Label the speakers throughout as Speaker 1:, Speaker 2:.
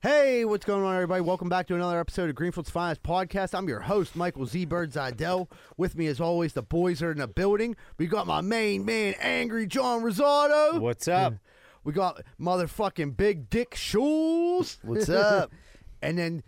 Speaker 1: Hey, what's going on, everybody? Welcome back to another episode of Greenfield's Finest Podcast. I'm your host, Michael Z. Bird Zidell. With me, as always, the boys are in the building. We got my main man, Angry John Rosado.
Speaker 2: What's up?
Speaker 1: We got motherfucking Big Dick Schools.
Speaker 3: What's up?
Speaker 1: and then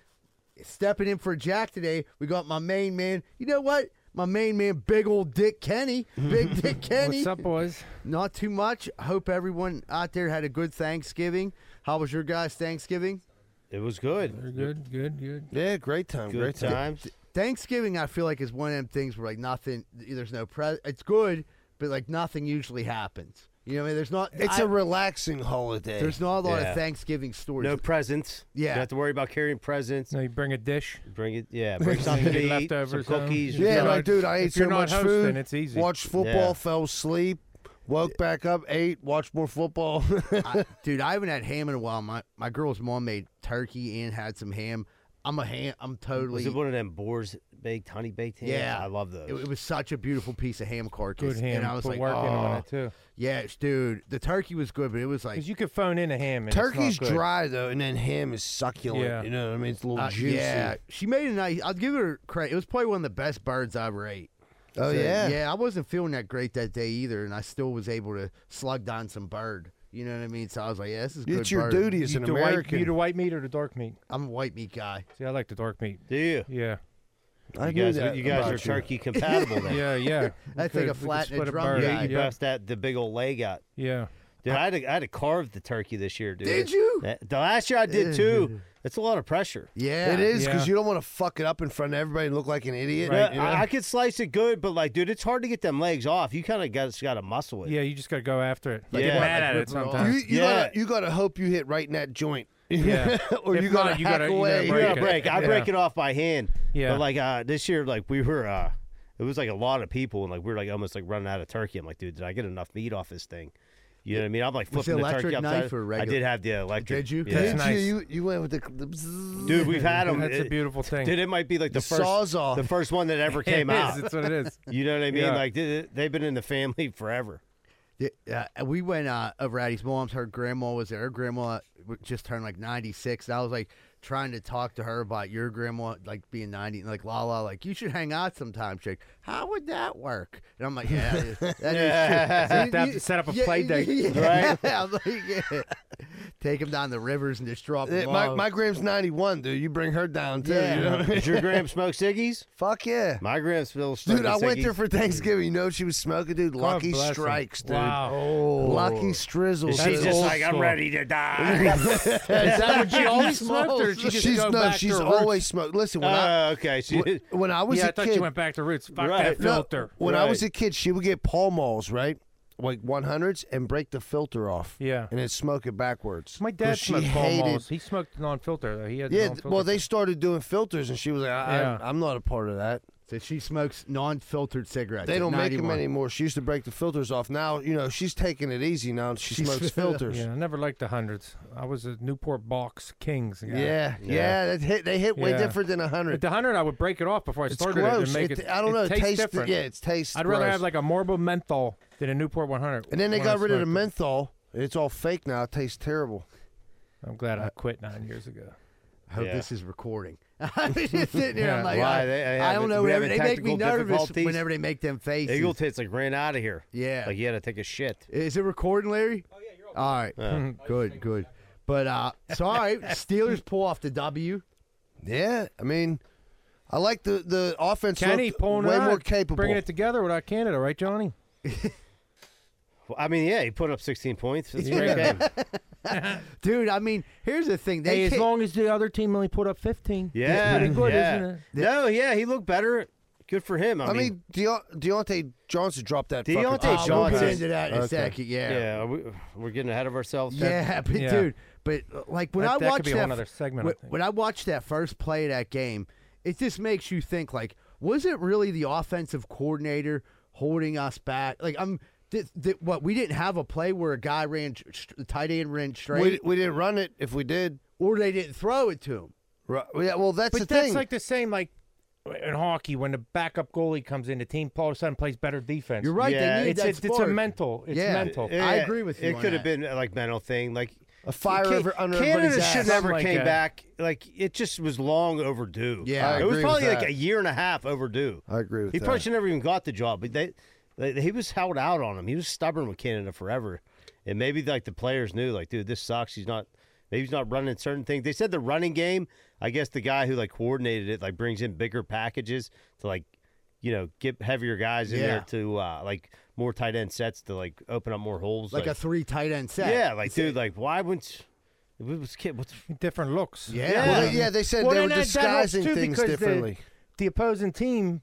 Speaker 1: stepping in for Jack today, we got my main man. You know what? My main man, Big Old Dick Kenny. Big Dick Kenny.
Speaker 4: What's up, boys?
Speaker 1: Not too much. Hope everyone out there had a good Thanksgiving. How was your guys' Thanksgiving?
Speaker 2: It was good.
Speaker 4: We're good, good, good.
Speaker 3: Yeah, great time.
Speaker 2: Good
Speaker 3: great time.
Speaker 2: times.
Speaker 1: Thanksgiving, I feel like is one of them things where like nothing. There's no pre. It's good, but like nothing usually happens. You know, what I mean, there's not.
Speaker 3: It's
Speaker 1: a
Speaker 3: a relaxing holiday.
Speaker 1: there's not a lot
Speaker 2: Yeah.
Speaker 1: of Thanksgiving stories.
Speaker 2: No presents. You
Speaker 1: Yeah.
Speaker 2: don't have to worry about carrying presents.
Speaker 4: Now you bring a dish.
Speaker 2: Bring it. Yeah. Bring
Speaker 4: You
Speaker 2: something
Speaker 4: get
Speaker 2: to eat. Some
Speaker 4: leftovers home.
Speaker 2: cookies. or
Speaker 3: yeah,
Speaker 4: you're
Speaker 3: like
Speaker 4: not-
Speaker 3: dude, I
Speaker 4: if
Speaker 3: ate so
Speaker 4: you're not
Speaker 3: much
Speaker 4: hosting,
Speaker 3: food.
Speaker 4: it's easy.
Speaker 3: Watched football,
Speaker 2: Yeah.
Speaker 3: fell asleep, woke back up, ate, watched more football.
Speaker 1: I- dude, I haven't had ham in a while. My my girl's mom made turkey and had some ham. I'm a ham. I'm totally.
Speaker 2: Was it one of them boars baked, honey baked hams?
Speaker 1: Yeah.
Speaker 2: I love those.
Speaker 1: It, it was such a beautiful piece of ham carcass.
Speaker 4: Good ham.
Speaker 1: And I was
Speaker 4: Put
Speaker 1: like,
Speaker 4: work in on
Speaker 1: oh,
Speaker 4: it too.
Speaker 1: yes, dude. The turkey was good, but it was like,
Speaker 4: Because you could phone in a ham. And it's not
Speaker 3: Turkey's
Speaker 4: good.
Speaker 3: dry though, and then ham is succulent.
Speaker 4: Yeah.
Speaker 3: You know what I mean? It's a little
Speaker 1: uh,
Speaker 3: juicy.
Speaker 1: yeah. She made a nice. I'll give her credit. It was probably one of the best birds I ever ate.
Speaker 3: Oh
Speaker 1: So,
Speaker 3: yeah.
Speaker 1: Yeah, I wasn't feeling that great that day either, and I still was able to slug down some bird. You know what I mean? So I was like, yeah, this is good
Speaker 3: It's your
Speaker 1: bird.
Speaker 3: duty as
Speaker 4: You
Speaker 3: an
Speaker 4: the white, you
Speaker 3: American.
Speaker 4: the white meat or the dark meat?
Speaker 1: I'm a white meat guy.
Speaker 4: See, I like the dark meat.
Speaker 2: Do you?
Speaker 4: Yeah,
Speaker 3: I
Speaker 2: you
Speaker 3: knew
Speaker 2: guys,
Speaker 3: that
Speaker 2: you guys
Speaker 3: about
Speaker 2: are turkey compatible then.
Speaker 4: yeah, yeah. We
Speaker 1: That's
Speaker 4: could-
Speaker 1: like a
Speaker 4: we could
Speaker 1: flat and a
Speaker 4: split
Speaker 1: drum
Speaker 4: bird.
Speaker 2: Yeah,
Speaker 1: guy.
Speaker 2: you
Speaker 4: Yeah,
Speaker 2: bust that the big old leg out.
Speaker 4: yeah.
Speaker 2: Dude, I had, to, I had to carve the turkey this year, dude.
Speaker 1: Did you?
Speaker 2: That- The last year I did too. It's a lot of pressure.
Speaker 1: Yeah,
Speaker 3: It is because
Speaker 4: Yeah.
Speaker 3: you don't want to fuck it up in front of everybody and look like an idiot.
Speaker 2: Yeah,
Speaker 3: you know?
Speaker 2: I, I could slice it good, but like, dude, it's hard to get them legs off. You kind of got got to muscle it.
Speaker 4: Yeah, you just gotta go after it.
Speaker 2: Like,
Speaker 4: get
Speaker 2: yeah.
Speaker 4: mad at
Speaker 1: Rip
Speaker 4: it
Speaker 1: it off.
Speaker 3: you,
Speaker 4: sometimes.
Speaker 3: you
Speaker 2: Yeah.
Speaker 3: gotta you gotta hope you hit right in that joint.
Speaker 4: Yeah.
Speaker 3: or
Speaker 4: If
Speaker 3: you gotta
Speaker 4: not, you
Speaker 3: hack
Speaker 4: gotta- you gotta
Speaker 3: away.
Speaker 2: You
Speaker 4: break
Speaker 2: gotta
Speaker 4: it.
Speaker 2: break. I
Speaker 4: Yeah.
Speaker 2: break it off by hand.
Speaker 4: Yeah.
Speaker 2: But like uh, this year, like we were, uh, it was like a lot of people, and like we were like almost like running out of turkey. I'm like, dude, did I get enough meat off this thing? You know what I mean? I'm like
Speaker 1: Was it
Speaker 2: flipping the
Speaker 1: electric
Speaker 2: turkey upside.
Speaker 1: knife
Speaker 2: I
Speaker 1: or regular-
Speaker 2: did have the electric.
Speaker 1: Did you?
Speaker 2: Yeah.
Speaker 3: Did
Speaker 4: nice.
Speaker 3: you, you you went with the, the bzzz.
Speaker 2: Dude, we've had them.
Speaker 4: That's a beautiful thing.
Speaker 2: Dude, it might be like the, first
Speaker 3: sawzall.
Speaker 2: the first one that ever
Speaker 4: It
Speaker 2: came
Speaker 4: is,
Speaker 2: out.
Speaker 4: That's what it is.
Speaker 2: You know what I mean?
Speaker 4: Yeah.
Speaker 2: Like they- they've been in the family forever.
Speaker 1: Yeah, uh, we went uh, over at his mom's. Her grandma was there. Her grandma uh, w- just turned like 96. And I was like trying to talk to her about your grandma like being 90. And like, la la, like, you should hang out sometime, chick. How would that work? And I'm like, yeah, that is true.
Speaker 4: Set up- set up a play date,
Speaker 1: right? I'm like, yeah. Take him down the rivers and just drop
Speaker 3: Yeah,
Speaker 1: him
Speaker 3: Eh, my,
Speaker 1: off.
Speaker 3: my Graham's 91, dude. You bring her down, too.
Speaker 1: Yeah.
Speaker 3: You know what I mean?
Speaker 2: Did your gram smoke ciggies?
Speaker 3: Fuck yeah.
Speaker 2: My gram still
Speaker 3: Dude, I
Speaker 2: smoking
Speaker 3: went there
Speaker 2: ciggies.
Speaker 3: for Thanksgiving. You know what she was smoking, dude? Lucky
Speaker 4: bless 'em.
Speaker 3: Strikes, dude.
Speaker 4: Wow.
Speaker 3: Lucky Strizzles.
Speaker 2: She's
Speaker 4: That's
Speaker 3: dude.
Speaker 2: just
Speaker 4: old
Speaker 2: like, I'm
Speaker 4: school.
Speaker 2: ready to die.
Speaker 4: Is that what she always
Speaker 1: smoked,
Speaker 4: smoked,
Speaker 1: or
Speaker 4: or
Speaker 1: did
Speaker 4: she
Speaker 1: you
Speaker 4: just
Speaker 3: she's
Speaker 4: go
Speaker 3: no,
Speaker 4: back
Speaker 3: she's
Speaker 4: to her
Speaker 3: always smoked. Listen, when I
Speaker 2: uh, okay. She,
Speaker 3: wh- when I
Speaker 4: Roots?
Speaker 3: was
Speaker 4: Yeah,
Speaker 3: a
Speaker 4: I thought
Speaker 3: kid,
Speaker 4: you went back to roots. Fuck
Speaker 2: Right.
Speaker 4: that
Speaker 3: No,
Speaker 4: filter.
Speaker 3: when I was
Speaker 2: Right.
Speaker 3: a kid, she would get Pall Malls, right? Like 100s and break the filter off.
Speaker 4: Yeah.
Speaker 3: And then smoke it backwards.
Speaker 4: My
Speaker 3: 'Cause
Speaker 4: dad
Speaker 3: she
Speaker 4: smoked Pall
Speaker 3: hated-
Speaker 4: Malls. He smoked non-filter though. He had
Speaker 3: Yeah,
Speaker 4: non-filter.
Speaker 3: well, they started doing filters, and she was like, I,
Speaker 4: Yeah.
Speaker 3: I, I'm not a part of that.
Speaker 1: So she smokes non-filtered cigarettes.
Speaker 3: They
Speaker 1: at
Speaker 3: don't make
Speaker 1: 91.
Speaker 3: them anymore. She used to break the filters off. Now, you know, she's taking it easy now. She
Speaker 1: She's-
Speaker 3: smokes filters.
Speaker 4: Yeah,
Speaker 3: Yeah.
Speaker 4: I never liked the hundreds. I was a Newport Box Kings guy.
Speaker 3: Yeah, that hit, they hit way
Speaker 4: Yeah.
Speaker 3: different than a
Speaker 4: But
Speaker 3: hundred.
Speaker 4: the hundred, I would break it off before I
Speaker 3: It's
Speaker 4: started it
Speaker 3: gross.
Speaker 4: and make it.
Speaker 3: It- I don't
Speaker 4: it
Speaker 3: know. It
Speaker 4: tastes
Speaker 3: tastes
Speaker 4: different.
Speaker 3: Yeah, it's tastes.
Speaker 4: I'd rather
Speaker 3: gross.
Speaker 4: have like a Marlboro menthol than a Newport 100.
Speaker 3: And then they
Speaker 4: when
Speaker 3: got
Speaker 4: I
Speaker 3: rid of the
Speaker 4: smoked it.
Speaker 3: menthol. It's all fake now. It tastes terrible. Uh,
Speaker 4: I'm glad I quit nine years ago.
Speaker 1: I hope
Speaker 2: Yeah.
Speaker 1: this is recording. I'm just sitting there. I'm
Speaker 4: Yeah,
Speaker 1: like,
Speaker 2: why?
Speaker 1: I,
Speaker 2: They- they
Speaker 1: I
Speaker 2: having-
Speaker 1: don't know.
Speaker 2: we
Speaker 1: Whenever,
Speaker 2: having
Speaker 1: they make me
Speaker 2: technical
Speaker 1: nervous
Speaker 2: difficulties?
Speaker 1: whenever they make them faces.
Speaker 2: Eagle Tits like ran out of here.
Speaker 1: Yeah.
Speaker 2: Like you had to take a shit.
Speaker 1: Is it recording, Larry? Oh yeah, you're Oh, all, all right. Hmm. good, good. But uh, sorry, Steelers pull off the W.
Speaker 3: Yeah, I mean, I like the the offense.
Speaker 4: Kenny
Speaker 3: looked
Speaker 4: pulling it
Speaker 3: way
Speaker 4: out,
Speaker 3: more capable.
Speaker 4: bringing it together without Canada, right, Johnny?
Speaker 2: Well, I mean, yeah, he put up 16 points. It's a
Speaker 4: Yeah.
Speaker 2: great game.
Speaker 1: Dude, I mean, here's the thing. They
Speaker 4: Hey, as
Speaker 1: can't-
Speaker 4: long as the other team only put up 15,
Speaker 2: Yeah.
Speaker 4: that's pretty good,
Speaker 2: yeah.
Speaker 4: isn't it?
Speaker 2: No, yeah, he looked better. Good for him. I,
Speaker 3: I
Speaker 2: mean,
Speaker 3: mean, Deon- Deontay Johnson dropped that. fucking
Speaker 2: Deontay
Speaker 1: Oh,
Speaker 3: touchdown.
Speaker 1: we'll
Speaker 2: Johnson.
Speaker 1: get into that in a
Speaker 3: Okay.
Speaker 1: second. Yeah,
Speaker 2: yeah, we, we're getting ahead of ourselves.
Speaker 1: yeah. But
Speaker 4: Yeah.
Speaker 1: dude, but uh, like when
Speaker 4: That-
Speaker 1: I
Speaker 4: that could
Speaker 1: watched
Speaker 4: be a
Speaker 1: that
Speaker 4: whole nother segment, I
Speaker 1: when-
Speaker 4: think.
Speaker 1: when I watched that first play of that game, it just makes you think like, was it really the offensive coordinator holding us back? Like I'm. Did, did, what we didn't have a play where a guy ran, sh- sh- the tight end ran straight,
Speaker 3: We, we didn't run it. If we did,
Speaker 1: or they didn't throw it to him.
Speaker 3: right. yeah. Well, that's
Speaker 4: But
Speaker 3: the
Speaker 4: that's
Speaker 3: thing.
Speaker 4: like the same, like in hockey, when the backup goalie comes in, the team all of a sudden plays better defense.
Speaker 1: You're right.
Speaker 2: Yeah,
Speaker 1: they need
Speaker 4: It's
Speaker 1: that
Speaker 4: it's, it's a
Speaker 1: spark.
Speaker 4: mental. It's
Speaker 1: Yeah.
Speaker 4: mental.
Speaker 1: I agree with you
Speaker 2: It
Speaker 1: on
Speaker 2: could have
Speaker 1: that.
Speaker 2: been uh, like mental thing. Like
Speaker 3: A fire
Speaker 2: Ca-
Speaker 3: over under
Speaker 2: Canada
Speaker 3: everybody's
Speaker 2: should
Speaker 3: ass.
Speaker 2: never
Speaker 4: Something like
Speaker 2: came
Speaker 4: that.
Speaker 2: back. Like it just was long overdue.
Speaker 1: Yeah, I
Speaker 2: it was
Speaker 3: agree with
Speaker 2: probably like
Speaker 3: that.
Speaker 2: a year and a half overdue.
Speaker 3: I agree with
Speaker 2: he
Speaker 3: that.
Speaker 2: probably should never even got the job. But they, they, he was held out on him. He was stubborn with Canada forever, and maybe like the players knew, like, dude, this sucks. He's not. Maybe he's not running certain things. They said the running game. I guess the guy who like coordinated it like brings in bigger packages to like, you know, get heavier guys in there
Speaker 1: Yeah.
Speaker 2: to uh, like more tight end sets to like open up more holes.
Speaker 1: like, a three tight end set.
Speaker 2: yeah, like dude, like why wouldn't? It was kid. What's
Speaker 4: Different looks.
Speaker 1: yeah.
Speaker 2: Yeah.
Speaker 3: Well, they- yeah, they said
Speaker 4: Well,
Speaker 3: they were
Speaker 4: then that- that helps
Speaker 3: disguising
Speaker 4: too,
Speaker 3: things
Speaker 4: because the-
Speaker 3: differently.
Speaker 4: The opposing team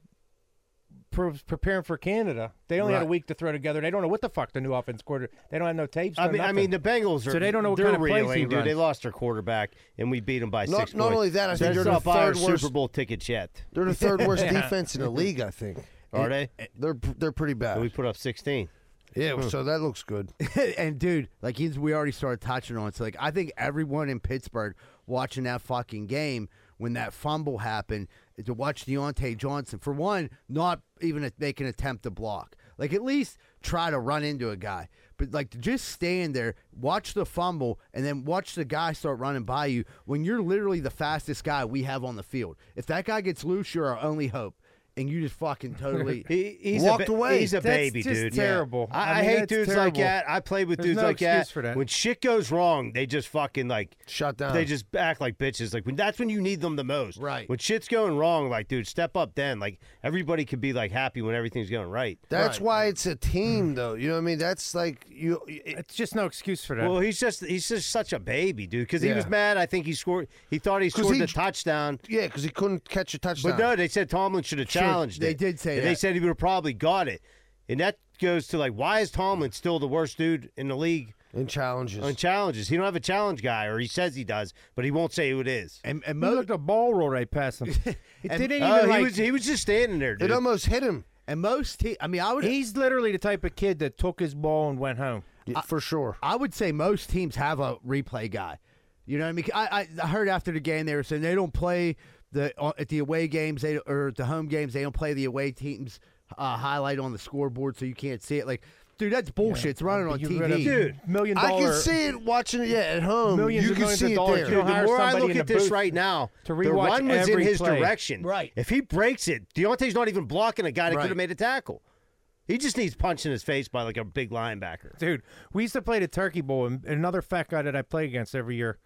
Speaker 4: pre- preparing for Canada. They only had a
Speaker 1: Right.
Speaker 4: week to throw together. They don't know what the fuck the new offense quarter. They don't have no tapes.
Speaker 2: I
Speaker 4: no
Speaker 2: mean, I
Speaker 4: nothing.
Speaker 2: mean, the Bengals are.
Speaker 4: So they don't know what
Speaker 2: they're
Speaker 4: kind of plays he
Speaker 2: reeling, dude. They
Speaker 4: runs.
Speaker 2: lost their quarterback, and we beat them by
Speaker 3: Not-
Speaker 2: six.
Speaker 3: not
Speaker 2: points.
Speaker 3: only that, I think
Speaker 2: That's
Speaker 3: they're the
Speaker 2: not by our
Speaker 3: third worst-
Speaker 2: Super Bowl tickets yet,
Speaker 3: They're the third worst defense in the league, I think.
Speaker 2: are they?
Speaker 3: Eh, They're they're pretty
Speaker 2: And we
Speaker 3: bad.
Speaker 2: put up sixteen. Hmm.
Speaker 3: Yeah, so that looks good.
Speaker 1: and dude, like he's, we already started touching on. it. So like I think everyone in Pittsburgh watching that fucking game when that fumble happened to watch Deontay Johnson for one not even a, make an attempt to block. Like at least try to run into a guy, but like to just stand there, watch the fumble, and then watch the guy start running by you when you're literally the fastest guy we have on the field. If that guy gets loose, you're our only hope, and you just fucking totally.
Speaker 2: He, he's
Speaker 3: Walked
Speaker 2: a ba-
Speaker 3: away.
Speaker 2: He's a
Speaker 4: That's
Speaker 2: baby,
Speaker 4: just
Speaker 2: dude.
Speaker 4: terrible.
Speaker 2: I,
Speaker 4: I
Speaker 2: I
Speaker 4: mean,
Speaker 2: hate
Speaker 4: that's
Speaker 2: dudes like
Speaker 4: terrible.
Speaker 2: that. I played with
Speaker 4: There's
Speaker 2: dudes
Speaker 4: no
Speaker 2: like
Speaker 4: excuse
Speaker 2: that.
Speaker 4: for that.
Speaker 2: When shit goes wrong, they just fucking like
Speaker 3: Shut down.
Speaker 2: They just act like bitches. Like when that's when you need them the most.
Speaker 1: Right.
Speaker 2: When shit's going wrong, like dude, step up. Then like everybody could be like happy when everything's going right.
Speaker 3: That's
Speaker 1: Right.
Speaker 3: why it's a team, though. You know what I mean? That's like you. It,
Speaker 4: it's just no excuse for that.
Speaker 2: Well, he's just he's just such a baby, dude. Because he
Speaker 3: Yeah.
Speaker 2: was mad. I think he scored. He thought he
Speaker 3: 'Cause
Speaker 2: scored
Speaker 3: he
Speaker 2: the
Speaker 3: j-
Speaker 2: touchdown.
Speaker 3: yeah, because he couldn't catch a touchdown.
Speaker 2: But no, they said Tomlin should have challenged
Speaker 1: they
Speaker 2: it.
Speaker 1: did say
Speaker 2: and
Speaker 1: that.
Speaker 2: They said he would have probably got it. And that goes to like, why is Tomlin still the worst dude in the league
Speaker 3: and challenges.
Speaker 2: on challenges? He don't have a challenge guy, or he says he does, but he won't say who it is.
Speaker 1: And, and
Speaker 4: Look
Speaker 1: mo-
Speaker 4: at the ball roll right past him. He
Speaker 1: And-
Speaker 4: didn't even
Speaker 2: Oh, he
Speaker 4: like.
Speaker 2: was he was just standing there, dude.
Speaker 3: it almost hit him
Speaker 1: and most, te- I mean, I would.
Speaker 4: he's literally the type of kid that took his ball and went home.
Speaker 3: Yeah, for sure.
Speaker 1: I would say most teams have a replay guy. You know what I mean? I, I, I heard after the game they were saying they don't play the uh, at the away games they or at the home games they don't play the away teams uh, highlight on the scoreboard so you can't see it. Like, dude, that's bullshit. it's running on
Speaker 4: You rid
Speaker 1: TV.
Speaker 4: of million
Speaker 3: I
Speaker 4: dollar.
Speaker 3: can see it watching it. Yeah, at home,
Speaker 4: Millions
Speaker 3: you
Speaker 4: and
Speaker 3: can
Speaker 4: millions
Speaker 3: see
Speaker 4: of
Speaker 3: it
Speaker 4: dollars
Speaker 3: there.
Speaker 4: to
Speaker 2: Dude, the
Speaker 4: hire
Speaker 2: more I
Speaker 4: somebody
Speaker 2: look
Speaker 4: in
Speaker 2: at
Speaker 4: the
Speaker 2: this
Speaker 4: booth
Speaker 2: right now,
Speaker 4: to
Speaker 2: the
Speaker 4: rewatch
Speaker 2: run was in
Speaker 4: every
Speaker 2: his
Speaker 4: play.
Speaker 2: direction.
Speaker 1: Right.
Speaker 2: If he breaks it, Deontay's not even blocking a guy that
Speaker 1: Right.
Speaker 2: could have made a tackle. He just needs punched in his face by like a big linebacker.
Speaker 4: Dude, we used to play the Turkey Bowl, and another fat guy that I play against every year,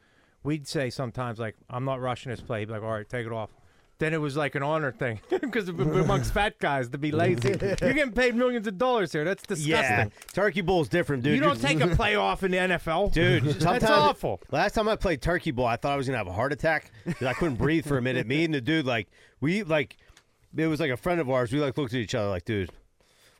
Speaker 4: we'd say sometimes like, "I'm not rushing this play." He'd be like, "All right, take it off." Then it was like an honor thing because amongst fat guys to be lazy, you're getting paid millions of dollars here. That's
Speaker 2: Yeah,
Speaker 4: disgusting.
Speaker 2: turkey bowl's different, dude.
Speaker 4: you don't
Speaker 2: You're-
Speaker 4: take a play off in the NFL,
Speaker 2: Dude,
Speaker 4: that's
Speaker 2: sometimes-
Speaker 4: awful.
Speaker 2: Last time I played turkey bowl, I thought I was gonna have a heart attack 'cause I couldn't breathe for a minute. Me and the dude, like, we like, it was like a friend of ours. We like looked at each other, like, dude,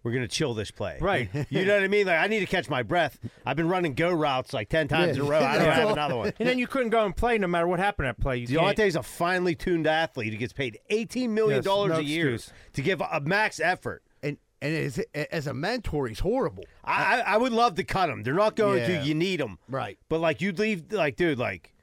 Speaker 2: we're gonna chill this play,
Speaker 4: Right.
Speaker 2: You know what I mean? Like, I need to catch my breath. I've been running go routes like ten times
Speaker 3: Yeah.
Speaker 2: in a row. I don't
Speaker 3: That's
Speaker 2: have
Speaker 3: all.
Speaker 2: another one.
Speaker 4: And then you couldn't go and play no matter what happened that play. You can't-
Speaker 2: Deontay's a finely tuned athlete who gets paid eighteen million
Speaker 4: Yes, no
Speaker 2: dollars a year
Speaker 4: excuse.
Speaker 2: to give a max effort.
Speaker 1: And and as, as a mentor, he's horrible.
Speaker 2: I, I I would love to cut him. They're not going
Speaker 1: Yeah.
Speaker 2: to. You need them,
Speaker 1: Right.
Speaker 2: But like you leave, like dude, like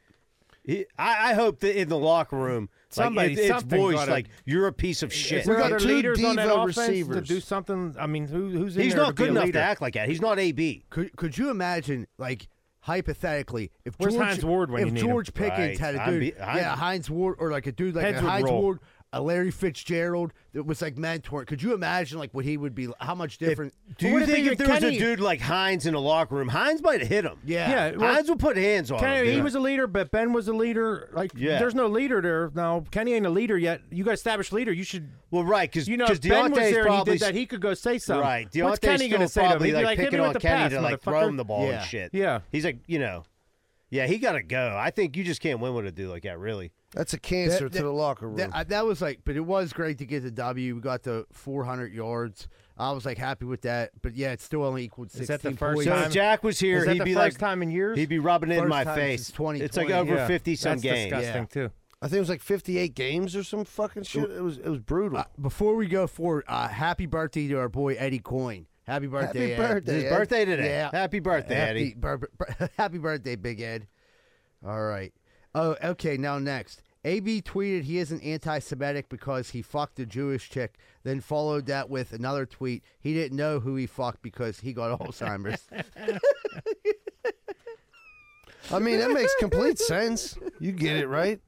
Speaker 2: he, I, I hope that in the locker room,
Speaker 4: Somebody-
Speaker 2: like, it, it's
Speaker 4: something
Speaker 2: voiced
Speaker 4: gotta-
Speaker 2: like you're a piece of shit.
Speaker 4: Is there
Speaker 3: got
Speaker 4: other
Speaker 3: two
Speaker 4: leaders on that
Speaker 3: diva
Speaker 4: offense to
Speaker 3: receivers.
Speaker 4: do something. I mean, who, who's in
Speaker 2: He's
Speaker 4: there to
Speaker 2: not
Speaker 4: be
Speaker 2: good
Speaker 4: a
Speaker 2: enough
Speaker 4: leader?
Speaker 2: to act like that. He's not AB.
Speaker 1: Could could you imagine like hypothetically if
Speaker 4: Where's
Speaker 1: George
Speaker 4: Heinz Ward when
Speaker 1: if
Speaker 4: you need him?
Speaker 1: George Pickens
Speaker 2: Right.
Speaker 1: had a
Speaker 2: I'd
Speaker 1: dude
Speaker 2: be- I'd-
Speaker 1: yeah Heinz Ward or like a dude like
Speaker 4: Heads
Speaker 1: a
Speaker 4: would
Speaker 1: Heinz
Speaker 4: roll.
Speaker 1: Ward a Larry Fitzgerald that was like mentor could you imagine like what he would be how much different
Speaker 2: Do
Speaker 4: But
Speaker 2: you
Speaker 4: what if
Speaker 2: think
Speaker 4: they
Speaker 2: if
Speaker 4: get
Speaker 2: there was a
Speaker 4: Kenny-
Speaker 2: dude like Hines in the locker room, Hines might hit him?
Speaker 1: yeah
Speaker 4: Yeah, well,
Speaker 2: Hines will put hands on him.
Speaker 4: Kenny, he
Speaker 2: dude.
Speaker 4: was a leader, but Ben was a leader. Like,
Speaker 2: Yeah.
Speaker 4: there's no leader there now. Kenny ain't a leader yet. You got to establish leader. You should,
Speaker 2: well, right, because
Speaker 4: you know, if
Speaker 2: Deontay's
Speaker 4: Ben was there. and He
Speaker 2: probably
Speaker 4: did that. He could go say something.
Speaker 2: right. Deontay's
Speaker 4: What's Kenny
Speaker 2: still
Speaker 4: gonna say to him?
Speaker 2: probably
Speaker 4: He'd be
Speaker 2: like,
Speaker 4: like, hit
Speaker 2: picking
Speaker 4: me with
Speaker 2: on
Speaker 4: the
Speaker 2: Kenny
Speaker 4: pass,
Speaker 2: to like
Speaker 4: motherfucker.
Speaker 2: throw him the ball
Speaker 1: Yeah.
Speaker 2: and shit.
Speaker 4: Yeah.
Speaker 2: he's like, you know, yeah, he got to go. I think you just can't win with a dude like that, really.
Speaker 3: That's a cancer
Speaker 1: That-
Speaker 3: to the locker room.
Speaker 1: that, I- that was like but it was great to get the W we got the 400 yards I was like happy with that but yeah it still only equaled 16
Speaker 4: Is that the first
Speaker 1: points.
Speaker 2: So
Speaker 4: time?
Speaker 2: if Jack was here,
Speaker 4: Is that
Speaker 2: he'd
Speaker 4: the
Speaker 2: be
Speaker 4: first
Speaker 2: like,
Speaker 4: time in years?
Speaker 2: he'd be rubbing it in
Speaker 1: First
Speaker 2: my
Speaker 1: time
Speaker 2: face.
Speaker 1: since 2020.
Speaker 2: It's like over fifty some
Speaker 4: That's
Speaker 2: games.
Speaker 4: disgusting too.
Speaker 3: I think it was like 58 games or some fucking shit. It was it was brutal.
Speaker 1: Uh, before we go forward uh, happy birthday to our boy Eddie Coyne happy birthday Ed.
Speaker 3: birthday.
Speaker 2: It's his
Speaker 3: Ed.
Speaker 2: birthday today.
Speaker 1: Yeah.
Speaker 2: Happy birthday,
Speaker 1: Happy,
Speaker 2: Eddie.
Speaker 1: bur- bur- happy birthday, Big Ed. All right. Oh, okay. Now next, AB tweeted he isn't anti-Semitic because he fucked a Jewish chick. Then followed that with another tweet. He didn't know who he fucked because he got Alzheimer's.
Speaker 3: I mean, that makes complete sense. You get it, right?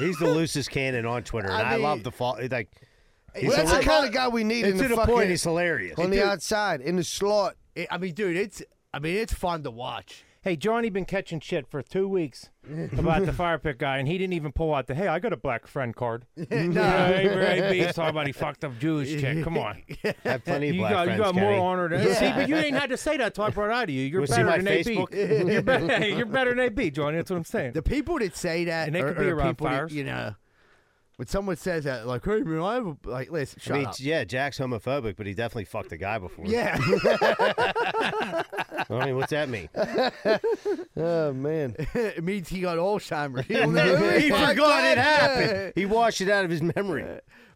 Speaker 2: He's the loosest cannon on Twitter, and
Speaker 1: I
Speaker 2: I,
Speaker 1: mean-
Speaker 2: love the fall. Like he's
Speaker 3: Well, that's the
Speaker 2: hilarious.
Speaker 3: kind of guy we need in
Speaker 2: It's
Speaker 3: the,
Speaker 2: to the
Speaker 3: fucking,
Speaker 2: point. He's hilarious.
Speaker 3: on the outside in the slot.
Speaker 1: It- I mean, dude, it's. I mean, it's fun to watch.
Speaker 4: Hey, Johnny been catching shit for two weeks about the fire pit guy, and he didn't even pull out the hey, I got a black friend card.
Speaker 1: no,
Speaker 4: Hey, Ray B, talking about he fucked up Jewish chick. Come on.
Speaker 2: I have plenty of
Speaker 4: You
Speaker 2: black
Speaker 4: got,
Speaker 2: friends.
Speaker 4: you got more
Speaker 2: Kenny.
Speaker 4: honor than See, but you ain't had to say that till I brought it out of you. You're
Speaker 2: Wanna see
Speaker 4: better
Speaker 2: my
Speaker 4: than
Speaker 2: Facebook?
Speaker 4: AB. You're better, you're better than AB, Johnny. That's what I'm saying.
Speaker 1: the people that say that,
Speaker 4: And they
Speaker 1: are,
Speaker 4: could be
Speaker 1: are
Speaker 4: around
Speaker 1: people that,
Speaker 4: fires.
Speaker 1: you know, when someone says that, like, hey, man, I have a, like, listen,
Speaker 2: I
Speaker 1: shut
Speaker 2: mean,
Speaker 1: up.
Speaker 2: yeah, Jack's homophobic, but he definitely fucked a guy before.
Speaker 1: Yeah,
Speaker 2: I mean, what's that mean?
Speaker 3: Oh man,
Speaker 1: it means he got Alzheimer's. He,
Speaker 2: he forgot it happened. He washed it out of his memory.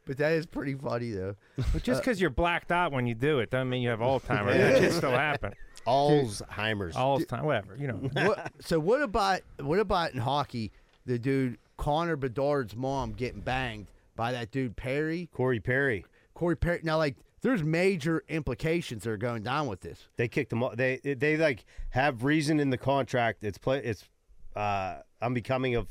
Speaker 1: But that is pretty funny though.
Speaker 2: Uh,
Speaker 4: But just because you're blacked out when you do it doesn't mean you have Alzheimer's. That shit still happen.
Speaker 2: Alzheimer's.
Speaker 4: Alzheimer's, whatever. You know.
Speaker 1: What, so what about what about in hockey? The dude Connor Bedard's mom getting banged by that dude Perry
Speaker 2: Corey Perry.
Speaker 1: Corey Perry. Now, like, there's major implications that are going down with this.
Speaker 2: They kicked him off. They they like have reason in the contract. It's play. It's uh, I'm becoming of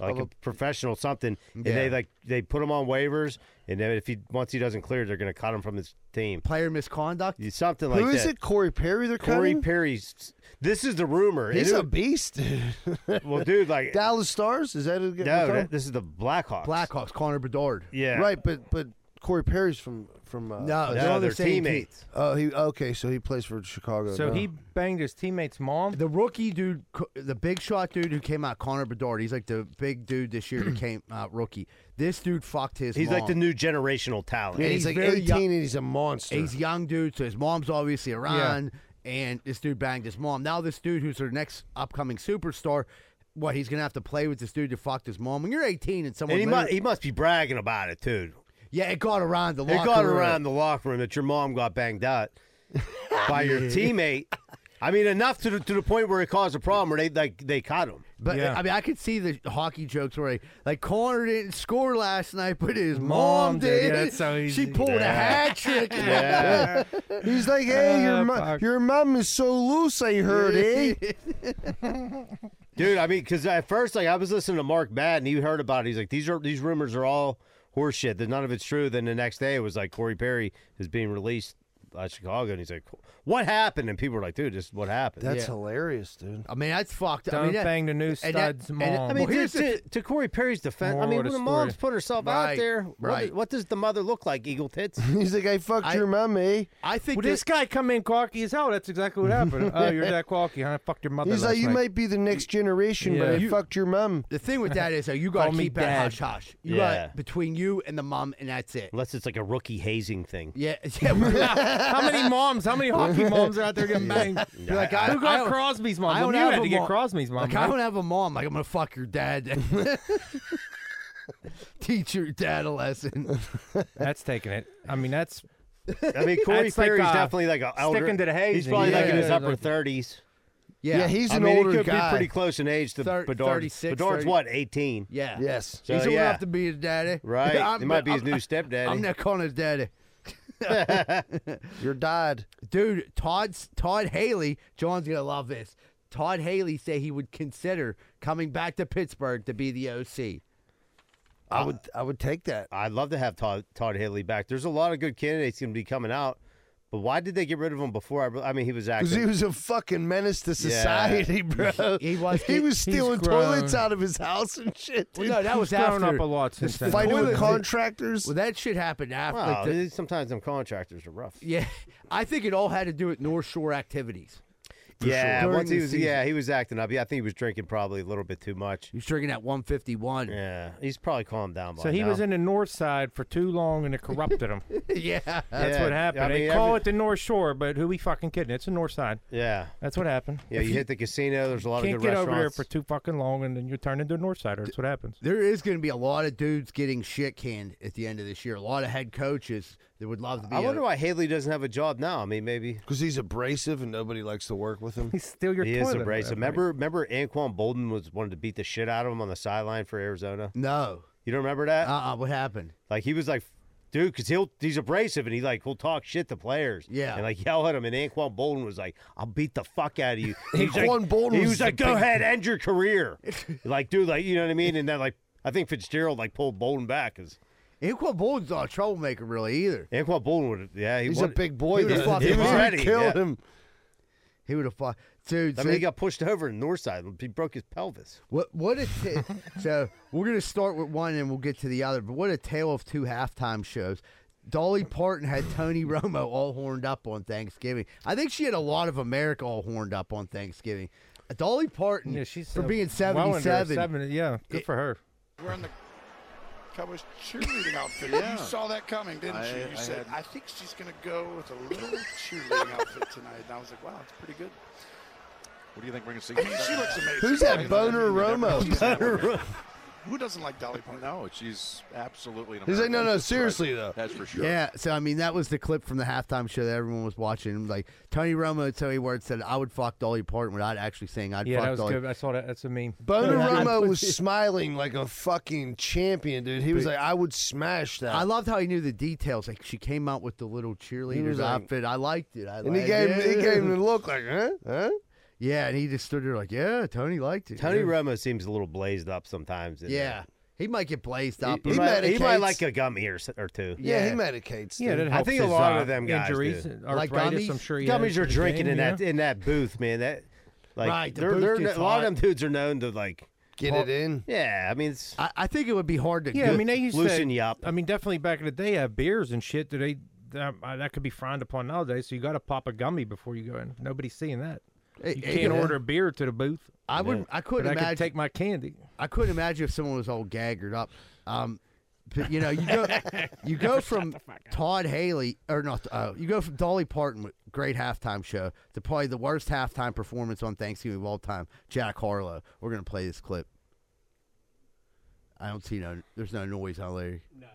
Speaker 2: like a, professional something. And
Speaker 1: Yeah.
Speaker 2: they like they put him on waivers. And then if he once he doesn't clear, they're gonna cut him from his team.
Speaker 1: Player misconduct.
Speaker 2: Something like
Speaker 3: who
Speaker 2: that.
Speaker 3: is it? Corey Perry. They're
Speaker 2: Corey
Speaker 3: cutting?
Speaker 2: Perry's. This is the rumor.
Speaker 3: He's
Speaker 2: It-
Speaker 3: a beast.
Speaker 2: well, dude, like
Speaker 3: Dallas Stars. Is that a good
Speaker 2: no, that- this is the Blackhawks.
Speaker 1: Blackhawks. Connor Bedard.
Speaker 2: Yeah,
Speaker 3: Right, but but Corey Perry's from from. Uh,
Speaker 1: No,
Speaker 2: No,
Speaker 1: they're on
Speaker 2: they're
Speaker 1: the same team.
Speaker 2: teammates.
Speaker 3: Oh, he okay. So he plays for Chicago.
Speaker 4: So
Speaker 3: now.
Speaker 4: he banged his teammate's mom.
Speaker 1: The rookie dude, co- the big shot dude who came out, Connor Bedard. He's like the big dude this year that came out rookie. This dude fucked his.
Speaker 2: He's like
Speaker 1: mom.
Speaker 2: the new generational talent.
Speaker 3: Yeah,
Speaker 1: and
Speaker 3: he's,
Speaker 1: he's
Speaker 3: like
Speaker 1: very
Speaker 3: eighteen
Speaker 1: young-
Speaker 3: and he's a monster.
Speaker 1: He's a young dude, so his mom's obviously around. And this dude banged his mom. Now this dude, who's their next upcoming superstar, what he's gonna have to play with this dude who fucked his mom. When you're 18 and someone,
Speaker 2: And he
Speaker 1: literally-
Speaker 2: must, he must be bragging about it too.
Speaker 1: yeah, it got around the.
Speaker 2: It
Speaker 1: locker
Speaker 2: got
Speaker 1: room.
Speaker 2: around the locker room that your mom got banged out by your teammate. I mean, enough to the, to the point where it caused a problem where they like they caught him.
Speaker 1: But
Speaker 4: Yeah.
Speaker 1: I mean, I could see the hockey jokes where like, like Connor didn't score last night, but his mom,
Speaker 4: Mom did.
Speaker 1: did.
Speaker 4: That's so easy.
Speaker 1: She pulled a hat trick.
Speaker 2: Yeah.
Speaker 3: He's like, hey, your
Speaker 4: Uh,
Speaker 3: mom,
Speaker 4: fuck.
Speaker 3: your mom is so loose. I heard, eh?
Speaker 2: Dude, I mean, because at first, like, I was listening to Mark Madden. He heard about it. He's like, these are these rumors are all horseshit. That none of it's true. Then the next day, it was like Corey Perry is being released by Chicago, and he's like, "What happened?" And people were like, "Dude, just what happened?"
Speaker 3: That's
Speaker 1: Yeah.
Speaker 3: hilarious, dude.
Speaker 1: I mean, that's fucked.
Speaker 4: Don't
Speaker 1: I mean, that-
Speaker 4: bang the new
Speaker 1: and that-
Speaker 4: stud's
Speaker 1: and
Speaker 4: mom.
Speaker 1: that-
Speaker 2: I mean,
Speaker 1: Well,
Speaker 2: to,
Speaker 1: here's the-
Speaker 2: to, to Corey Perry's defense, I
Speaker 4: Moral
Speaker 2: mean,
Speaker 4: of
Speaker 2: when
Speaker 4: the
Speaker 2: the mom's
Speaker 4: story.
Speaker 2: put herself out
Speaker 1: Right,
Speaker 2: there, what do-
Speaker 1: right.
Speaker 2: What, does the mother look like? Eagle tits?
Speaker 3: He's like, I fucked
Speaker 1: I-
Speaker 3: your mom, eh?
Speaker 1: I think
Speaker 4: Well,
Speaker 1: that-
Speaker 4: this guy come in gawky as hell. That's exactly what happened. oh, you're that gawky, huh? I fucked your mother.
Speaker 3: He's
Speaker 4: last
Speaker 3: like, you
Speaker 4: night.
Speaker 3: might be the next generation, but
Speaker 4: Yeah.
Speaker 3: I
Speaker 4: You-
Speaker 3: fucked your mom.
Speaker 1: the thing with that is, though, you got
Speaker 4: Call
Speaker 1: to
Speaker 4: me
Speaker 1: keep that
Speaker 4: dad.
Speaker 1: hush hush. You
Speaker 2: Yeah.
Speaker 1: got between you and the mom, and that's it.
Speaker 2: Unless it's like a rookie hazing thing.
Speaker 1: Yeah, yeah. we're-
Speaker 4: How many moms? How many hockey moms are out there getting banged?
Speaker 1: we're like, I,
Speaker 4: Who
Speaker 1: I
Speaker 4: got
Speaker 1: don't-
Speaker 4: Crosby's mom?
Speaker 1: I
Speaker 4: Well,
Speaker 1: don't
Speaker 4: you
Speaker 1: have
Speaker 4: had
Speaker 1: a
Speaker 4: to get
Speaker 1: mom.
Speaker 4: Crosby's mom.
Speaker 1: Like, I don't have a mom. Like, I'm gonna fuck your dad. Teach your dad a lesson.
Speaker 4: That's taking it. I mean, that's
Speaker 2: I mean, Corey
Speaker 4: That's like,
Speaker 2: Perry's
Speaker 4: uh,
Speaker 2: definitely like a elder.
Speaker 4: sticking to the
Speaker 2: He's
Speaker 4: hazing.
Speaker 2: probably like in
Speaker 1: Yeah,
Speaker 2: his
Speaker 4: yeah,
Speaker 2: upper
Speaker 4: like-
Speaker 2: thirties.
Speaker 1: Yeah,
Speaker 3: Yeah, he's
Speaker 2: I
Speaker 3: an
Speaker 2: mean,
Speaker 3: older
Speaker 2: he could
Speaker 3: guy.
Speaker 2: be pretty close in age to
Speaker 1: Thir-
Speaker 2: Bedard.
Speaker 1: 36,
Speaker 2: Bedard's
Speaker 1: 30.
Speaker 2: what, eighteen?
Speaker 1: yeah,
Speaker 3: Yes.
Speaker 2: So,
Speaker 1: he's old
Speaker 2: yeah.
Speaker 1: enough to be his daddy.
Speaker 2: Right.
Speaker 1: I'm-
Speaker 2: he might be his
Speaker 1: I'm-
Speaker 2: new stepdaddy.
Speaker 1: I'm not calling his daddy.
Speaker 3: Your dad.
Speaker 1: Dude, Todd's Todd Haley, John's gonna love this. Todd Haley said he would consider coming back to Pittsburgh to be the OC.
Speaker 3: I would I would take that.
Speaker 2: I'd love to have Todd, Todd Haley back. There's a lot of good candidates going to be coming out, but why did they get rid of him before? I, re- I mean, he was
Speaker 3: Because
Speaker 2: acting.
Speaker 3: he was a fucking menace to society, bro.
Speaker 1: He was-
Speaker 3: He was stealing
Speaker 4: grown.
Speaker 3: toilets out of his house and shit.
Speaker 1: Well,
Speaker 3: dude.
Speaker 1: no, that was
Speaker 4: he's grown
Speaker 1: after.
Speaker 4: up a lot since then.
Speaker 3: Fighting with
Speaker 1: Toilets.
Speaker 3: contractors.
Speaker 1: Well, that shit happened after.
Speaker 2: Wow,
Speaker 1: like, the-
Speaker 2: dude, sometimes them contractors are rough.
Speaker 1: yeah, I think it all had to do with North Shore activities.
Speaker 2: yeah,
Speaker 1: sure.
Speaker 2: once
Speaker 1: During
Speaker 2: he
Speaker 1: the
Speaker 2: was yeah he was acting up. Yeah, I think he was drinking probably a little bit too much.
Speaker 1: He was drinking at 151.
Speaker 2: Yeah, he's probably calmed down by
Speaker 4: So he
Speaker 2: now.
Speaker 4: was in the north side for too long, and it corrupted him.
Speaker 1: yeah.
Speaker 4: That's
Speaker 2: Yeah,
Speaker 4: what happened.
Speaker 2: I mean,
Speaker 4: they call
Speaker 2: every-
Speaker 4: it the North Shore, but who we fucking kidding? It's the north side.
Speaker 2: Yeah,
Speaker 4: That's what happened.
Speaker 2: yeah. You hit the casino. There's a lot
Speaker 4: Can't
Speaker 2: of good
Speaker 4: get
Speaker 2: restaurants.
Speaker 4: over there for too fucking long, and then you turn into a north sider. That's what happens.
Speaker 1: There is going to be a lot of dudes getting shit canned at the end of this year. A lot of head coaches that would love to be.
Speaker 2: I
Speaker 1: a-
Speaker 2: wonder why Haley doesn't have a job now. I mean, maybe
Speaker 3: Because he's abrasive and nobody likes to work with him.
Speaker 4: He's still your
Speaker 2: he
Speaker 4: toilet.
Speaker 2: is abrasive. Remember, remember Anquan Bolden was wanted to beat the shit out of him on the sideline for Arizona.
Speaker 1: No.
Speaker 3: Uh-uh,
Speaker 2: You don't remember that?
Speaker 1: Uh uh What happened?
Speaker 2: like he was like dude, because he'll he's abrasive and he like will talk shit to players.
Speaker 1: Yeah.
Speaker 2: and like yell at him. And Anquan Bolden was like, "I'll beat the fuck out of you." He was
Speaker 3: Anquan
Speaker 2: like,
Speaker 3: Boldin
Speaker 2: He
Speaker 3: was
Speaker 2: was
Speaker 3: the
Speaker 2: like, "Go
Speaker 3: big-
Speaker 2: ahead, end your career." like, dude, like you know what I mean? And then like I think Fitzgerald like pulled Bolden back because
Speaker 1: Inquan Bolden's not a troublemaker really either.
Speaker 2: Anquan Bolden would yeah he
Speaker 3: He's a
Speaker 2: wanted-
Speaker 3: big boy.
Speaker 1: He was
Speaker 3: though.
Speaker 1: fucking
Speaker 3: He
Speaker 1: big.
Speaker 2: ready,
Speaker 3: Killed
Speaker 2: yeah.
Speaker 3: him.
Speaker 1: He would have fought, dude.
Speaker 2: I mean,
Speaker 1: so-
Speaker 2: he got pushed over in Northside. He broke his pelvis.
Speaker 1: What what a ta- so we're gonna start with one and we'll get to the other. But what a tale of two halftime shows. Dolly Parton had Tony Romo all horned up on Thanksgiving. I think she had a lot of America all horned up on Thanksgiving. Dolly Parton
Speaker 4: Yeah, she's
Speaker 1: for
Speaker 4: uh,
Speaker 1: being
Speaker 4: well under
Speaker 1: 77.
Speaker 4: 70 yeah, good
Speaker 1: It-
Speaker 4: for her.
Speaker 5: Wearing the Cowboys cheerleading outfit. You saw that coming, didn't
Speaker 6: I-
Speaker 5: you? You
Speaker 6: I
Speaker 5: said, I think she's going to go with a little cheerleading outfit tonight. And I was like, wow, it's pretty good.
Speaker 6: What do you think we're going to see?
Speaker 5: She looks amazing.
Speaker 3: Who's that boner
Speaker 6: You never know.
Speaker 3: Romo?
Speaker 5: Who doesn't like Dolly Parton?
Speaker 6: No, she's absolutely. an
Speaker 3: He's like, no,
Speaker 6: American.
Speaker 3: no,
Speaker 6: That's right.
Speaker 3: seriously, though.
Speaker 6: That's for sure.
Speaker 1: Yeah, so I mean that was the clip from the halftime show that everyone was watching. Like Tony Romo and Tony Ward said, "I would fuck Dolly Parton without actually saying I'd
Speaker 4: Yeah,
Speaker 1: fuck
Speaker 4: that was
Speaker 1: Dolly."
Speaker 4: good. I saw that. That's a meme. Yeah,
Speaker 3: Boner
Speaker 4: that's
Speaker 3: Romo
Speaker 4: what
Speaker 3: was
Speaker 4: she-
Speaker 3: smiling like a fucking champion, dude. He was like, I would smash that.
Speaker 1: I loved how he knew the details. Like she came out with the little cheerleader's
Speaker 3: was like-
Speaker 1: outfit. I liked it. I
Speaker 3: and he
Speaker 1: liked
Speaker 3: gave, him,
Speaker 1: it.
Speaker 3: he gave him the look like, huh? Huh?
Speaker 1: Yeah, and he just stood there like, yeah, Tony liked it.
Speaker 2: Tony
Speaker 1: yeah.
Speaker 2: Romo seems a little blazed up sometimes. and, uh,
Speaker 1: Yeah, he might get blazed up.
Speaker 2: he,
Speaker 1: but-
Speaker 2: might, he might
Speaker 3: medicates.
Speaker 2: like a gummy or, s- or two.
Speaker 3: Yeah,
Speaker 1: Yeah.
Speaker 3: he medicates.
Speaker 4: Yeah,
Speaker 3: dude.
Speaker 4: that
Speaker 2: I
Speaker 4: helps
Speaker 2: think a
Speaker 4: his,
Speaker 2: lot
Speaker 4: uh,
Speaker 2: of them guys
Speaker 4: injuries,
Speaker 2: do.
Speaker 1: Like
Speaker 4: arthritis, I'm
Speaker 1: gummies?
Speaker 4: sure he had
Speaker 2: Gummies
Speaker 4: for
Speaker 2: are
Speaker 4: the
Speaker 2: drinking
Speaker 4: game,
Speaker 2: in that
Speaker 4: yeah.
Speaker 2: in that booth, man. That like
Speaker 1: Right, the
Speaker 2: they're,
Speaker 1: booth
Speaker 2: they're,
Speaker 1: gets
Speaker 2: a lot of them
Speaker 1: hot.
Speaker 2: dudes are known to like
Speaker 3: Get it in.
Speaker 2: yeah. I mean, it's,
Speaker 1: I, I think it would be hard to.
Speaker 4: Yeah, I
Speaker 1: good-
Speaker 4: mean they used
Speaker 2: loosen
Speaker 4: to.
Speaker 2: you up.
Speaker 4: I mean, definitely back in the day, have beers and shit. Do they? That, uh, that could be frowned upon nowadays. So you got to pop a gummy before you go in. Nobody's seeing that.
Speaker 1: it-
Speaker 4: You
Speaker 1: it-
Speaker 4: can't order a beer to the booth.
Speaker 1: I wouldn't. I
Speaker 4: But
Speaker 1: couldn't
Speaker 4: I
Speaker 1: imagine.
Speaker 4: could take my candy.
Speaker 1: I couldn't imagine if someone was all gaggered up. Um, but you know, you go, you go from Todd Haley or not. Uh, you go from Dolly Parton, with great halftime show, to probably the worst halftime performance on Thanksgiving of all time. Jack Harlow. We're gonna play this clip. I don't see no. There's no noise, huh, Larry? No.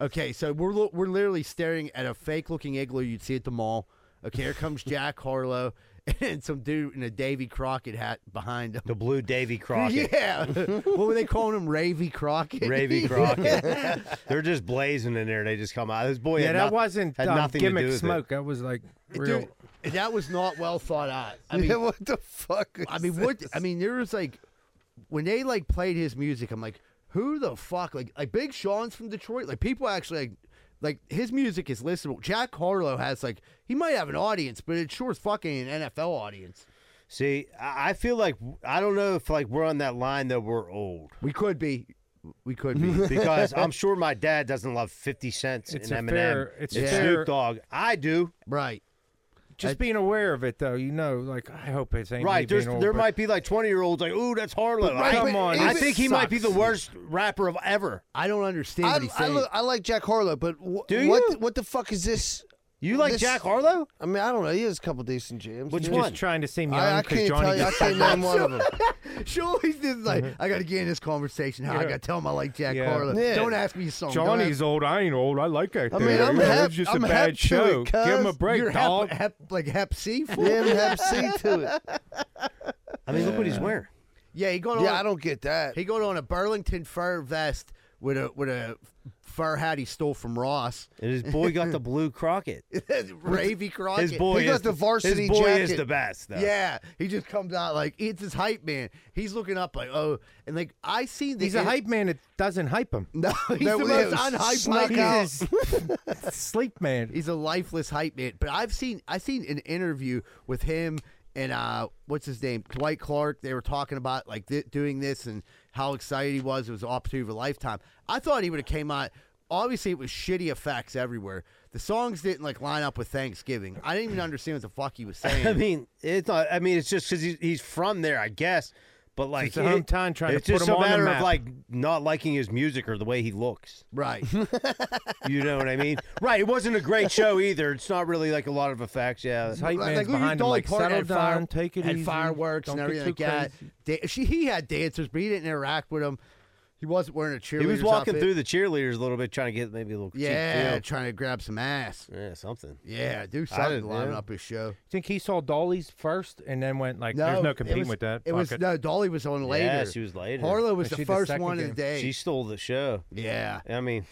Speaker 1: okay, so we're lo- we're literally staring at a fake-looking igloo you'd see at the mall. Okay, here comes Jack Harlow and some dude in a Davy Crockett hat behind him.
Speaker 2: the blue Davy Crockett,
Speaker 1: Yeah. what were they calling him? Ravy Crockett?
Speaker 2: Ravy Crockett. they're just blazing in there. They just come out. This boy,
Speaker 4: Yeah,
Speaker 2: had
Speaker 4: that
Speaker 2: noth-
Speaker 4: wasn't
Speaker 2: had
Speaker 4: um,
Speaker 2: nothing to do
Speaker 4: gimmick
Speaker 2: with it.
Speaker 4: smoke. That was like real.
Speaker 1: Dude, that was not well thought out. I mean,
Speaker 3: yeah, what the fuck? Is
Speaker 1: I mean, what? I mean, there was like when they like played his music. I'm like, who the fuck? Like, like Big Sean's from Detroit. Like, people actually like. Like his music is listenable. Jack Harlow has like he might have an audience, but it sure is fucking an NFL audience.
Speaker 2: See, I I feel like I don't know if like we're on that line that we're old
Speaker 1: We could be, we could be.
Speaker 2: because I'm sure my dad doesn't love Fifty Cent
Speaker 4: It's
Speaker 2: and
Speaker 4: a
Speaker 2: Eminem.
Speaker 4: fair- it's a
Speaker 2: and
Speaker 4: fair-
Speaker 2: Snoop Dogg. I do.
Speaker 1: right.
Speaker 4: Just being aware of it, though, you know, like I hope it's ain't me
Speaker 2: Right, there's,
Speaker 4: being old,
Speaker 2: there
Speaker 4: but-
Speaker 2: might be like 20 year olds like, ooh, that's Harlow.
Speaker 3: Right,
Speaker 2: I,
Speaker 3: but
Speaker 2: come on, I
Speaker 3: even-
Speaker 2: think he might be the
Speaker 3: sucks.
Speaker 2: worst rapper of ever.
Speaker 1: I don't understand
Speaker 3: I,
Speaker 1: what he's
Speaker 3: I,
Speaker 1: saying.
Speaker 3: look, I like Jack Harlow, but wh-
Speaker 2: Do
Speaker 3: what
Speaker 2: you?
Speaker 3: the, what the fuck is this?
Speaker 2: You like
Speaker 3: This-
Speaker 2: Jack Harlow?
Speaker 3: I mean, I don't know. He has a couple decent jams.
Speaker 2: Which
Speaker 3: dude.
Speaker 2: one?
Speaker 4: Just trying to seem
Speaker 3: I,
Speaker 4: young
Speaker 3: I
Speaker 4: because
Speaker 3: can't
Speaker 4: Johnny.
Speaker 3: tell you. I can't name one of them.
Speaker 1: She always did like I gotta get in this conversation. How I
Speaker 4: Mm-hmm. Yeah.
Speaker 1: gotta tell him I like Jack
Speaker 4: Yeah.
Speaker 1: Harlow.
Speaker 3: Yeah.
Speaker 1: Don't ask me something. Don't
Speaker 4: Johnny's old. I ain't old. I like that.
Speaker 3: I mean,
Speaker 4: there.
Speaker 3: I'm
Speaker 4: You know,
Speaker 3: hep-
Speaker 4: it's just
Speaker 3: I'm
Speaker 4: a
Speaker 3: hep
Speaker 4: bad
Speaker 3: to
Speaker 4: show.
Speaker 3: it,
Speaker 4: Give him a
Speaker 3: cuz.
Speaker 1: ask-
Speaker 4: break,
Speaker 1: you're
Speaker 4: dog.
Speaker 1: hep, hep, like Hep C for.
Speaker 3: Damn, have C to it.
Speaker 2: I mean, look what he's wearing.
Speaker 1: Yeah, he got on.
Speaker 3: Yeah, I don't get that.
Speaker 1: He got on a Burlington fur vest with a with a fur hat he stole from Ross.
Speaker 2: And his boy got the blue Crockett.
Speaker 1: Ravy Crockett.
Speaker 2: His boy
Speaker 3: He got
Speaker 2: is
Speaker 3: the varsity
Speaker 2: His boy is
Speaker 3: jacket.
Speaker 2: the best. Though.
Speaker 1: Yeah, he just comes out like it's his hype man. He's looking up like oh, and like I see the
Speaker 4: He's a hype man that doesn't hype him.
Speaker 1: No, he's
Speaker 3: No,
Speaker 1: the
Speaker 3: yeah,
Speaker 1: most unhyped.
Speaker 3: snuck
Speaker 1: hype man.
Speaker 3: out.
Speaker 4: He's a sleep man.
Speaker 1: He's a lifeless hype man. But I've seen I seen an interview with him and uh, what's his name, Dwight Clark. They were talking about like thi- doing this and how excited he was. It was an opportunity of a lifetime. I thought he would have came out. Obviously, it was shitty effects everywhere. The songs didn't like line up with Thanksgiving. I didn't even understand what the fuck he was saying.
Speaker 2: I mean, it's not. I mean, it's just because he's, he's from there, I guess. But like,
Speaker 4: It's a hometown trying to
Speaker 2: it's
Speaker 4: put
Speaker 2: just a
Speaker 4: him on the
Speaker 2: matter
Speaker 4: map.
Speaker 2: of like not liking his music or the way he looks.
Speaker 1: right?
Speaker 2: You know what I mean? right. It wasn't a great show either. It's not really like a lot of effects. Yeah.
Speaker 4: His hype man's
Speaker 1: Like, like, look at
Speaker 4: behind him.
Speaker 1: Dolly
Speaker 4: Like,
Speaker 1: Parton
Speaker 4: settle
Speaker 1: had fire-
Speaker 4: down, take it
Speaker 1: had
Speaker 4: easy.
Speaker 1: fireworks
Speaker 4: Don't
Speaker 1: and
Speaker 4: get
Speaker 1: everything
Speaker 4: too
Speaker 1: like
Speaker 4: crazy.
Speaker 1: that. Da- she, he had dancers, but he didn't interact with them. He wasn't wearing a cheerleader.
Speaker 2: He was walking through the cheerleaders a little bit, trying to get maybe a little cheap
Speaker 1: yeah,
Speaker 2: feel.
Speaker 1: trying to grab some ass.
Speaker 2: yeah, something.
Speaker 1: Yeah, do something
Speaker 2: didn't-
Speaker 1: to line
Speaker 2: yeah.
Speaker 1: up his show.
Speaker 4: Think he saw Dolly's first and then went like, "There's no
Speaker 1: it
Speaker 4: competing
Speaker 1: was-
Speaker 4: with that."
Speaker 1: It was
Speaker 4: Fuck
Speaker 1: no Dolly was on later.
Speaker 2: Yeah, she was later.
Speaker 1: Harlow was
Speaker 4: Was
Speaker 1: the
Speaker 4: she the
Speaker 1: first
Speaker 4: second
Speaker 1: one of the
Speaker 4: game?
Speaker 1: day.
Speaker 2: She stole the show.
Speaker 1: yeah,
Speaker 2: I mean,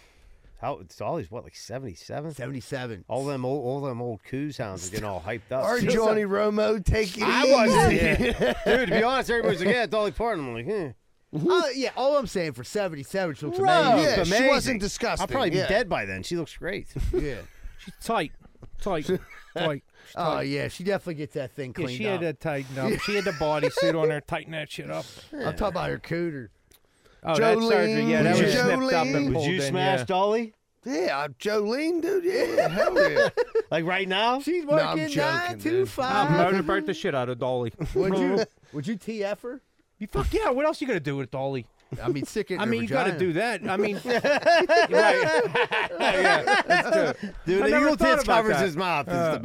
Speaker 2: How Ollie's what, like seventy seven?
Speaker 1: Seventy-seven.
Speaker 2: All them old, all them old coos hounds are getting all hyped up.
Speaker 3: Our Johnny Romo, take it
Speaker 2: Oh, I
Speaker 3: easy.
Speaker 2: wasn't. Yeah. Dude, to be honest, everybody's like, yeah, it's Dolly Parton. I'm like, eh.
Speaker 1: Oh, yeah, all I'm saying for seventy-seven, she looks
Speaker 4: Oh,
Speaker 2: Right.
Speaker 1: amazing.
Speaker 3: Yeah,
Speaker 2: It's
Speaker 3: she
Speaker 2: amazing.
Speaker 3: wasn't disgusting.
Speaker 2: I'll probably
Speaker 3: yeah.
Speaker 2: be dead by then. She looks great.
Speaker 1: Yeah.
Speaker 4: She's tight, tight, tight. She's
Speaker 1: Oh
Speaker 4: tight.
Speaker 1: yeah, she definitely gets that thing
Speaker 4: Yeah,
Speaker 1: cleaned
Speaker 4: she
Speaker 1: up.
Speaker 4: had that tightened up. She had the bodysuit on her, tighten that shit up.
Speaker 1: I'm talking about her cooter.
Speaker 4: Oh, that surgery, yeah, that
Speaker 3: Jolene,
Speaker 4: was snipped up
Speaker 3: Jolene.
Speaker 4: and
Speaker 3: Would
Speaker 2: Would
Speaker 4: pulled
Speaker 2: you
Speaker 4: in,
Speaker 2: smash
Speaker 4: yeah.
Speaker 2: Dolly?
Speaker 3: Yeah, I'm Jolene, dude. Yeah, hell yeah.
Speaker 2: Like right now?
Speaker 1: She's
Speaker 3: No, I'm
Speaker 1: working
Speaker 3: joking,
Speaker 1: nine to
Speaker 3: dude.
Speaker 4: I'll
Speaker 1: five.
Speaker 4: murder burnt the shit out of Dolly.
Speaker 1: Would you? Would you TF her?
Speaker 4: You fuck yeah. What else you gonna do with Dolly?
Speaker 1: I mean, stick it. In
Speaker 4: I
Speaker 1: her
Speaker 4: mean, you gotta do
Speaker 1: vagina.
Speaker 4: that. I mean, right. yeah, that's true.
Speaker 2: Dude,
Speaker 4: I
Speaker 2: the
Speaker 4: never
Speaker 2: Eagle
Speaker 4: thought
Speaker 2: Tits
Speaker 4: about
Speaker 2: covers
Speaker 4: that. Uh.
Speaker 2: his mouth. It's the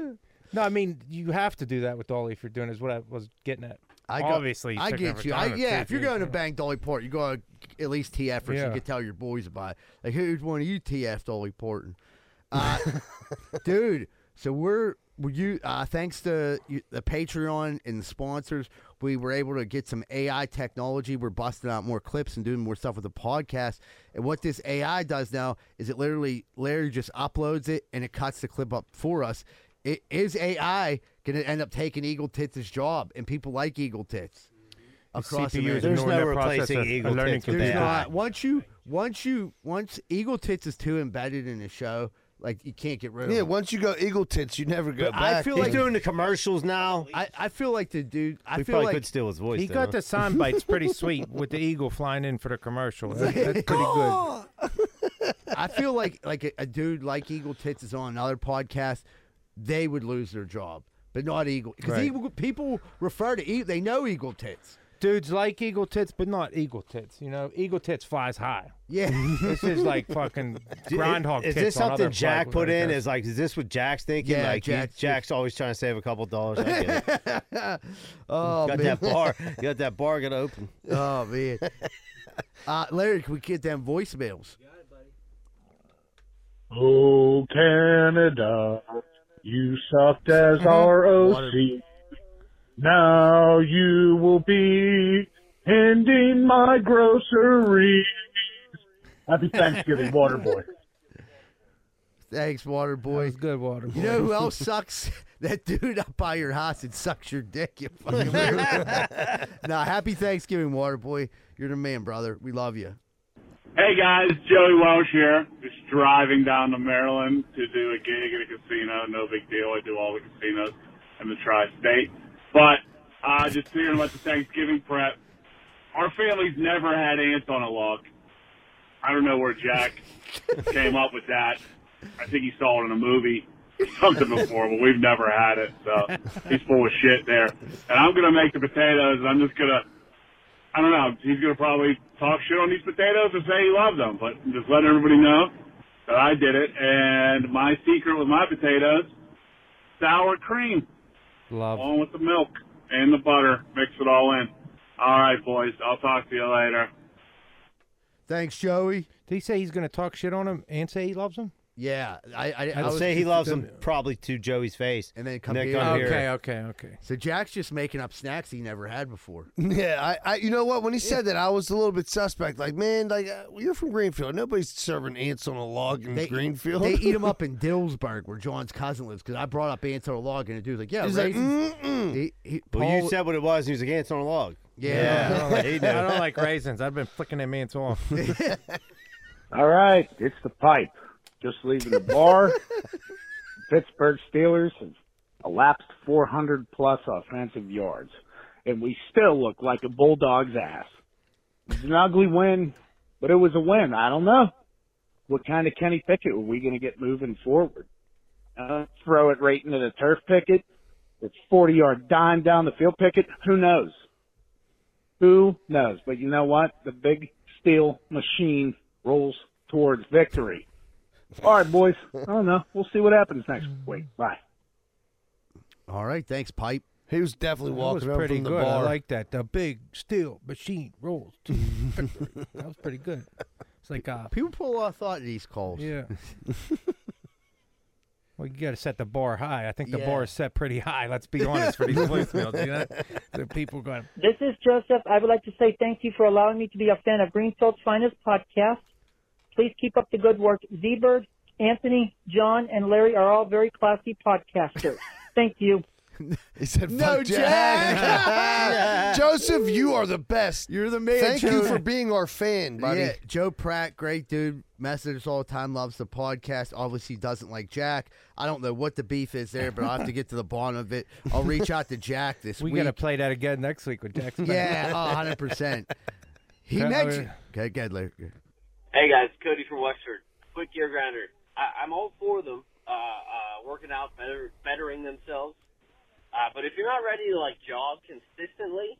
Speaker 2: best.
Speaker 4: No, I mean you have to do that with Dolly if you're doing. Is what I was getting at.
Speaker 1: I go-
Speaker 4: Obviously,
Speaker 1: I
Speaker 4: taking her
Speaker 1: get you. I,
Speaker 4: vagina
Speaker 1: yeah,
Speaker 4: too,
Speaker 1: if you're
Speaker 4: dude.
Speaker 1: going to bang Dolly Parton, you go uh, at least TF her. so you
Speaker 4: Yeah.
Speaker 1: can tell your boys about it. Like, here's one of you TF Dolly Parton, uh, dude. So we're were you uh, thanks to you, the Patreon and the sponsors, we were able to get some AI technology. We're busting out more clips and doing more stuff with the podcast. And what this AI does now is it literally Larry just uploads it and it cuts the clip up for us. It, is AI going to end up taking Eagle Tits' job? And people like Eagle Tits across
Speaker 4: CPU is
Speaker 1: America.
Speaker 2: There's
Speaker 4: ignoring
Speaker 2: no
Speaker 4: that process
Speaker 2: replacing
Speaker 4: of- of
Speaker 2: Eagle
Speaker 4: learning
Speaker 2: Tits with
Speaker 4: computer.
Speaker 1: There's
Speaker 2: AI.
Speaker 1: not. Once you, once you, once Eagle Tits is too embedded in the show, like you can't get rid of.
Speaker 3: yeah,
Speaker 1: him.
Speaker 3: once you go eagle tits, you never go
Speaker 1: But I
Speaker 3: back.
Speaker 1: feel
Speaker 2: He's
Speaker 1: like-
Speaker 2: doing the commercials now.
Speaker 1: I, I feel like the dude. I
Speaker 2: we
Speaker 1: feel
Speaker 2: probably
Speaker 1: like
Speaker 2: could steal his voice.
Speaker 4: He
Speaker 2: though,
Speaker 4: got
Speaker 2: huh?
Speaker 4: the sound bites pretty sweet with the eagle flying in for the commercial. That- that's pretty good.
Speaker 1: I feel like like a, a dude like Eagle Tits is on another podcast, they would lose their job, but not Eagle because
Speaker 4: Right.
Speaker 1: Eagle people refer to Eagle. They know Eagle Tits.
Speaker 4: Dudes like eagle tits, but not eagle tits. You know, eagle tits flies high.
Speaker 1: Yeah,
Speaker 4: This is like fucking groundhog
Speaker 2: Is
Speaker 4: tits.
Speaker 2: this
Speaker 4: on other
Speaker 2: something Jack
Speaker 4: platforms
Speaker 2: put
Speaker 4: like
Speaker 2: in?
Speaker 4: that.
Speaker 2: Is like, is this what Jack's thinking?
Speaker 1: Yeah,
Speaker 2: like, he-
Speaker 1: Jack's-
Speaker 2: Jack's always trying to save a couple dollars. I get it.
Speaker 1: oh
Speaker 2: got
Speaker 1: man,
Speaker 2: that bar. Got that bar gonna open.
Speaker 1: oh man. Uh, Larry, can we get them voicemails?
Speaker 7: Oh, Canada, uh, you sucked as ROC. Now you will be ending my groceries. Happy Thanksgiving, Waterboy.
Speaker 1: Thanks, Water
Speaker 4: That
Speaker 1: Boy.
Speaker 4: was good water.
Speaker 1: You know who else sucks? That dude up by your house and sucks your dick. You fucking loser. nah, happy Thanksgiving, Water Boy. You're the man, brother. We love you.
Speaker 7: Hey guys, Joey Welsh here. Just driving down to Maryland to do a gig at a casino. No big deal. I do all the casinos in the tri-state. But uh, just hearing about the Thanksgiving prep, our family's never had ants on a log. I don't know where Jack came up with that. I think he saw it in a movie or something before, but we've never had it. So he's full of shit there. And I'm gonna make the potatoes. And I'm just gonna I don't know. He's going to probably talk shit on these potatoes and say he loved them, but just let everybody know that I did it. And my secret with my potatoes, sour cream,
Speaker 4: Love.
Speaker 7: along with the milk and the butter. Mix it all in. All right, boys. I'll talk to you later.
Speaker 1: Thanks, Joey.
Speaker 4: Did he say he's gonna talk shit on him and say he loves him?
Speaker 1: Yeah, I I, I
Speaker 2: I'd
Speaker 1: was
Speaker 2: say he
Speaker 1: just-
Speaker 2: loves him probably to Joey's face.
Speaker 1: And then come
Speaker 2: Nick
Speaker 1: here.
Speaker 2: on here.
Speaker 4: Okay, okay, okay.
Speaker 1: So Jack's just making up snacks he never had before.
Speaker 3: yeah, I, I, you know what? When he said that, I was a little bit suspect. Like, man, like uh, you're from Greenfield. Nobody's serving ants on a log in Greenfield.
Speaker 1: They eat them up in Dillsburg, where John's cousin lives. Because I brought up ants on a log, and the dude's like, "Yeah,
Speaker 3: He's like,
Speaker 1: raisins."
Speaker 3: mm-mm.
Speaker 1: He- he-
Speaker 2: Well,
Speaker 1: Paul-
Speaker 2: you said what it was, and he was like, "Yeah, it's on a log."
Speaker 1: yeah.
Speaker 4: I don't like, I don't like raisins. I've been flicking them ants off.
Speaker 8: All right, it's the pipe. Just leaving the bar. Pittsburgh Steelers have elapsed 400 plus offensive yards, and we still look like a bulldog's ass. It's an ugly win, but it was a win. I don't know what kind of Kenny Pickett are we going to get moving forward. Uh, throw it right into the turf picket. It's 40 yard dime down the field picket. Who knows? Who knows? But you know what? The big steel machine rolls towards victory. All right, boys. I don't know. We'll see what happens next week. Bye.
Speaker 1: All right, thanks, Pipe.
Speaker 3: he was definitely
Speaker 4: That was
Speaker 3: walking over
Speaker 4: pretty
Speaker 3: from the
Speaker 4: good. I
Speaker 3: bar.
Speaker 4: like that. The big steel machine rolls. to victory. that was pretty good. It's like, uh,
Speaker 1: People put a lot of thought into these calls.
Speaker 4: yeah. Well, you got to set the bar high. I think the
Speaker 1: Yeah.
Speaker 4: bar is set pretty high. Let's be honest for these voicemails. You know, the people going.
Speaker 9: This is Joseph. I would like to say thank you for allowing me to be a fan of Greenfield's Finest podcast. Please keep up the good work. Z Bird, Anthony, John, and Larry are all very classy podcasters. Thank you.
Speaker 3: He said,
Speaker 1: No,
Speaker 3: "Fuck
Speaker 1: Jack!"
Speaker 3: Joseph, you are the best.
Speaker 1: You're the man.
Speaker 3: Thank you
Speaker 1: Joe.
Speaker 3: for being our fan, buddy.
Speaker 1: Yeah, Joe Pratt, great dude. Messages all the time, loves the podcast. Obviously doesn't like Jack. I don't know what the beef is there, but I'll have to get to the bottom of it. I'll reach out to Jack this
Speaker 4: We
Speaker 1: week.
Speaker 4: got to play that again next week with Jackson. Oh,
Speaker 1: yeah, oh, 100 percent. He
Speaker 4: Yeah,
Speaker 1: mentioned. Okay, good, Larry.
Speaker 10: Hey guys, Cody from Wexford. Quick gear grinder. I, I'm all for them uh, uh, working out, better, bettering themselves. Uh, but if you're not ready to like jog consistently,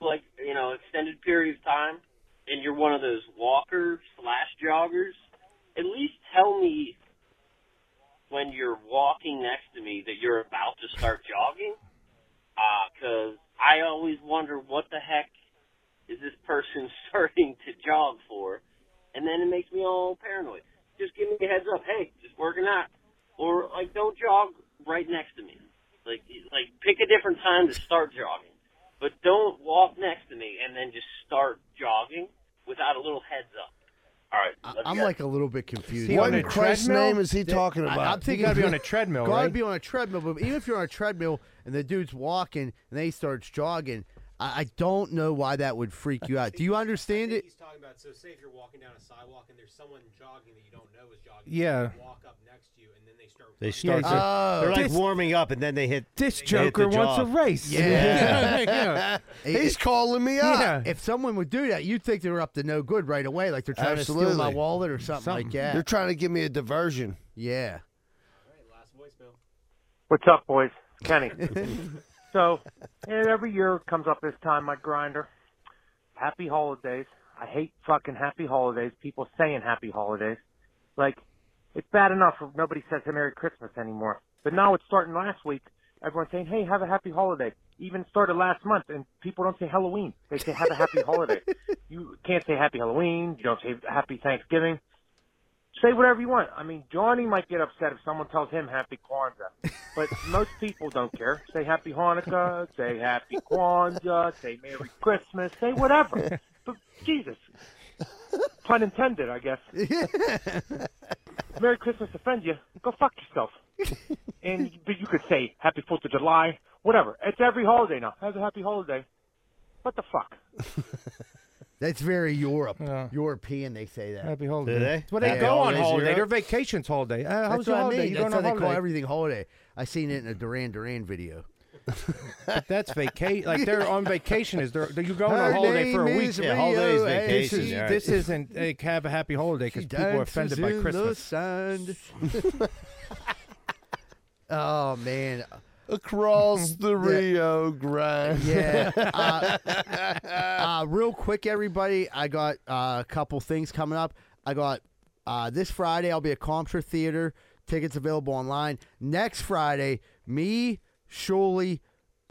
Speaker 10: like you know, extended period of time, and you're one of those walker slash joggers, at least tell me when you're walking next to me that you're about to start jogging, because I always wonder what the heck is this person starting to jog for? And then it makes me all paranoid. Just give me a heads up. Hey, just working out. Or, like, don't jog right next to me. Like, like pick a different time to start jogging. But don't walk next to me and then just start jogging without a little heads up. All right.
Speaker 1: I-
Speaker 11: Uh,
Speaker 10: love you
Speaker 1: I'm
Speaker 10: guys.
Speaker 1: like a little bit confused.
Speaker 4: See,
Speaker 1: What
Speaker 3: What
Speaker 4: on
Speaker 3: in
Speaker 4: a
Speaker 3: Christ's
Speaker 4: treadmill?
Speaker 3: name is he talking
Speaker 1: I-
Speaker 3: about?
Speaker 1: I'm thinking
Speaker 4: You got to be on a treadmill,
Speaker 1: Gotta
Speaker 4: right?
Speaker 1: be on a treadmill, but even if you're on a treadmill and the dude's walking and they starts jogging, I, I don't know why that would freak you out. Do you understand it?
Speaker 12: He's talking about so say if you're walking down a sidewalk and there's someone jogging that you don't know is jogging.
Speaker 4: Yeah.
Speaker 12: you Walk up next to you and then they start.
Speaker 2: They
Speaker 12: running.
Speaker 2: start.
Speaker 4: Yeah,
Speaker 2: to-
Speaker 1: Oh,
Speaker 2: they're like
Speaker 4: This-
Speaker 2: warming up, and then they hit.
Speaker 4: This
Speaker 2: they hit the
Speaker 4: Joker wants a
Speaker 2: jog.
Speaker 4: race.
Speaker 1: Yeah.
Speaker 4: yeah.
Speaker 3: He's calling me up.
Speaker 4: Yeah.
Speaker 1: if someone would do that, you'd think they were up to no good right away, like they're trying to steal my
Speaker 3: Absolutely.
Speaker 1: wallet or something, like
Speaker 4: Something.
Speaker 1: that.
Speaker 3: They're trying to give me a diversion.
Speaker 1: yeah.
Speaker 13: What's up, boys? Kenny. so, and every year comes up this time, my grinder. Happy holidays. I hate fucking happy holidays. People saying happy holidays. Like, it's bad enough if nobody says Merry Christmas anymore. But now it's starting last week. Everyone's saying, hey, have a happy holiday. Even started last month, and people don't say Halloween. They say, have a happy holiday. You can't say happy Halloween. You don't say happy Thanksgiving. Say whatever you want. I mean, Johnny might get upset if someone tells him happy Kwanzaa. But most people don't care. Say Happy Hanukkah, say Happy Kwanzaa, say Merry Christmas, say whatever. But Jesus, pun intended, I guess. Merry Christmas offends you, go fuck yourself. And but you could say Happy Fourth of July, whatever. It's every holiday now. Have a happy holiday. What the fuck?
Speaker 1: That's very Europe.
Speaker 4: Yeah.
Speaker 1: European, they say that.
Speaker 4: Happy holiday.
Speaker 2: Do they?
Speaker 4: That's where they
Speaker 2: Happy
Speaker 4: go on
Speaker 2: holidays,
Speaker 4: holiday.
Speaker 2: Europe?
Speaker 4: Their vacation's holiday. Uh, how
Speaker 1: That's
Speaker 4: was your
Speaker 1: what I
Speaker 4: holiday?
Speaker 1: mean.
Speaker 4: You
Speaker 1: That's
Speaker 4: going
Speaker 1: how
Speaker 4: on
Speaker 1: they call
Speaker 4: holiday?
Speaker 1: everything holiday. I seen it in a Duran Duran video.
Speaker 4: That's vacation. Like they're on vacation. Is there? You going on
Speaker 1: Her
Speaker 4: holiday for a
Speaker 1: name
Speaker 4: week?
Speaker 1: is
Speaker 2: Yeah, holidays,
Speaker 1: Rio, hey,
Speaker 4: This,
Speaker 2: vacation.
Speaker 4: is,
Speaker 2: all right.
Speaker 4: this isn't like, have a happy holiday because
Speaker 1: she
Speaker 4: people are
Speaker 1: dances
Speaker 4: offended by
Speaker 1: in the
Speaker 4: Christmas.
Speaker 1: sand. oh man,
Speaker 3: Across the Rio Grande.
Speaker 1: yeah. Uh, uh, real quick, everybody, I got uh, a couple things coming up. I got uh, this Friday, I'll be at Comtra Theater. Tickets available online. Next Friday, me, Shuley,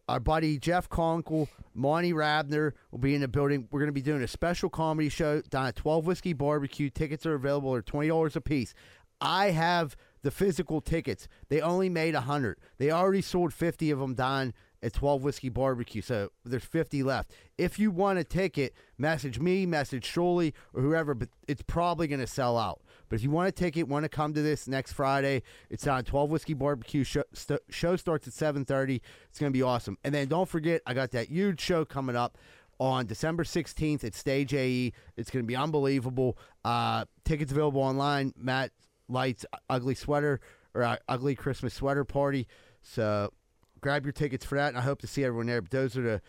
Speaker 1: our buddy Jeff Conkle, Monty Rabner will be in the building. We're going to be doing a special comedy show down at 12 Whiskey Barbecue. Tickets are available. They're $20 a piece. I have the physical tickets. They only made 100. They already sold 50 of them down at 12 Whiskey Barbecue. So there's 50 left. If you want a ticket, message me, message Shuley, or whoever, but it's probably going to sell out. But if you want a ticket, want to come to this next Friday, it's on 12 Whiskey Barbecue. Show, st- show starts at 7.30. It's going to be awesome. And then don't forget, I got that huge show coming up on December 16th at Stage AE. It's going to be unbelievable. Uh, tickets available online. Matt Light's Ugly Sweater or uh, Ugly Christmas Sweater Party. So grab your tickets for that, and I hope to see everyone there. But those are the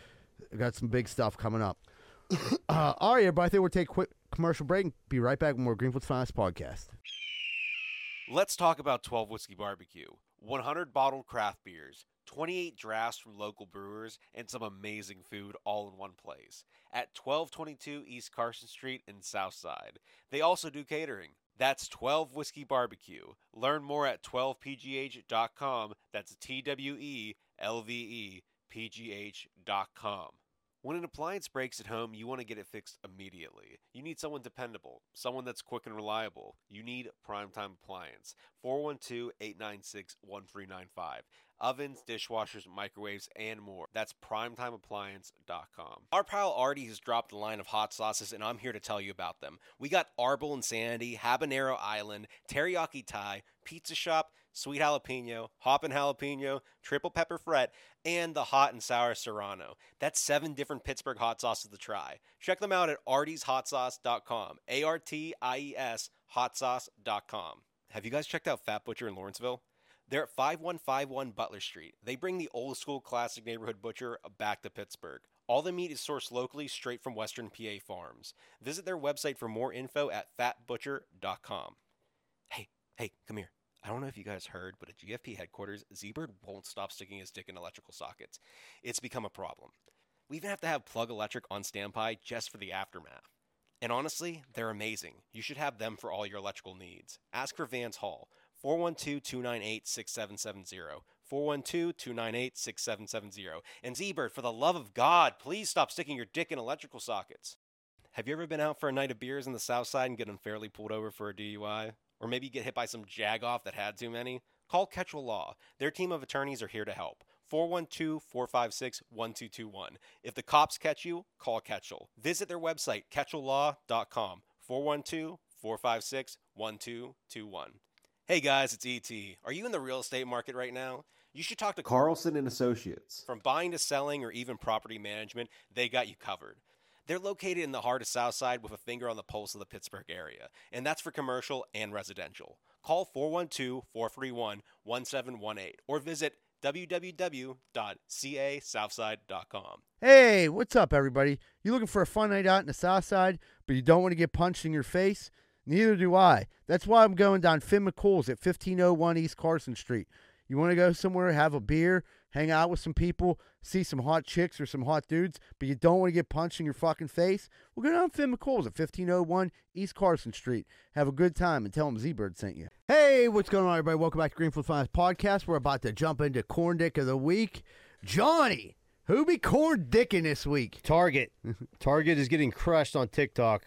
Speaker 1: I got some big stuff coming up. uh, all right, everybody, I think we'll take a quick commercial break and be right back with more Greenfield's Finest podcast.
Speaker 12: Let's talk about 12 Whiskey Barbecue 100 bottled craft beers, 28 drafts from local brewers, and some amazing food all in one place at 1222 East Carson Street in Southside. They also do catering. That's 12 Whiskey Barbecue. Learn more at 12pgh.com. That's T W E L V E P G H.com. When an appliance breaks at home, you want to get it fixed immediately. You need someone dependable, someone that's quick and reliable. You need Primetime Appliance. 412 896 1395. ovens, dishwashers, microwaves, and more. That's primetimeappliance.com. Our pal Artie has dropped a line of hot sauces, and I'm here to tell you about them. We got Arbol Insanity, Habanero Island, Teriyaki Thai, Pizza Shop, Sweet Jalapeno, Hoppin' Jalapeno, Triple Pepper Fret, and the Hot and Sour Serrano. That's seven different Pittsburgh hot sauces to try. Check them out at artieshotsauce.com. A R T I E S hotsauce.com. Have you guys checked out Fat Butcher in Lawrenceville? They're at 5151 Butler Street. They bring the old school classic neighborhood butcher back to Pittsburgh. All the meat is sourced locally straight from Western PA farms. Visit their website for more info at fatbutcher.com. Hey, hey, come here. I don't know if you guys heard, but at GFP headquarters, Z Bird won't stop sticking his dick in electrical sockets. It's become a problem. We even have to have Plug Electric on standby just for the aftermath. And honestly, they're amazing. You should have them for all your electrical needs. Ask for Vance Hall, 412 298 6770. 412 298 6770. And Z Bird, for the love of God, please stop sticking your dick in electrical sockets. Have you ever been out for a night of beers in the South Side and get unfairly pulled over for a DUI? Or maybe get hit by some jagoff that had too many? Call Quechua Law. Their team of attorneys are here to help. 412 456 1221. If the cops catch you, call Ketchel. Visit their website, ketchellaw.com. 412 456 1221. Hey guys, it's ET. Are you in the real estate market right now? You should talk to
Speaker 11: Carlson and Associates.
Speaker 12: From buying to selling or even property management, they got you covered. They're located in the heart of Southside with a finger on the pulse of the Pittsburgh area, and that's for commercial and residential. Call 412 431 1718 or visit www.casouthside.com.
Speaker 1: Hey, what's up, everybody? You looking for a fun night out in the South Side, but you don't want to get punched in your face? Neither do I. That's why I'm going down Finn McCool's at 1501 East Carson Street. You want to go somewhere, have a beer, hang out with some people, see some hot chicks or some hot dudes, but you don't want to get punched in your fucking face? Well, go down Finn McCool's at 1501 East Carson Street. Have a good time and tell them Z-Bird sent you. Hey, what's going on, everybody? Welcome back to Greenfield Finance Podcast. We're about to jump into Corn Dick of the Week. Johnny, who be corn dicking this week?
Speaker 2: Target. Target is getting crushed on TikTok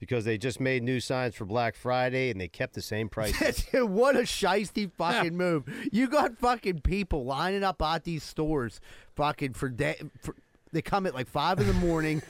Speaker 2: because they just made new signs for Black Friday and they kept the same prices.
Speaker 1: Dude, what a shisty fucking move. You got fucking people lining up at these stores fucking for day. For, they come at like five in the morning.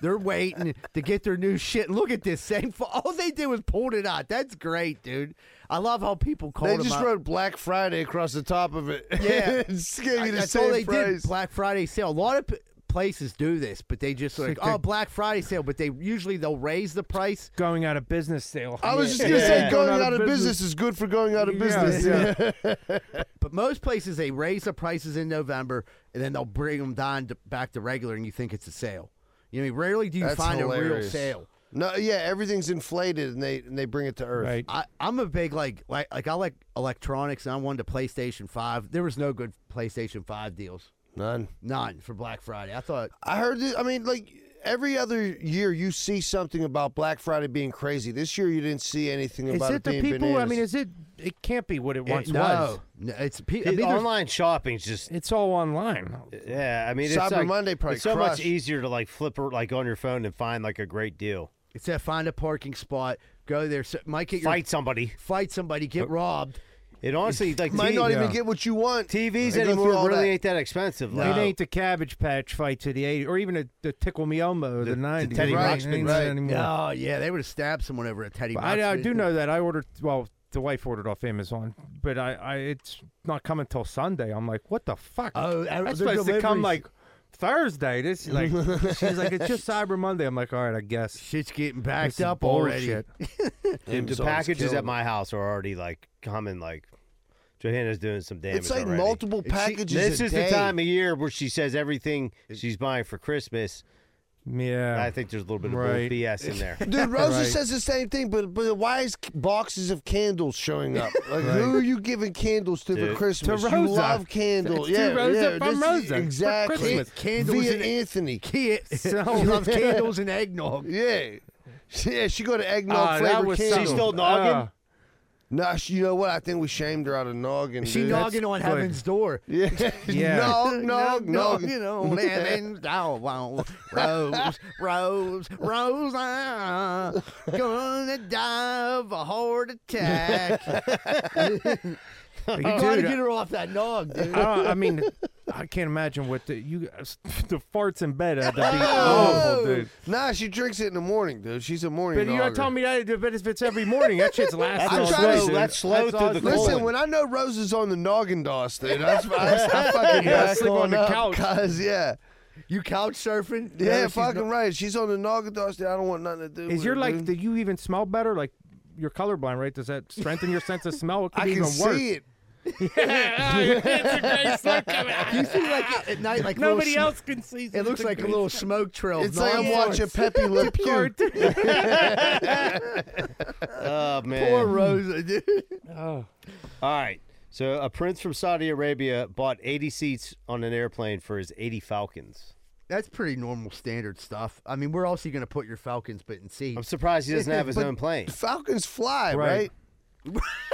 Speaker 1: They're waiting to get their new shit. Look at this same. fu- All they did was pulled it out. That's great, dude. I love how people call.
Speaker 3: They just wrote Black Friday across the top of it.
Speaker 1: Yeah,
Speaker 3: Just gave you the
Speaker 1: that's all
Speaker 3: same
Speaker 1: they
Speaker 3: price.
Speaker 1: did. Black Friday sale. A lot of p- places do this, but they just like,
Speaker 4: Like they-
Speaker 1: oh, Black Friday sale. But they usually they'll raise the price.
Speaker 4: Going out of business sale.
Speaker 3: I was just gonna say, going out of business is good for going out of business.
Speaker 1: but most places they raise the prices in November and then they'll bring them down to, back to regular, and you think it's a sale. You know, what I mean? rarely do you
Speaker 3: That's
Speaker 1: find a real
Speaker 3: hilarious.
Speaker 1: sale.
Speaker 3: No, yeah, everything's inflated, and they and they bring it to earth.
Speaker 1: I, I'm a big like like like I like electronics and I wanted a PlayStation Five. There was no good PlayStation Five deals.
Speaker 3: None.
Speaker 1: None for Black Friday. I thought
Speaker 3: I heard. This, I mean, like every other year, you see something about Black Friday being crazy. This year, you didn't see anything
Speaker 4: Is
Speaker 3: about
Speaker 4: it the
Speaker 3: being
Speaker 4: people? I
Speaker 3: bananas.
Speaker 4: mean, is it? It can't be what it once
Speaker 3: no.
Speaker 4: was.
Speaker 1: No, it's pe-
Speaker 2: I mean, there's- online shopping's just.
Speaker 4: It's all online.
Speaker 2: Yeah, I mean, it's
Speaker 4: Cyber
Speaker 2: like-
Speaker 4: Monday probably
Speaker 2: it's so much
Speaker 4: crushed.
Speaker 2: easier to like flip her like on your phone and find like a great deal.
Speaker 1: it's that find a parking spot, go there, so, might get your,
Speaker 2: Fight somebody.
Speaker 1: fight somebody,
Speaker 3: Oh.
Speaker 1: get robbed.
Speaker 2: It honestly like
Speaker 1: Might
Speaker 2: T-
Speaker 1: not even
Speaker 3: get what you want.
Speaker 2: TVs
Speaker 1: They go through
Speaker 2: anymore
Speaker 1: all
Speaker 2: really
Speaker 1: that.
Speaker 2: ain't that expensive. Like,
Speaker 4: It ain't the Cabbage Patch fights of the '80s, or even the, the Tickle Me Elmo of the, '90s.
Speaker 1: Teddy
Speaker 4: Right, it
Speaker 1: Ruxpin,
Speaker 4: ain't
Speaker 1: right?
Speaker 4: that anymore.
Speaker 1: Oh yeah, they would have stabbed someone over at Teddy.
Speaker 4: I, I
Speaker 1: Ruxpin.
Speaker 4: do know that I ordered. Well, the wife ordered off Amazon, but I, I it's not coming till Sunday. I'm like, what the fuck?
Speaker 1: Oh, uh,
Speaker 4: that's
Speaker 1: their
Speaker 4: supposed to come
Speaker 1: deliveries-
Speaker 4: like Thursday. This like she's like it's just Cyber Monday. I'm like, all right, I guess
Speaker 1: shit's getting backed up already.
Speaker 2: Dude, the
Speaker 1: Amazon's
Speaker 2: packages at
Speaker 1: killing
Speaker 2: my house are already like coming like Johanna's doing some damage.
Speaker 3: It's like
Speaker 2: already.
Speaker 3: multiple It's- packages
Speaker 2: This
Speaker 3: a
Speaker 2: is
Speaker 3: day.
Speaker 2: the time of year where she says everything she's buying for Christmas.
Speaker 4: Yeah,
Speaker 2: I think there's a little bit
Speaker 4: Right.
Speaker 2: of bull BS in there.
Speaker 3: Dude, Rosa says the same thing, but but why is c- boxes of candles showing up? Like,
Speaker 2: Right.
Speaker 3: who are you giving candles to
Speaker 2: Dude.
Speaker 3: for Christmas?
Speaker 2: To
Speaker 3: You
Speaker 2: Rosa.
Speaker 3: love candles.
Speaker 2: It's
Speaker 3: yeah,
Speaker 2: to Rosa
Speaker 3: yeah,
Speaker 2: from
Speaker 3: this-
Speaker 2: Rosa for
Speaker 3: Exactly.
Speaker 2: Christmas.
Speaker 1: Candles
Speaker 3: Via
Speaker 1: and-
Speaker 3: Anthony.
Speaker 1: Kid, she loves candles and eggnog.
Speaker 3: Yeah, yeah. She got an eggnog
Speaker 1: Ah, that
Speaker 3: flavored
Speaker 1: was
Speaker 3: candle.
Speaker 1: She's still noggin? Ah.
Speaker 3: no, she, you know what? I think we shamed her out of noggin.
Speaker 1: She
Speaker 3: dude.
Speaker 1: noggin on heaven's door.
Speaker 3: Yeah.
Speaker 1: Yeah.
Speaker 3: No, no, no.
Speaker 1: You know, living down. Rose, Rose, Rose, I'm gonna die of a heart attack. You gotta
Speaker 4: Dude, uh,
Speaker 1: get her off that nog,
Speaker 4: I,
Speaker 1: dude.
Speaker 4: don't- I mean, I can't imagine what the you guys- the farts in bed had to be
Speaker 3: Oh,
Speaker 4: awful, dude.
Speaker 3: Nah, she drinks it in the morning, dude. She's a morning.
Speaker 4: But you're
Speaker 3: dogger.
Speaker 4: telling me that benefits every morning. That shit's lasting.
Speaker 3: I'm
Speaker 4: all
Speaker 3: trying
Speaker 4: day,
Speaker 3: to
Speaker 4: dude.
Speaker 3: Listen, when I know Rose is on the noggin DOS, dude, that's I, I fucking
Speaker 1: Yeah,
Speaker 3: back
Speaker 1: sleep on the
Speaker 3: up,
Speaker 1: couch.
Speaker 3: Cause yeah,
Speaker 1: you couch surfing.
Speaker 3: Yeah,
Speaker 1: Yeah, she's
Speaker 3: fucking
Speaker 1: not-
Speaker 3: right. She's on the noggin DOS, dude. I don't want nothing to do.
Speaker 4: Is
Speaker 3: with
Speaker 4: your
Speaker 3: it,
Speaker 4: like?
Speaker 3: dude.
Speaker 4: Do you even smell better? Like, you're colorblind, right? Does that strengthen your sense of smell? It could
Speaker 3: I
Speaker 4: be
Speaker 3: can
Speaker 4: even
Speaker 3: see
Speaker 4: worse.
Speaker 3: it.
Speaker 4: it's a great
Speaker 1: You see, like at night, like
Speaker 4: Nobody
Speaker 1: little sm-
Speaker 4: else can see.
Speaker 1: It looks like a little smoke trail.
Speaker 3: It's like I'm watching Pepe Le Pew.
Speaker 2: Oh man.
Speaker 1: Poor Rosa, dude.
Speaker 2: Oh. All right. So a prince from Saudi Arabia bought 80 seats on an airplane for his 80 Falcons.
Speaker 1: That's pretty normal standard stuff. I mean, where else are you going to put your Falcons but in sea? I'm
Speaker 2: surprised he doesn't have his own plane.
Speaker 3: Falcons fly,
Speaker 1: Right.
Speaker 3: right?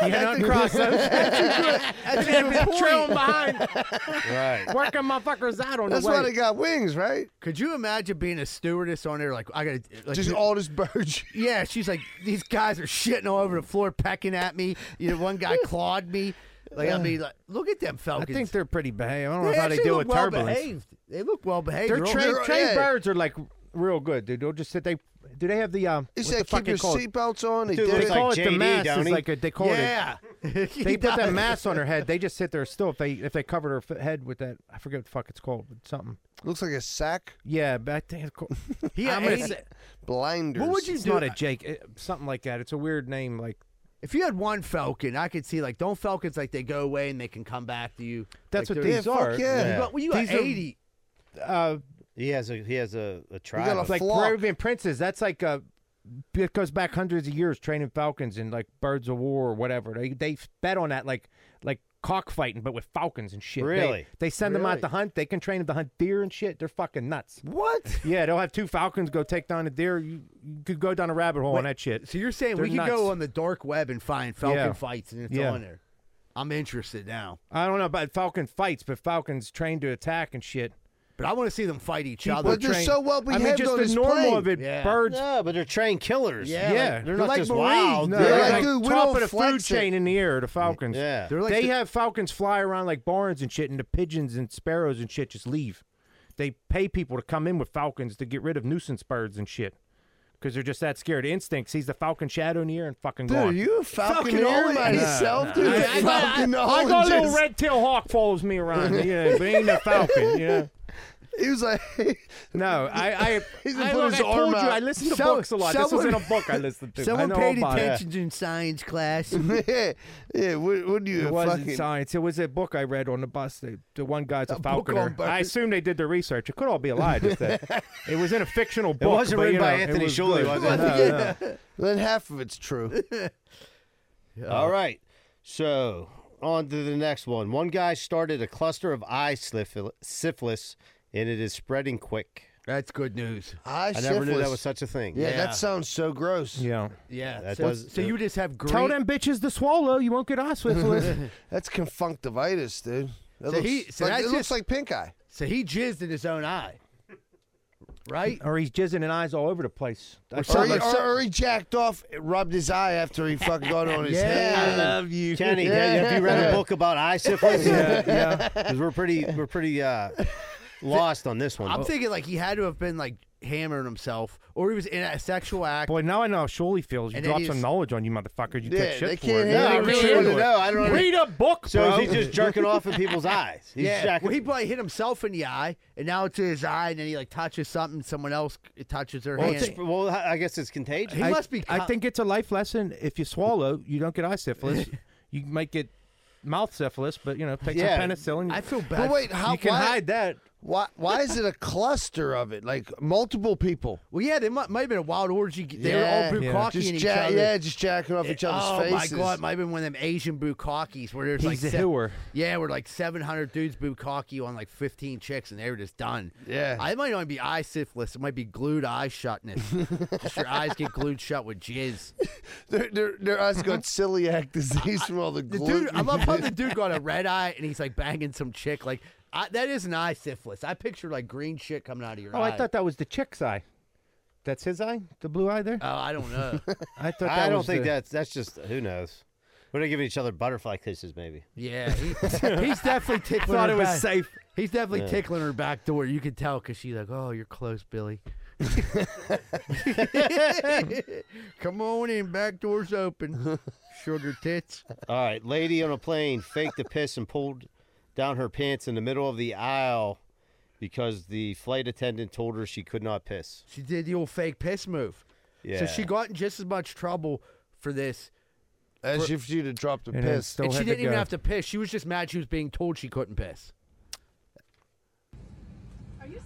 Speaker 1: Yeah,
Speaker 4: don't cross those. That's a good-
Speaker 1: That's a
Speaker 4: Yeah,
Speaker 1: good
Speaker 4: but
Speaker 1: point.
Speaker 4: trailing behind.
Speaker 2: Right.
Speaker 4: Working motherfuckers out on
Speaker 3: That's
Speaker 4: the
Speaker 3: why
Speaker 4: way.
Speaker 3: they got wings, right?
Speaker 1: Could you imagine being a stewardess on there? Like I got like,
Speaker 3: Just all this birds.
Speaker 1: Yeah, she's like these guys are shitting all over the floor, pecking at me. You know, one guy clawed me. Like I mean, like, look at them
Speaker 4: I
Speaker 1: Falcons.
Speaker 4: think they're pretty behaved. I don't know how they
Speaker 1: actually
Speaker 4: deal with
Speaker 1: look well
Speaker 4: turbulence.
Speaker 1: behaved. They look well behaved.
Speaker 4: They're
Speaker 1: They're all-
Speaker 4: trained.
Speaker 1: they're-
Speaker 4: trained
Speaker 1: yeah.
Speaker 4: birds are like real good, dude. They'll just sit. They do they have the um?
Speaker 3: He
Speaker 4: what
Speaker 3: said,
Speaker 4: the fuck
Speaker 3: "Keep
Speaker 4: they
Speaker 3: your
Speaker 4: call it?
Speaker 3: seatbelts on." They
Speaker 4: Dude,
Speaker 3: did
Speaker 4: they
Speaker 3: it.
Speaker 4: call it the mask. It's
Speaker 2: Downey.
Speaker 4: like a, they call
Speaker 1: Yeah.
Speaker 4: it.
Speaker 1: He
Speaker 4: They put that
Speaker 1: does.
Speaker 4: mask on her head. They just sit there still. If they if they covered her f- head with that, I forget what the fuck it's called, but something.
Speaker 3: Looks like a sack.
Speaker 4: Yeah, but I think it's called.
Speaker 1: He
Speaker 4: I'm
Speaker 1: had
Speaker 4: gonna
Speaker 1: 80
Speaker 4: say-
Speaker 3: blinders.
Speaker 1: What would you
Speaker 4: it's
Speaker 1: do-
Speaker 4: not a Jake. It, something like that. It's a weird name. Like
Speaker 1: If you had one falcon, I could see like don't falcons like they go away and they can come back to you.
Speaker 4: that's
Speaker 1: Like,
Speaker 4: what
Speaker 1: they're-
Speaker 4: these
Speaker 1: You
Speaker 4: are.
Speaker 1: got- You got, well, you got
Speaker 4: These are,
Speaker 1: eighty.
Speaker 4: uh,
Speaker 2: He has a he has a, a tribe. of-
Speaker 4: like Peruvian princes. That's like a. It goes back hundreds of years training falcons and like birds of war or whatever. They they bet on that like like cockfighting, but with falcons and shit. They-
Speaker 2: Really?
Speaker 4: They, send them out
Speaker 2: Really?
Speaker 4: to hunt. They can train them to hunt deer and shit. They're fucking nuts.
Speaker 1: What?
Speaker 4: Yeah, they'll have two falcons go take down a deer. You, you could go down a rabbit hole on
Speaker 1: Wait,
Speaker 4: that shit.
Speaker 1: So you're saying
Speaker 4: They're
Speaker 1: we can
Speaker 4: nuts.
Speaker 1: go on the dark web and find falcon
Speaker 4: Yeah.
Speaker 1: fights and it's
Speaker 4: Yeah.
Speaker 1: on there. I'm interested now.
Speaker 4: I don't know about falcon fights, but falcons trained to attack and shit.
Speaker 1: But I want to see them fight each
Speaker 4: People
Speaker 1: other.
Speaker 4: But they're trained- so well I mean, behaved just on the this normal plane. of it, birds-
Speaker 2: Yeah, but they're trained killers.
Speaker 1: Yeah,
Speaker 4: Yeah,
Speaker 2: they're not
Speaker 4: like
Speaker 2: just
Speaker 4: Marines.
Speaker 2: wild.
Speaker 4: No,
Speaker 2: dude.
Speaker 4: they're
Speaker 2: Like,
Speaker 4: like
Speaker 3: dude, we
Speaker 4: top
Speaker 3: don't
Speaker 4: of the food
Speaker 3: flex it.
Speaker 4: chain in the air. The Falcons.
Speaker 2: Yeah.
Speaker 1: They're like
Speaker 4: they
Speaker 1: the-
Speaker 4: have Falcons fly around like barns and shit, and the pigeons and sparrows and shit just leave. They pay people to come in with Falcons to get rid of nuisance birds and shit. Because they're just that scared. Instinct sees the falcon shadow in the air and fucking
Speaker 3: Dude,
Speaker 4: gone.
Speaker 3: are you a falconeer myself, dude?
Speaker 4: I, I,
Speaker 3: That's
Speaker 4: I, I, I got a little
Speaker 3: falconologist.
Speaker 4: red-tailed hawk follows me around. Yeah, but ain't a falcon. You know?
Speaker 3: He was like,
Speaker 4: No, I I,
Speaker 3: He's gonna
Speaker 4: I,
Speaker 3: put
Speaker 4: look,
Speaker 3: his
Speaker 4: I told
Speaker 3: arm
Speaker 4: you
Speaker 3: out.
Speaker 4: I listened to
Speaker 1: So-
Speaker 4: books a lot. this was in a
Speaker 1: someone-
Speaker 4: book I listened to. I
Speaker 1: Someone
Speaker 4: know all
Speaker 1: paid
Speaker 4: about it.
Speaker 1: attention in science class.
Speaker 3: yeah, yeah. What, what do you?
Speaker 4: It wasn't
Speaker 3: fucking,
Speaker 4: science. It was a book I read on the bus. The, the one guy's a,
Speaker 3: book on
Speaker 4: falconer.
Speaker 3: birds.
Speaker 4: I assume they did their research. It could all be a lie. Just that it was in a fictional book.
Speaker 2: wasn't
Speaker 4: but,
Speaker 2: written
Speaker 4: you know,
Speaker 2: by
Speaker 4: it
Speaker 2: Anthony
Speaker 4: was
Speaker 2: Schulte,
Speaker 4: good.
Speaker 2: was
Speaker 4: No,
Speaker 2: it?
Speaker 4: no.
Speaker 3: Then half of it's true.
Speaker 2: All right. So on to the next one. One guy started a cluster of eye syphil- syphilis, and it is spreading quick.
Speaker 1: That's good news.
Speaker 3: I,
Speaker 2: I never knew that was such a thing.
Speaker 3: Yeah,
Speaker 1: Yeah.
Speaker 3: that sounds so gross.
Speaker 4: Yeah.
Speaker 1: Yeah.
Speaker 2: That
Speaker 1: so,
Speaker 2: does-
Speaker 1: so you just have great.
Speaker 4: Tell them bitches to swallow. You won't get eye syphilis.
Speaker 3: That's conjunctivitis, dude. That
Speaker 1: So
Speaker 3: looks,
Speaker 1: he- so
Speaker 3: like,
Speaker 1: that's
Speaker 3: it looks
Speaker 1: just-
Speaker 3: like pink eye.
Speaker 1: So he jizzed in his own eye, right?
Speaker 4: or he's jizzing in eyes all over the place. I saw
Speaker 3: Or he,
Speaker 4: that-
Speaker 3: or, or he jacked off, rubbed his eye after he fucking got on his
Speaker 1: Yeah.
Speaker 3: head.
Speaker 1: love you,
Speaker 2: Kenny,
Speaker 3: Yeah.
Speaker 2: have you read a book about eye syphilis?
Speaker 4: yeah, yeah.
Speaker 2: Because we're pretty, we're pretty uh, lost on this one.
Speaker 1: I'm thinking like he had to have been like hammering himself, or he was in a sexual act.
Speaker 4: Boy, now I know how Shuley feels. You
Speaker 1: And
Speaker 4: drop
Speaker 1: then
Speaker 4: some
Speaker 1: he's-
Speaker 4: knowledge on you, motherfucker. You
Speaker 3: Yeah,
Speaker 4: take shit
Speaker 3: they
Speaker 4: for
Speaker 3: can't
Speaker 4: it.
Speaker 3: handle
Speaker 2: I
Speaker 3: it.
Speaker 2: really want to know. I don't know.
Speaker 4: Read a book,
Speaker 2: So
Speaker 4: bro.
Speaker 2: is he just jerking off in people's eyes? He's
Speaker 1: yeah,
Speaker 2: jacking-
Speaker 1: well, he probably hit himself in the eye, and now it's in his eye, and then he like touches something, someone else c- touches their
Speaker 2: well,
Speaker 1: hand.
Speaker 2: it's- well, I I guess it's contagious.
Speaker 1: He
Speaker 4: I,
Speaker 1: must be.
Speaker 4: I
Speaker 1: co-
Speaker 4: think it's a life lesson. If you swallow, you don't get eye syphilis. you might get mouth syphilis, but you know, take
Speaker 2: Yeah.
Speaker 4: some penicillin.
Speaker 1: I feel bad.
Speaker 3: But wait, how?
Speaker 4: you can
Speaker 3: why,
Speaker 4: hide that.
Speaker 3: Why? Why is it a cluster of it? Like multiple people.
Speaker 1: Well, yeah, they might, might have been a wild orgy. They were
Speaker 3: Yeah.
Speaker 1: all
Speaker 4: Yeah.
Speaker 1: bukkake
Speaker 3: Just
Speaker 1: in each
Speaker 3: ja-
Speaker 1: other.
Speaker 3: yeah, just jacking off each other's
Speaker 1: oh
Speaker 3: faces.
Speaker 1: my god, it might have been one of them Asian bukkakis where there's
Speaker 4: He's
Speaker 1: like
Speaker 4: a hooer.
Speaker 1: Yeah, we're like seven hundred dudes bukkake on like fifteen chicks, and they were just done.
Speaker 3: Yeah.
Speaker 1: I might only be eye syphilis. It might be glued eye shutness. just your eyes get glued shut with jizz.
Speaker 3: Their, their, their eyes got celiac disease from all the
Speaker 1: The
Speaker 3: gluten.
Speaker 1: dude, I love how the dude got a red eye and he's like banging some chick. Like I, that is an eye syphilis. I picture like green shit coming out of your
Speaker 4: Oh,
Speaker 1: eye.
Speaker 4: I thought that was the chick's eye. That's his eye, the blue eye there.
Speaker 1: Oh, I don't know.
Speaker 4: I thought that
Speaker 2: I don't
Speaker 4: was
Speaker 2: think
Speaker 4: the-
Speaker 2: that's that's just who knows. We're giving each other butterfly kisses, maybe.
Speaker 1: Yeah, he- he's definitely tickling.
Speaker 2: Thought
Speaker 1: her
Speaker 2: it was
Speaker 1: back-
Speaker 2: safe.
Speaker 1: He's definitely
Speaker 2: Yeah.
Speaker 1: tickling her back door. You can tell because she's like, "Oh, you're close, Billy." Come on in, back door's open. Sugar tits.
Speaker 2: All right, lady on a plane faked the piss and pulled down her pants in the middle of the aisle because the flight attendant told her she could not piss.
Speaker 1: She did the old fake piss move.
Speaker 2: Yeah.
Speaker 1: So she got in just as much trouble for this.
Speaker 3: As
Speaker 1: for-
Speaker 3: if she'd have dropped a
Speaker 1: And
Speaker 4: it
Speaker 3: piss.
Speaker 4: still
Speaker 1: and she
Speaker 4: had to
Speaker 1: didn't even
Speaker 4: go.
Speaker 1: have to piss. She was just mad she was being told she couldn't piss.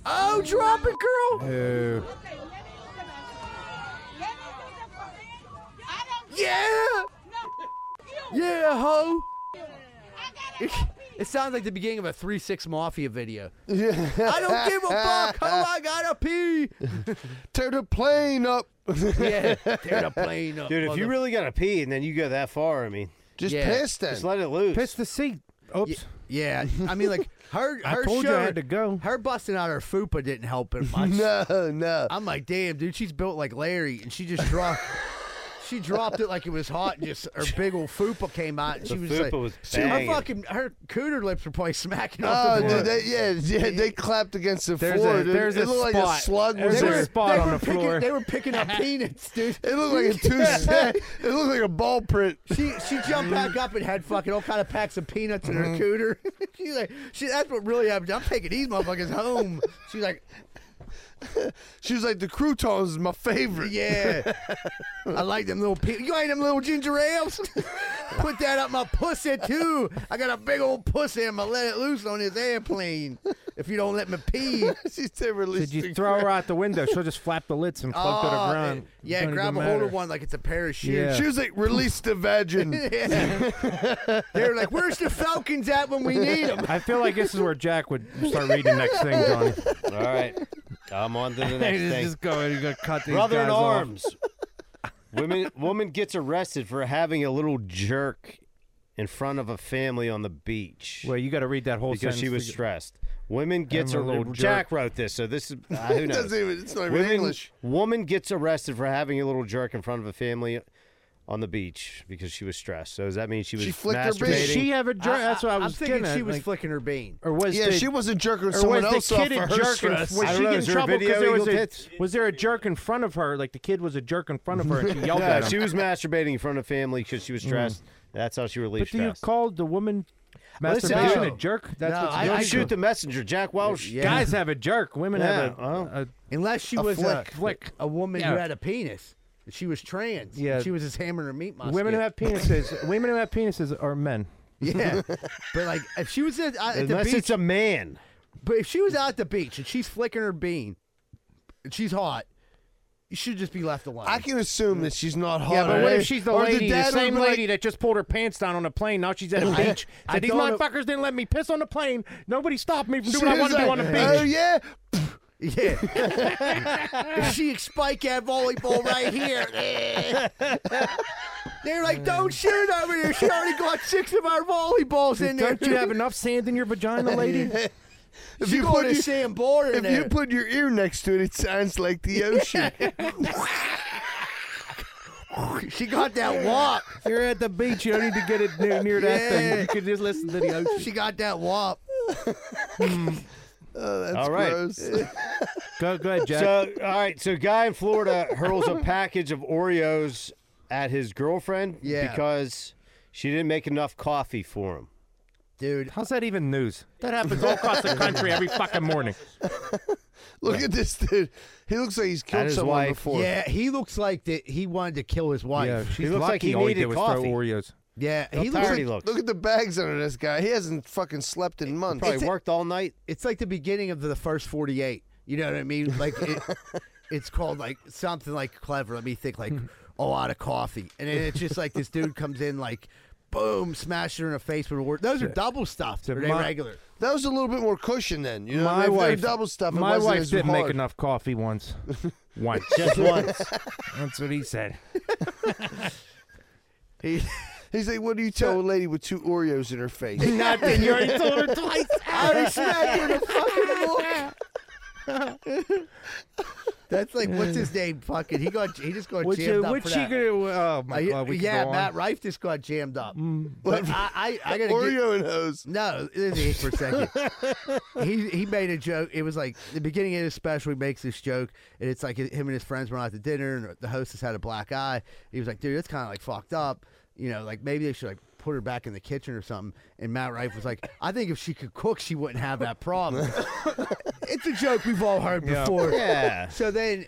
Speaker 1: Oh, drop it, girl! Yeah! Yeah, ho! It, it sounds like the beginning of a 3 6 Mafia video.
Speaker 3: Yeah.
Speaker 1: I don't give a fuck! Ho, I gotta pee!
Speaker 3: Tear the plane up.
Speaker 1: Yeah, tear the plane up.
Speaker 2: Dude, if you
Speaker 1: mother-
Speaker 2: really got to pee and then you go that far, I mean,
Speaker 3: Just
Speaker 1: Yeah.
Speaker 3: piss then.
Speaker 2: just let it loose.
Speaker 4: Piss the seat. Oops.
Speaker 1: Yeah, I mean, like her.
Speaker 4: I
Speaker 1: her
Speaker 4: told you I
Speaker 1: show,
Speaker 4: had to go.
Speaker 1: Her busting out her fupa didn't help it much.
Speaker 3: No, no.
Speaker 1: I'm like, damn, dude, she's built like Larry, and she just dropped. she dropped it like it was hot, and just her big old fupa came out, and
Speaker 2: The
Speaker 1: she was
Speaker 2: fupa
Speaker 1: like,
Speaker 2: was
Speaker 1: she- her
Speaker 2: banging.
Speaker 1: fucking her cooter lips were probably smacking off
Speaker 3: Oh,
Speaker 1: the floor.
Speaker 3: dude, they, yeah, yeah, they clapped against the
Speaker 4: There's
Speaker 3: floor,
Speaker 4: a-
Speaker 3: dude.
Speaker 4: there's
Speaker 3: it
Speaker 4: a
Speaker 3: looked like a
Speaker 4: spot.
Speaker 3: slug was
Speaker 4: There's a
Speaker 3: there.
Speaker 4: spot
Speaker 1: They
Speaker 4: on
Speaker 1: were
Speaker 4: the
Speaker 1: picking,
Speaker 4: floor.
Speaker 1: They were picking up peanuts, dude.
Speaker 3: It looked like a two cent. It looked like a ball print.
Speaker 1: She she jumped back up and had fucking all kind of packs of peanuts in her
Speaker 3: Mm-hmm.
Speaker 1: cooter. She's like, she, that's what really happened. I'm taking these motherfuckers home. She's like,
Speaker 3: She was like, the croutons is my favorite.
Speaker 1: Yeah. I like them little pe- You ain't them little ginger ales? Put that up my pussy, too. I got a big old pussy. I'm going to let it loose on this airplane if you don't let me pee.
Speaker 3: She's never
Speaker 4: Did
Speaker 3: released
Speaker 4: you throw her out the window? She'll just flap the lids and plug to
Speaker 1: Oh,
Speaker 4: the ground.
Speaker 1: yeah,
Speaker 4: Don't even
Speaker 1: grab a hold
Speaker 4: matter.
Speaker 1: of one like it's a parachute.
Speaker 4: Yeah.
Speaker 3: She was like, release the vagin.
Speaker 1: Yeah. they were like, where's the Falcons at when we need them?
Speaker 4: I feel like this is where Jack would start reading next thing, Johnny.
Speaker 2: All right, I'm on to the next thing.
Speaker 4: going to cut these
Speaker 2: Brother in
Speaker 4: guys off.
Speaker 2: arms. Women, woman gets arrested for having a little jerk in front of a family on the beach
Speaker 4: Well, you got to read that whole
Speaker 2: because
Speaker 4: sentence.
Speaker 2: she was
Speaker 4: to-
Speaker 2: stressed. Women gets
Speaker 4: a
Speaker 2: a little
Speaker 4: little jerk.
Speaker 2: Jack wrote this, so this is uh, who
Speaker 3: It
Speaker 2: knows.
Speaker 3: doesn't even- it's not even
Speaker 2: woman,
Speaker 3: English.
Speaker 2: Woman gets arrested for having a little jerk in front of a family on the beach because she was stressed. So does that mean she was
Speaker 3: She flicked her
Speaker 2: masturbating?
Speaker 3: bean.
Speaker 4: Did she have a jerk? That's what I
Speaker 1: I'm
Speaker 4: was
Speaker 1: thinking
Speaker 4: getting
Speaker 1: she
Speaker 4: at,
Speaker 1: was
Speaker 4: like-
Speaker 1: flicking her bean.
Speaker 4: or was
Speaker 3: Yeah,
Speaker 4: the,
Speaker 3: she wasn't jerking
Speaker 4: or
Speaker 3: someone
Speaker 4: was
Speaker 3: else
Speaker 4: the
Speaker 3: off
Speaker 4: kid
Speaker 3: for
Speaker 4: a
Speaker 3: her
Speaker 4: jerk? In,
Speaker 3: stress.
Speaker 4: was
Speaker 2: I
Speaker 4: she
Speaker 2: don't know,
Speaker 4: getting
Speaker 2: is
Speaker 4: in
Speaker 2: there a
Speaker 4: trouble
Speaker 2: video
Speaker 4: because there
Speaker 2: Eagle
Speaker 4: was a
Speaker 2: Tits?
Speaker 4: was there a jerk in front of her? Like the kid was a jerk in front of her, and she yelled
Speaker 2: Yeah,
Speaker 4: at him.
Speaker 2: she was masturbating in front of family because she was stressed. That's how she relieved
Speaker 4: but do you
Speaker 2: stress.
Speaker 4: call the woman
Speaker 2: Listen,
Speaker 4: masturbation
Speaker 2: no.
Speaker 4: a jerk? That's
Speaker 1: No,
Speaker 4: what
Speaker 1: I-
Speaker 2: Don't
Speaker 1: I-
Speaker 2: shoot the messenger, Jack Welsh.
Speaker 4: guys have a jerk. Women have a,
Speaker 2: Yeah, well.
Speaker 4: a
Speaker 1: Unless she was
Speaker 4: flick.
Speaker 1: a
Speaker 4: Flick.
Speaker 1: a woman who
Speaker 4: Yeah.
Speaker 1: had a penis. She was trans.
Speaker 4: Yeah.
Speaker 1: She was just hammering her meat musket.
Speaker 4: women who have penises. women who have penises are men.
Speaker 1: Yeah, but like if she was at, at the
Speaker 2: Unless
Speaker 1: beach,
Speaker 2: it's a man.
Speaker 1: but if she was out at the beach and she's flicking her bean, and she's hot, you should just be left alone.
Speaker 3: I can assume that she's not hot.
Speaker 4: Yeah, but
Speaker 3: or
Speaker 4: what
Speaker 3: anything.
Speaker 4: if she's the
Speaker 3: Or
Speaker 4: lady, the,
Speaker 3: dad
Speaker 4: same
Speaker 3: would've been
Speaker 4: lady that just pulled her pants down on a plane? Now she's at a beach.
Speaker 1: I
Speaker 4: Said, These
Speaker 1: don't know-
Speaker 4: motherfuckers didn't let me piss on the plane. Nobody stopped me from
Speaker 3: like,
Speaker 4: doing what I
Speaker 3: she
Speaker 4: want
Speaker 3: was
Speaker 4: to do on the
Speaker 3: like, Oh
Speaker 4: beach.
Speaker 3: yeah,
Speaker 1: Yeah, If she spike at volleyball right here. They're like, don't shoot over here. She already got six of our volleyballs in there.
Speaker 4: Don't you have enough sand in your vagina, lady?
Speaker 3: if
Speaker 1: She
Speaker 3: you
Speaker 1: got
Speaker 3: put
Speaker 1: a
Speaker 3: your,
Speaker 1: sand bar in
Speaker 3: if
Speaker 1: there.
Speaker 3: you put your ear next to it, it sounds like the ocean.
Speaker 1: she got that wop.
Speaker 4: You're at the beach. You don't need to get it near, near that
Speaker 1: Yeah.
Speaker 4: thing. You could just listen to the ocean.
Speaker 1: She got that wop.
Speaker 2: Hmm.
Speaker 3: oh, that's
Speaker 2: All right.
Speaker 3: gross.
Speaker 4: Go, go ahead, Jack.
Speaker 2: So, all right. So, guy in Florida hurls a package of Oreos at his girlfriend
Speaker 1: Yeah.
Speaker 2: because she didn't make enough coffee for him.
Speaker 1: Dude,
Speaker 4: How's that even news? That happens all across the country every fucking morning.
Speaker 3: Look at this dude. He looks like he's
Speaker 2: At
Speaker 3: killed
Speaker 2: his
Speaker 3: someone
Speaker 2: wife.
Speaker 3: before.
Speaker 1: Yeah, he looks like that. He wanted to kill his wife.
Speaker 4: Yeah,
Speaker 1: Yeah,
Speaker 4: she's
Speaker 2: looks
Speaker 4: lucky
Speaker 2: like he
Speaker 4: all he
Speaker 2: needed
Speaker 4: did was
Speaker 2: coffee.
Speaker 4: throw Oreos.
Speaker 1: he
Speaker 2: How tired
Speaker 1: looks like
Speaker 2: he looks.
Speaker 3: Look at the bags under this guy. He hasn't fucking slept in months.
Speaker 2: Probably worked all night.
Speaker 1: it's like the beginning of the first forty-eight. You know what I mean? Like it, it's called like something like clever. Let me think like a lot of coffee, and then it's just like this dude comes in like. Boom! Smash her in the face with a word. Those are double stuffed. Are they
Speaker 4: my-
Speaker 1: regular?
Speaker 3: That was a little bit more cushion then. You know,
Speaker 4: my
Speaker 3: if they were
Speaker 4: wife,
Speaker 3: double stuff. It
Speaker 4: my
Speaker 3: wasn't
Speaker 4: wife
Speaker 3: as
Speaker 4: didn't make
Speaker 3: hard.
Speaker 4: enough coffee once. Once.
Speaker 2: Just once.
Speaker 4: That's what he said.
Speaker 1: He-
Speaker 3: He's like, what do you tell a lady with two Oreos in her face?
Speaker 4: Nothing. You already told her twice.
Speaker 1: I already smacked her in the fucking That's like what's his name? Fucking he got he just got
Speaker 4: Which,
Speaker 1: jammed
Speaker 4: uh,
Speaker 1: up
Speaker 4: which
Speaker 1: for
Speaker 4: he
Speaker 1: that.
Speaker 4: could- oh, my
Speaker 1: Uh,
Speaker 4: God, we could
Speaker 1: yeah,
Speaker 4: go on. Mm.
Speaker 1: Matt Rife just got jammed up. But I, I, I gotta
Speaker 3: Oreo
Speaker 1: and hose. No, this is for a second. he he made a joke. It was like the beginning of his special. He makes this joke, and it's like him and his friends went out to dinner, and the hostess had a black eye. He was like, "Dude, that's kind of like fucked up. You know, like maybe they should like put her back in the kitchen or something." And Matt Rife was like, "I think if she could cook, she wouldn't have that problem." it's a joke we've all heard
Speaker 3: Yeah.
Speaker 1: before.
Speaker 3: Yeah.
Speaker 1: So then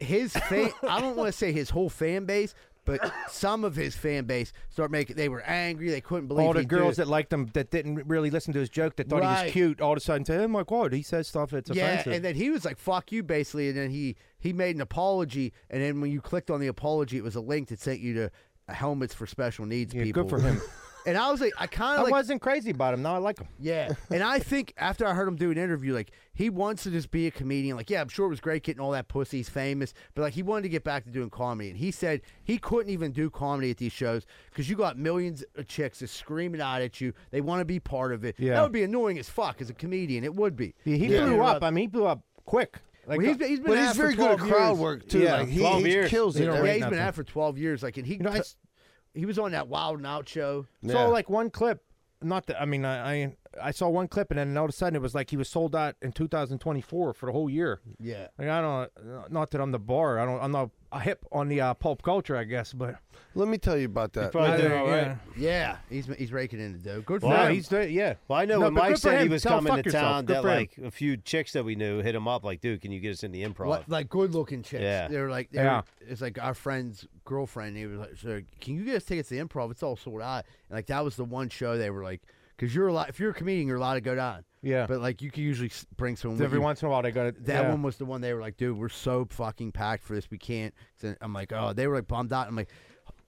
Speaker 1: his fan, I don't want to say his whole fan base, but some of his fan base start making, they were angry. They couldn't believe
Speaker 4: all the
Speaker 1: he'd
Speaker 4: girls
Speaker 1: do it.
Speaker 4: that liked him that didn't really listen to his joke that thought he
Speaker 1: Right.
Speaker 4: was cute all of a sudden say, "Oh my god, he says stuff that's
Speaker 1: yeah,
Speaker 4: offensive."
Speaker 1: and then he was like, "Fuck you," basically, and then he he made an apology, and then when you clicked on the apology, it was a link that sent you to helmets for special needs
Speaker 4: good
Speaker 1: people.
Speaker 4: for him.
Speaker 1: and I was like, I kind
Speaker 4: I
Speaker 1: of like,
Speaker 4: wasn't crazy about him. Now I like him.
Speaker 1: Yeah. And I think after I heard him do an interview, like he wants to just be a comedian. Like, yeah, I'm sure it was great getting all that pussy. He's famous, but like he wanted to get back to doing comedy. And he said he couldn't even do comedy at these shows because you got millions of chicks just screaming out at you. They want to be part of it.
Speaker 4: Yeah.
Speaker 1: That would be annoying as fuck as a comedian. It would be.
Speaker 4: He blew up. I mean, he blew up quick. Like,
Speaker 1: well, he's been, he's been
Speaker 4: But he's
Speaker 1: at
Speaker 4: very
Speaker 1: for
Speaker 4: good at
Speaker 1: 12
Speaker 4: crowd
Speaker 1: years.
Speaker 4: work, too. Yeah, Like, he- 12 he years. kills it.
Speaker 1: Yeah,
Speaker 4: Don't
Speaker 1: he's
Speaker 4: rate
Speaker 1: been
Speaker 4: nothing.
Speaker 1: at for twelve years. Like, and he t- he was on that Wild and Out show.
Speaker 4: So like one clip, not that I mean I, I I saw one clip and then all of a sudden it was like he was sold out in 2024 for the whole year.
Speaker 1: Yeah.
Speaker 4: Like I don't not that I'm the bar. I don't I'm not hip on the uh, pulp culture I guess, but
Speaker 3: let me tell you about that.
Speaker 1: Yeah, yeah. Yeah, he's he's raking in the dough. Good for
Speaker 4: Well,
Speaker 1: him.
Speaker 4: he's doing- yeah.
Speaker 2: Well, I know
Speaker 1: No,
Speaker 2: when
Speaker 1: but
Speaker 2: Mike
Speaker 1: good for
Speaker 2: said he
Speaker 1: him.
Speaker 2: was
Speaker 1: Tell
Speaker 2: coming
Speaker 1: fuck
Speaker 2: to
Speaker 1: yourself.
Speaker 2: town,
Speaker 1: Good
Speaker 2: that
Speaker 1: for him.
Speaker 2: like a few chicks that we knew hit him up, like, dude, can you get us in the improv?
Speaker 1: What, like good looking chicks.
Speaker 2: Yeah.
Speaker 1: They're like, they're,
Speaker 2: Yeah.
Speaker 1: it's like our friend's girlfriend. He was like, so can you get us tickets to the improv? It's all sold out. And like, that was the one show they were like, because you're a lot, if you're a comedian, you're allowed to go down.
Speaker 4: Yeah.
Speaker 1: But like, you can usually s- bring someone
Speaker 4: every
Speaker 1: with you.
Speaker 4: once in a while they got it.
Speaker 1: That
Speaker 4: yeah.
Speaker 1: one was the one they were like, dude, we're so fucking packed for this. We can't. So I'm like, oh, they were like bummed out. I'm like,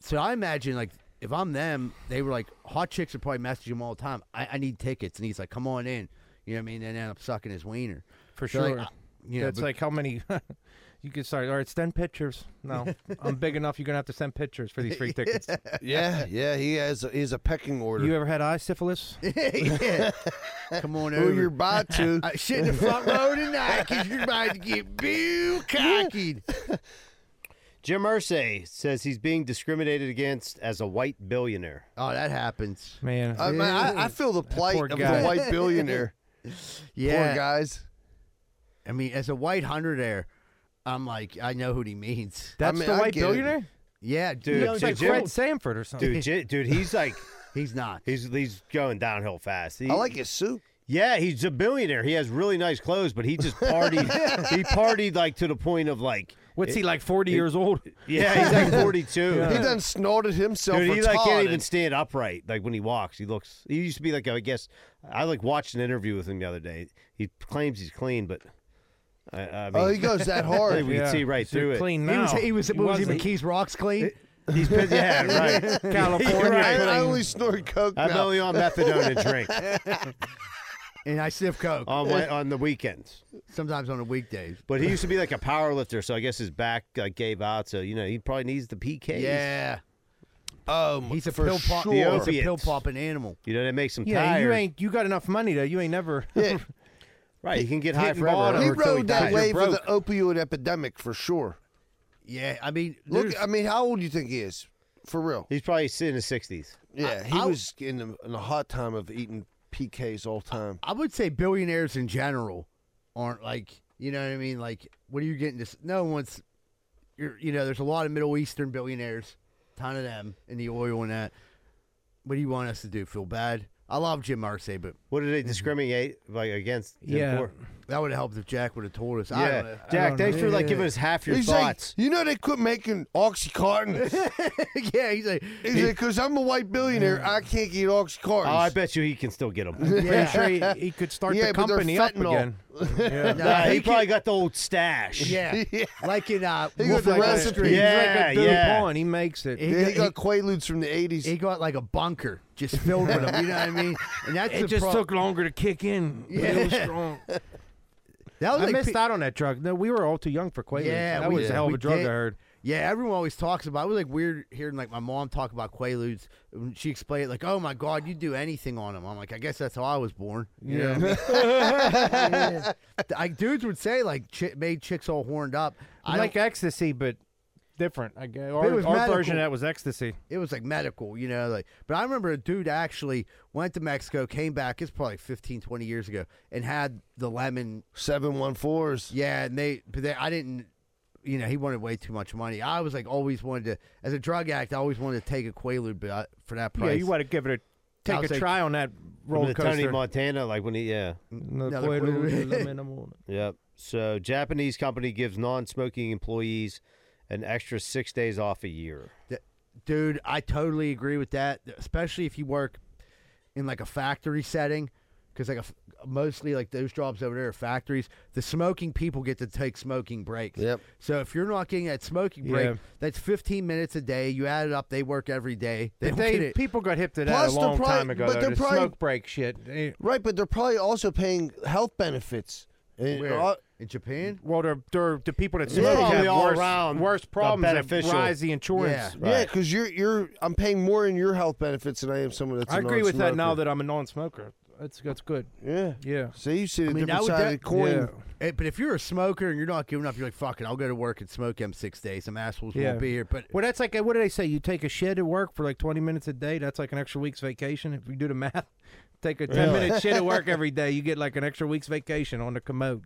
Speaker 1: so I imagine like if I'm them, they were like, hot chicks are probably messaging him all the time. I, I need tickets. And he's like, come on in. You know what I mean? And end up sucking his wiener.
Speaker 4: for
Speaker 1: So,
Speaker 4: sure.
Speaker 1: like,
Speaker 3: uh,
Speaker 1: I- you know,
Speaker 4: That's
Speaker 1: but-
Speaker 4: like how many you could start. All right, send pictures. No, I'm big enough. You're gonna have to send pictures for these free tickets.
Speaker 3: yeah, yeah, he has a, he has a pecking order.
Speaker 4: You ever had eye syphilis?
Speaker 1: yeah. Come on
Speaker 3: Who
Speaker 1: over.
Speaker 3: you're by to?
Speaker 1: Uh, shit in the front row tonight because you're about to get bukkake.
Speaker 2: Jim Irsay says he's being discriminated against as a white billionaire.
Speaker 1: Oh, that happens,
Speaker 4: man.
Speaker 3: I, Uh, man, I, I feel the plight
Speaker 2: poor
Speaker 3: of
Speaker 2: guy.
Speaker 3: the white billionaire.
Speaker 1: Yeah.
Speaker 3: Poor guys.
Speaker 1: I mean, as a white hundredaire, I'm like, I know what he means.
Speaker 4: That's
Speaker 1: I mean,
Speaker 4: the
Speaker 1: I
Speaker 4: white
Speaker 1: get it.
Speaker 4: billionaire?
Speaker 1: Yeah,
Speaker 2: Dude,
Speaker 1: you know, it's
Speaker 2: dude,
Speaker 1: like
Speaker 2: Jim-
Speaker 1: Fred-
Speaker 4: Sanford or something.
Speaker 2: Dude, J- dude, he's like,
Speaker 1: he's not.
Speaker 2: He's he's going downhill fast. He-
Speaker 3: I like his suit.
Speaker 2: Yeah, he's a billionaire. He has really nice clothes, but he just partied. he partied like to the point of like.
Speaker 4: What's he, like, 40 years old?
Speaker 2: Yeah, he's like forty-two.
Speaker 3: He done snorted himself.
Speaker 2: Dude, he
Speaker 3: retarded.
Speaker 2: like can't even stand upright. Like when he walks, he looks. He used to be like I guess I like watched an interview with him the other day. He claims he's clean, but I, I mean,
Speaker 3: Oh, he goes that hard.
Speaker 2: I think we
Speaker 3: Yeah.
Speaker 2: can see right
Speaker 3: So
Speaker 2: through it.
Speaker 3: clean
Speaker 1: He was,
Speaker 3: now.
Speaker 1: he was,
Speaker 3: He
Speaker 1: what was he,
Speaker 3: wasn't.
Speaker 1: McKee's Rocks Clean?
Speaker 2: He's been, yeah, right.
Speaker 1: California
Speaker 3: I, I
Speaker 1: clean.
Speaker 3: only snort coke.
Speaker 2: I'm
Speaker 3: now.
Speaker 2: only on methadone and drink.
Speaker 1: and I sniff coke
Speaker 2: on Wed- on the weekends.
Speaker 1: Sometimes on the weekdays.
Speaker 2: But he used to be like a power lifter, so I guess his back like, gave out. So you know he probably needs the PKs.
Speaker 1: Yeah.
Speaker 3: Oh,
Speaker 1: he's a
Speaker 2: for
Speaker 1: pill pop.
Speaker 2: sure.
Speaker 1: He's a
Speaker 2: Opiates.
Speaker 1: pill popping animal.
Speaker 2: You know that makes him
Speaker 4: yeah,
Speaker 2: tired.
Speaker 4: you ain't. You got enough money though. You ain't never.
Speaker 2: right. You can get high
Speaker 4: hitting
Speaker 2: forever.
Speaker 4: bottom
Speaker 3: He
Speaker 4: or till
Speaker 3: rode that
Speaker 4: dies.
Speaker 3: wave
Speaker 4: You're
Speaker 3: of the
Speaker 4: broke.
Speaker 3: opioid epidemic for sure.
Speaker 1: Yeah, I mean,
Speaker 3: look.
Speaker 1: there's-
Speaker 3: I mean, how old do you think he is? For real?
Speaker 2: He's probably in his sixties.
Speaker 3: Yeah,
Speaker 1: I-
Speaker 3: he
Speaker 1: I-
Speaker 3: was in the, in the hot time of eating PKs all time.
Speaker 1: I would say billionaires in general aren't like you know what I mean. Like, what are you getting? This no one's. You're, you know, there's a lot of Middle Eastern billionaires, ton of them in the oil and that. What do you want us to do? Feel bad? I love Jim Marcy, but
Speaker 2: What do they discriminate like against? him
Speaker 1: Yeah.
Speaker 2: for?
Speaker 1: that would have helped if Jack would have told us. I
Speaker 2: Yeah.
Speaker 1: don't know.
Speaker 2: Jack, thanks for, like, giving us half your
Speaker 3: He's
Speaker 2: thoughts.
Speaker 3: like, you know, they quit making oxycontin.
Speaker 1: yeah, he's like,
Speaker 3: he's like, because I'm a white billionaire, I can't get
Speaker 2: Oh,
Speaker 3: oxycontin.
Speaker 2: I bet you he can still get them.
Speaker 4: I'm pretty sure he, he could start
Speaker 3: Yeah,
Speaker 4: the
Speaker 3: but they're
Speaker 4: company up
Speaker 3: fentanyl.
Speaker 4: again. Yeah.
Speaker 2: Nah, he, probably got the old stash.
Speaker 1: Yeah, like in uh,
Speaker 3: He got
Speaker 1: Wolf
Speaker 3: the
Speaker 1: of Wall
Speaker 3: recipe.
Speaker 1: Street.
Speaker 2: Yeah,
Speaker 4: Like a Bill
Speaker 2: yeah.
Speaker 4: Pawn, he makes it.
Speaker 1: He
Speaker 3: Yeah,
Speaker 1: got-
Speaker 3: he got Quaaludes from the '80s.
Speaker 1: He got like a bunker just filled with them. You know what I mean? And that's the
Speaker 4: it just
Speaker 1: pro-
Speaker 4: took longer to kick in. but it was
Speaker 1: Yeah.
Speaker 4: strong.
Speaker 1: That was
Speaker 4: I
Speaker 1: like
Speaker 4: missed
Speaker 1: pe-
Speaker 4: out on that drug. No, we were all too young for Quaaludes.
Speaker 1: Yeah,
Speaker 4: that
Speaker 1: we
Speaker 4: was a hell of
Speaker 1: we
Speaker 4: a drug.
Speaker 1: did.
Speaker 4: I heard.
Speaker 1: Yeah, everyone always talks about. It was like weird hearing like my mom talk about Quaaludes. When She explained it like, "Oh my God, you do anything on them." I'm like, I guess that's how I was born. You know what I mean? Like, dudes would say like chi- made chicks all horned up. I
Speaker 4: like
Speaker 1: don't-
Speaker 4: ecstasy, but different. I guess.
Speaker 1: But
Speaker 4: Our,
Speaker 1: it was
Speaker 4: our
Speaker 1: medical.
Speaker 4: version of that was ecstasy.
Speaker 1: It was like medical, you know, like but I remember a dude actually went to Mexico, came back, it's probably 15, 20 years ago, and had the lemon
Speaker 3: 714s.
Speaker 1: Yeah, and they but they I didn't you know, he wanted way too much money. I was like always wanted to as a drug addict, I always wanted to take a Quaalude but I- for that price.
Speaker 4: Yeah, you want to give it a
Speaker 1: I
Speaker 4: take
Speaker 1: was
Speaker 4: a
Speaker 1: like-
Speaker 4: try on that roller
Speaker 2: the
Speaker 4: coaster.
Speaker 2: Tony Montana, like when he yeah.
Speaker 1: Another Quaalude. Quaalude, lemon
Speaker 2: Yep. So Japanese company gives non-smoking employees an extra six days off a year.
Speaker 1: Th- Dude, I totally agree with that, especially if you work in like a factory setting. Because like a f mostly like those jobs over there are factories. The smoking people get to take smoking breaks. Yep. So if you're not getting that smoking break,
Speaker 4: Yeah.
Speaker 1: that's 15 minutes a day. You add it up, they work every day. They
Speaker 4: But
Speaker 1: don't
Speaker 4: they-
Speaker 1: get it.
Speaker 4: people got hip to that Plus a they're long probably- time ago, but though, they're the probably- smoke break shit.
Speaker 3: Right, but they're probably also paying health benefits. And-
Speaker 4: Where?
Speaker 3: uh,
Speaker 1: in Japan.
Speaker 4: Well, they're, they're the people that
Speaker 3: Yeah,
Speaker 4: smoke have
Speaker 3: probably all
Speaker 4: worse,
Speaker 3: around
Speaker 4: worse problems that
Speaker 3: beneficial.
Speaker 4: rise the insurance.
Speaker 3: Yeah, because you're you're I'm paying more in your health benefits than I am someone that's.
Speaker 4: I
Speaker 3: a
Speaker 4: agree with that now
Speaker 3: non-smoker.
Speaker 4: that I'm a non-smoker. That's that's good.
Speaker 3: Yeah.
Speaker 4: Yeah.
Speaker 3: See, you see the
Speaker 4: I mean,
Speaker 3: different
Speaker 4: that would
Speaker 3: side of
Speaker 4: de-
Speaker 3: the coin.
Speaker 4: Yeah.
Speaker 1: Eh, but if you're a smoker and you're not giving up, you're like, fuck it, I'll go to work and smoke them six days. Some assholes
Speaker 4: Yeah.
Speaker 1: won't be here. But
Speaker 4: Well, that's like what do they say? You take a shit at work for like 20 minutes a day. That's like an extra week's vacation. If you do the math, take a 10 minute shit at work every day, you get like an extra week's vacation on the commode.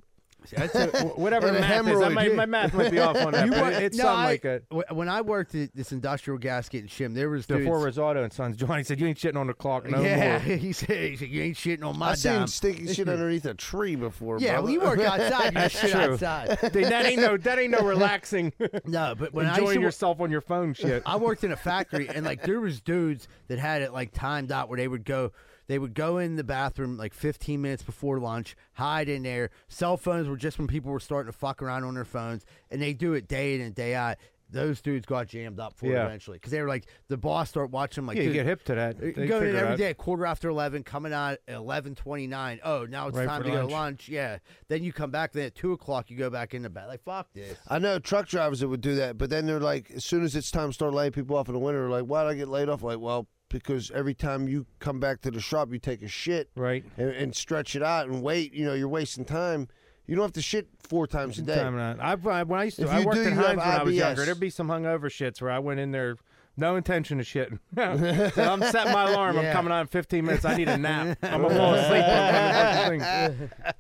Speaker 1: That's a-
Speaker 4: wh- whatever the math is. I might, my math might be off on that.
Speaker 1: You
Speaker 4: but
Speaker 1: work-
Speaker 4: it- it's
Speaker 1: no,
Speaker 4: something
Speaker 1: I-
Speaker 4: like that.
Speaker 1: wh- When I worked at this industrial gasket and shim, there was
Speaker 4: The
Speaker 1: dudes-
Speaker 4: four risotto and sons. Johnny said, "You ain't shitting on the clock no
Speaker 1: yeah,
Speaker 4: more."
Speaker 1: he said, he said, you ain't shitting on my
Speaker 3: I seen
Speaker 1: dime."
Speaker 3: stinky shit underneath a tree before.
Speaker 1: Yeah,
Speaker 3: brother.
Speaker 1: well, you work outside, you
Speaker 4: That's
Speaker 1: shit
Speaker 4: true.
Speaker 1: outside.
Speaker 4: Dude, that ain't no that ain't no relaxing. Uh,
Speaker 1: No, but when I used
Speaker 4: enjoying
Speaker 1: to, wo-
Speaker 4: yourself on your phone shit.
Speaker 1: I worked in a factory, and like there was dudes that had it like timed out where they would go, they would go in the bathroom like 15 minutes before lunch, hide in there. Cell phones were just when people were starting to fuck around on their phones, and they do it day in and day out. Those dudes got jammed up for it
Speaker 4: Yeah.
Speaker 1: eventually because they were like the boss start watching like
Speaker 4: Yeah, you
Speaker 1: dude,
Speaker 4: get hip to that.
Speaker 1: uh,
Speaker 4: They
Speaker 1: Going in
Speaker 4: figure it
Speaker 1: every
Speaker 4: out.
Speaker 1: day, quarter after eleven, coming out at eleven twenty nine. Oh, now it's
Speaker 4: Right
Speaker 1: time
Speaker 4: for
Speaker 1: to go to
Speaker 4: lunch.
Speaker 1: lunch. Yeah, then you come back. Then at two o'clock, you go back in the bed. Like fuck this.
Speaker 3: I know truck drivers that would do that, but then they're like, as soon as it's time to start laying people off in the winter, like, why'd I get laid off? Like, well, because every time you come back to the shop, you take a shit,
Speaker 4: right,
Speaker 3: and, and stretch it out and wait. You know, you're wasting time. You don't have to shit four times a day.
Speaker 4: Time and I, I, I- when I used to,
Speaker 3: If
Speaker 4: I
Speaker 3: you
Speaker 4: worked
Speaker 3: do,
Speaker 4: in
Speaker 3: you have
Speaker 4: Heinz when I was younger.
Speaker 3: IBS.
Speaker 4: There'd be some hungover shits where I went in there, no intention of shitting. So I'm setting my alarm.
Speaker 2: Yeah.
Speaker 4: I'm coming on in 15 minutes. I need a nap. I'm gonna fall asleep. on the fucking thing.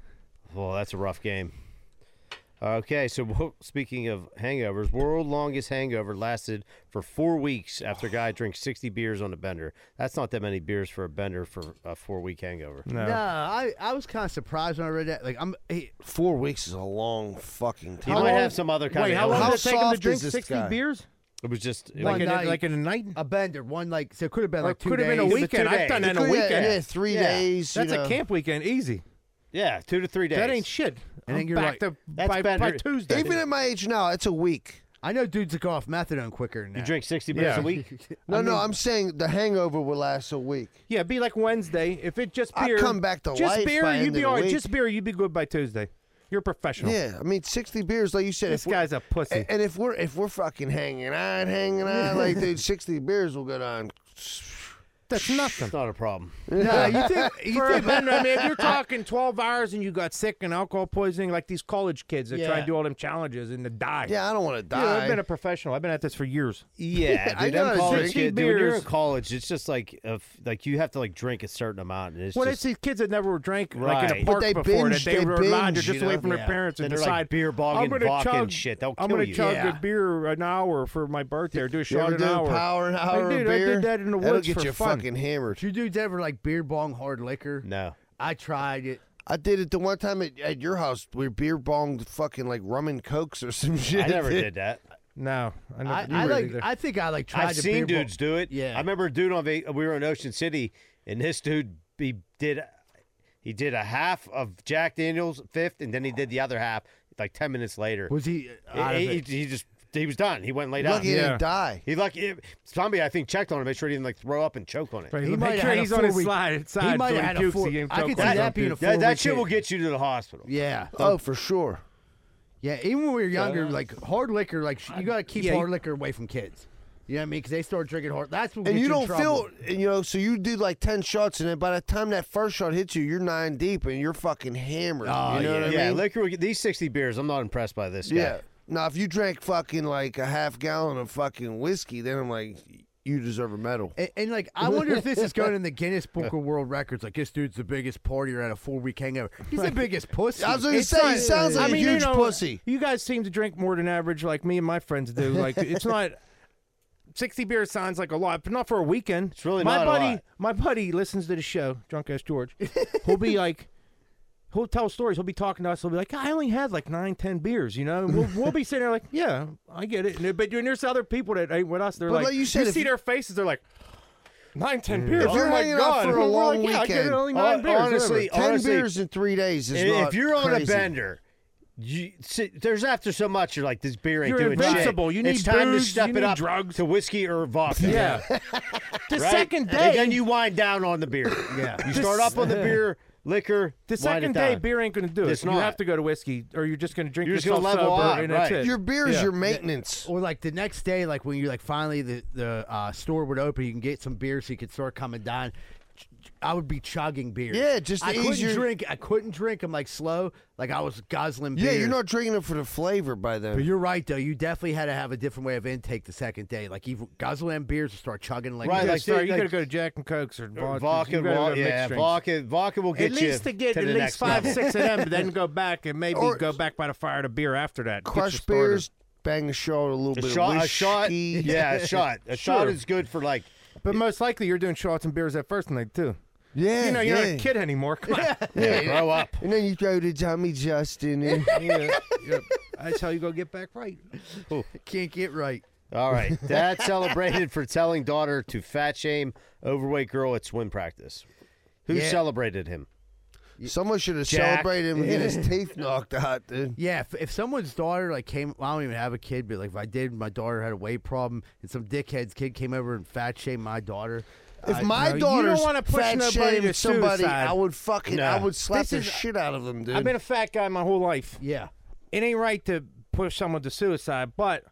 Speaker 2: Well, that's a rough game. Okay, so wo- speaking of hangovers, world longest hangover lasted for four weeks after a guy drinks sixty beers on a bender. That's not that many beers for a bender for a four week hangover.
Speaker 1: No, I, I was kind of surprised when I read that. Like I'm hey,
Speaker 3: Four weeks is a long fucking
Speaker 2: He
Speaker 3: time.
Speaker 2: might have some other kind
Speaker 4: Wait,
Speaker 2: of.
Speaker 4: how long
Speaker 2: illness.
Speaker 4: did it take him to drink 60 beers?
Speaker 2: It was just it
Speaker 1: One
Speaker 2: was-
Speaker 1: night.
Speaker 4: in a night,
Speaker 1: a bender, one like so it could have been
Speaker 4: Or
Speaker 1: like two
Speaker 4: could have been a
Speaker 1: days.
Speaker 4: weekend. I've done that in a weekend. That's a camp weekend, easy.
Speaker 2: Yeah, two to three
Speaker 4: That
Speaker 2: days.
Speaker 4: ain't shit.
Speaker 1: And then
Speaker 4: I'm
Speaker 1: you're
Speaker 4: back
Speaker 1: like,
Speaker 4: to by, by Tuesday.
Speaker 3: Even at my age now, it's a week.
Speaker 1: I know dudes that go off methadone quicker. Than that.
Speaker 2: You drink sixty beers a week.
Speaker 3: No, no, I'm saying the hangover will last a week.
Speaker 4: Yeah, it'd be like Wednesday. If it just
Speaker 3: I
Speaker 4: beer,
Speaker 3: come back to
Speaker 4: just
Speaker 3: life
Speaker 4: beer,
Speaker 3: by
Speaker 4: you'd
Speaker 3: end
Speaker 4: be
Speaker 3: of the
Speaker 4: all right.
Speaker 3: week.
Speaker 4: Just beer, you'd be good by Tuesday. You're a professional.
Speaker 3: Yeah, I mean, sixty beers, like you said.
Speaker 4: This
Speaker 3: if we're-
Speaker 4: guy's a pussy.
Speaker 3: a- And if we're if we're fucking hanging out, hanging out, like dude, sixty beers will go down.
Speaker 4: That's nothing.
Speaker 2: It's not a problem.
Speaker 1: No, you think- you
Speaker 4: For a
Speaker 1: think-
Speaker 4: bender, I mean, if you're talking 12 hours and you got sick and alcohol poisoning, like these college kids that try
Speaker 2: Yeah.
Speaker 4: and do all them challenges and to die.
Speaker 3: Yeah, I don't want to
Speaker 4: Yeah, I've
Speaker 3: die.
Speaker 4: been a professional. I've been at this for years.
Speaker 2: Yeah,
Speaker 4: I
Speaker 2: dude,
Speaker 4: know,
Speaker 2: them
Speaker 4: it's
Speaker 2: college
Speaker 4: just-
Speaker 2: kid, dude, when you're in
Speaker 4: beers.
Speaker 2: college, it's just like if like you have to like drink a certain amount, and it's
Speaker 4: Well,
Speaker 2: just
Speaker 4: it's these kids that never drank like in
Speaker 2: Right.
Speaker 4: a
Speaker 2: But
Speaker 4: park
Speaker 2: they
Speaker 4: before
Speaker 2: binge,
Speaker 4: that they,
Speaker 2: they
Speaker 4: were allowed
Speaker 2: binge,
Speaker 4: just
Speaker 2: you
Speaker 4: away
Speaker 2: know?
Speaker 4: from
Speaker 2: Yeah.
Speaker 4: their parents
Speaker 2: Then
Speaker 4: and
Speaker 2: they're
Speaker 4: decide
Speaker 2: like beer bong
Speaker 4: I'm
Speaker 2: and
Speaker 4: gonna
Speaker 2: vodka
Speaker 4: chug,
Speaker 2: and shit. They'll
Speaker 4: I'm
Speaker 2: kill
Speaker 4: gonna
Speaker 2: you."
Speaker 4: chug
Speaker 2: Yeah.
Speaker 4: a beer an hour for my birthday or do a
Speaker 3: You
Speaker 4: shot
Speaker 3: ever
Speaker 4: an
Speaker 3: do a
Speaker 4: hour.
Speaker 3: power an
Speaker 4: Like,
Speaker 3: hour
Speaker 4: dude,
Speaker 3: of beer?
Speaker 4: I did that in the
Speaker 3: That'll
Speaker 4: woods
Speaker 3: get
Speaker 4: for
Speaker 3: you
Speaker 4: fun.
Speaker 3: fucking hammered.
Speaker 1: Did you dudes ever like beer bong hard liquor?
Speaker 2: No.
Speaker 1: I tried it.
Speaker 3: I did it the one time at, at your house. We beer bonged fucking like rum and cokes or some shit.
Speaker 2: I never did that.
Speaker 4: No, I, never,
Speaker 1: I,
Speaker 4: you
Speaker 1: I
Speaker 4: were
Speaker 1: like.
Speaker 4: either.
Speaker 1: I think I like tried
Speaker 2: I've
Speaker 1: to
Speaker 2: seen
Speaker 1: beer bong-
Speaker 2: dudes do it. Yeah, I remember a dude on vac- we were in Ocean City, and this dude he did he did a half of Jack Daniels fifth, and then he did the other half like ten minutes later.
Speaker 1: Was he out of
Speaker 2: He,
Speaker 1: it?
Speaker 2: he- he just he was done. He went and laid
Speaker 3: Lucky
Speaker 2: down.
Speaker 3: he didn't Yeah. die.
Speaker 2: He lucky zombie. I think checked on him, make sure he didn't like throw up and choke on it.
Speaker 4: Right, He make might sure have had a he's on his four-week- slide- he sides might have when he had a pukes, four- he ain't I could choking see on that something. being a
Speaker 2: That- that
Speaker 4: four-week
Speaker 2: shit will
Speaker 4: hit.
Speaker 1: Oh,
Speaker 2: get you to the hospital.
Speaker 1: Yeah.
Speaker 3: Oh, for sure.
Speaker 1: Yeah, even when we were
Speaker 2: Yeah.
Speaker 1: younger, like hard liquor, like sh- you gotta keep
Speaker 3: yeah,
Speaker 1: hard
Speaker 3: you-
Speaker 1: liquor away from kids. You know what I mean? Because they start drinking hard. That's what
Speaker 3: and
Speaker 1: gets
Speaker 3: you
Speaker 1: in
Speaker 3: don't
Speaker 1: trouble.
Speaker 3: feel, and, you know, so you do like 10 shots, and then by the time that first shot hits you, you're nine deep and you're fucking hammered. you know
Speaker 2: Oh, yeah.
Speaker 3: what I
Speaker 2: Yeah,
Speaker 3: mean?
Speaker 2: liquor. would get- These sixty beers, I'm not impressed by this. Guy.
Speaker 3: Yeah. Now, if you drank fucking like a half gallon of fucking whiskey, then I'm like, you deserve a medal.
Speaker 1: And, and like, I wonder if this is going in the Guinness Book of World Records. Like, this dude's the biggest partier at a four week hangover. He's the biggest pussy.
Speaker 3: I was gonna
Speaker 1: It's
Speaker 3: say, he
Speaker 1: not-
Speaker 3: sounds
Speaker 4: I
Speaker 3: like a
Speaker 4: mean,
Speaker 3: huge
Speaker 4: you know,
Speaker 3: pussy.
Speaker 4: You guys seem to drink more than average, like me and my friends do. Like it's not. 60 beers sounds like a lot, but not for a weekend. It's
Speaker 2: really
Speaker 4: my
Speaker 2: not a
Speaker 4: buddy,
Speaker 2: lot.
Speaker 4: My buddy listens to the show, Drunk Ass George. He'll be like, he'll tell stories. He'll be talking to us. He'll be like, I only had like nine, ten beers, you know? And we'll, we'll be sitting there like, yeah, I get it. And- But there's other people that ain't with us. They're
Speaker 3: But
Speaker 4: like,
Speaker 3: like you
Speaker 4: you,
Speaker 3: said, if
Speaker 4: see
Speaker 3: you-
Speaker 4: their faces. They're like, nine, ten
Speaker 3: If
Speaker 4: beers.
Speaker 3: you're
Speaker 4: oh my
Speaker 3: hanging out
Speaker 4: God.
Speaker 3: for a
Speaker 4: We're
Speaker 3: long
Speaker 4: like, yeah, I get
Speaker 3: weekend,
Speaker 4: it, only nine
Speaker 3: hon-
Speaker 4: beers.
Speaker 3: honestly,
Speaker 4: whatever."
Speaker 3: 10 honestly, beers in three days is
Speaker 2: if
Speaker 3: not
Speaker 2: you're on
Speaker 3: crazy.
Speaker 2: a bender, you, sit, there's after so much you're like this beer ain't
Speaker 4: You're
Speaker 2: doing
Speaker 4: invincible.
Speaker 2: shit.
Speaker 4: You need
Speaker 2: it's time
Speaker 4: booze,
Speaker 2: to step
Speaker 4: you
Speaker 2: it
Speaker 4: need
Speaker 2: up
Speaker 4: drugs.
Speaker 2: to whiskey or vodka.
Speaker 4: Yeah. The
Speaker 2: Right?
Speaker 4: second day,
Speaker 2: and then you wind down on the beer.
Speaker 4: Yeah.
Speaker 2: you start up on the beer, liquor.
Speaker 4: The
Speaker 2: wind
Speaker 4: second
Speaker 2: it
Speaker 4: day,
Speaker 2: down.
Speaker 4: beer ain't going to do it.
Speaker 2: It's
Speaker 4: you
Speaker 2: not.
Speaker 4: have to go to whiskey, or you're just going to drink
Speaker 2: You're just gonna
Speaker 4: yourself
Speaker 2: level
Speaker 4: sober,
Speaker 2: up,
Speaker 4: and that's
Speaker 2: right.
Speaker 4: it.
Speaker 2: Your beer is your
Speaker 3: maintenance.
Speaker 1: Or like the next day, like when you like finally the the uh, store would open, you can get some beer, so you could start coming down. Ch- ch- I would be chugging beer.
Speaker 3: Yeah, just to
Speaker 1: I
Speaker 3: ease
Speaker 1: couldn't
Speaker 3: your-
Speaker 1: drink. I couldn't drink. I'm like slow. Like I was guzzling.
Speaker 3: Yeah,
Speaker 1: beer.
Speaker 3: you're not drinking it for the flavor by then.
Speaker 1: But you're right though. You definitely had to have a different way of intake the second day. Like you guzzle in beers and start chugging like
Speaker 2: Right,
Speaker 1: this.
Speaker 2: like,
Speaker 4: Sorry, you
Speaker 2: like-
Speaker 4: got to go to Jack and Cokes or
Speaker 2: Or
Speaker 4: vodka.
Speaker 2: Vodka,
Speaker 4: you gotta go
Speaker 2: wa-
Speaker 4: to mixed
Speaker 2: yeah,
Speaker 4: drinks.
Speaker 2: vodka, vodka will get
Speaker 4: at
Speaker 2: you
Speaker 4: least to get
Speaker 2: to
Speaker 4: at
Speaker 2: the
Speaker 4: least
Speaker 2: next
Speaker 4: five,
Speaker 2: level.
Speaker 4: six of them, but then go back and maybe
Speaker 2: Or-
Speaker 4: go back by the fire to beer after that. Get
Speaker 3: Crush
Speaker 4: you started.
Speaker 3: beers, bang a shot, a little
Speaker 4: A
Speaker 3: bit
Speaker 4: shot-
Speaker 3: of
Speaker 4: a shot-
Speaker 3: whiskey.
Speaker 4: yeah, a shot. A shot Sure. is
Speaker 2: good for like.
Speaker 4: But most likely, you're doing shots and beers at first night too.
Speaker 3: Yeah,
Speaker 4: you know, you're not
Speaker 3: yeah.
Speaker 4: a kid anymore. Come on.
Speaker 3: Yeah,
Speaker 2: grow up.
Speaker 3: And then you go to Tommy Justin. And
Speaker 4: yeah, yeah. That's how you go get back right.
Speaker 1: Can't get right.
Speaker 2: All right, dad celebrated for telling daughter to fat shame overweight girl at swim practice. Who
Speaker 1: Yeah.
Speaker 2: celebrated him?
Speaker 3: Someone should have
Speaker 2: Jack.
Speaker 3: celebrated him and get his teeth knocked out, dude.
Speaker 1: Yeah, if, if someone's daughter like came, I don't even have a kid, but like if I did, my daughter had a weight problem, and some dickhead's kid came over and fat shamed my daughter.
Speaker 3: If
Speaker 1: I-
Speaker 3: my
Speaker 1: no, you don't
Speaker 3: daughter's
Speaker 1: wanna push
Speaker 3: fat
Speaker 1: nobody
Speaker 3: shamed
Speaker 1: to
Speaker 3: somebody,
Speaker 1: suicide.
Speaker 3: I would fucking, I
Speaker 1: No.
Speaker 3: would slap
Speaker 1: This
Speaker 3: the
Speaker 1: is-
Speaker 3: shit out of them, dude.
Speaker 4: I've been a fat guy my whole life.
Speaker 1: Yeah.
Speaker 4: It ain't right to push someone to suicide, but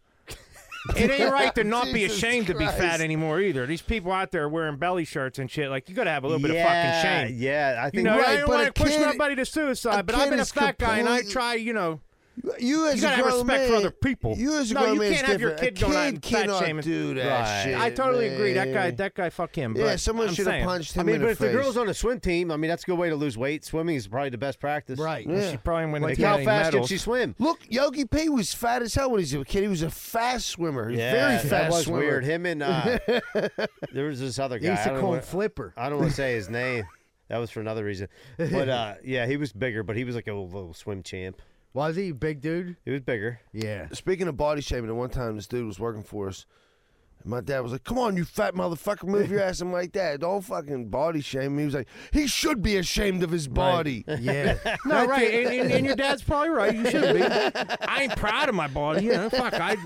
Speaker 4: it ain't right to not be
Speaker 2: Jesus
Speaker 4: ashamed to be fat
Speaker 2: Christ.
Speaker 4: anymore either. These people out there wearing belly shirts and shit, like you gotta have a little bit of
Speaker 2: Yeah,
Speaker 4: fucking shame.
Speaker 2: yeah, I
Speaker 4: you
Speaker 2: think-
Speaker 4: know,
Speaker 2: Right,
Speaker 4: I don't
Speaker 2: but
Speaker 4: want
Speaker 2: a
Speaker 4: to push
Speaker 2: kid-
Speaker 4: nobody to
Speaker 2: a
Speaker 4: suicide, but
Speaker 2: kid
Speaker 4: I've been a
Speaker 2: is
Speaker 4: fat guy and I
Speaker 2: completely-
Speaker 4: try, you know.
Speaker 3: You as
Speaker 4: you
Speaker 3: a
Speaker 4: gotta have
Speaker 3: grown
Speaker 4: respect for
Speaker 3: man-
Speaker 4: other people.
Speaker 3: you as a
Speaker 4: no,
Speaker 3: grown
Speaker 4: you
Speaker 3: man is
Speaker 4: can't have your kid,
Speaker 3: different. A
Speaker 4: going out
Speaker 3: kid
Speaker 4: and fat
Speaker 3: cannot
Speaker 4: shaming.
Speaker 3: do that Right. shit,
Speaker 4: I totally agree. That guy,
Speaker 3: man.
Speaker 4: that guy, fuck him.
Speaker 3: Yeah,
Speaker 4: but
Speaker 3: someone
Speaker 4: I'm
Speaker 3: should have
Speaker 4: saying-
Speaker 3: punched
Speaker 2: I mean,
Speaker 3: in
Speaker 2: but
Speaker 3: the
Speaker 2: if
Speaker 3: face.
Speaker 2: the girl's on a swim team, I mean, that's a good way to lose weight. Swimming is probably the best practice.
Speaker 1: Right.
Speaker 3: Yeah.
Speaker 4: She probably went
Speaker 2: Like,
Speaker 4: into
Speaker 2: how
Speaker 4: any
Speaker 2: fast
Speaker 4: medals.
Speaker 2: can she swim?
Speaker 3: Look, Yogi P was fat as hell when he was a kid. He was a fast swimmer. He was very fast
Speaker 2: that was
Speaker 3: swimmer.
Speaker 2: weird. Him and uh, there was this other
Speaker 1: They
Speaker 2: guy.
Speaker 1: used to
Speaker 2: I don't
Speaker 1: call him
Speaker 2: wanna-
Speaker 1: Flipper.
Speaker 2: I don't want to say his name. That was for another reason. But uh, yeah, he was bigger, but he was like a little swim champ.
Speaker 1: Was he big dude?
Speaker 2: He was bigger.
Speaker 1: Yeah.
Speaker 3: Speaking of body shaming, at one time this dude was working for us. And my dad was like, "Come on, you fat motherfucker, move your ass!" I'm like, "Dad, don't fucking body shame me." He was like, "He should be ashamed of his body."
Speaker 1: Yeah.
Speaker 4: No, right, and, and, and your dad's probably right. You should be. I ain't proud of my body. You know, fuck. I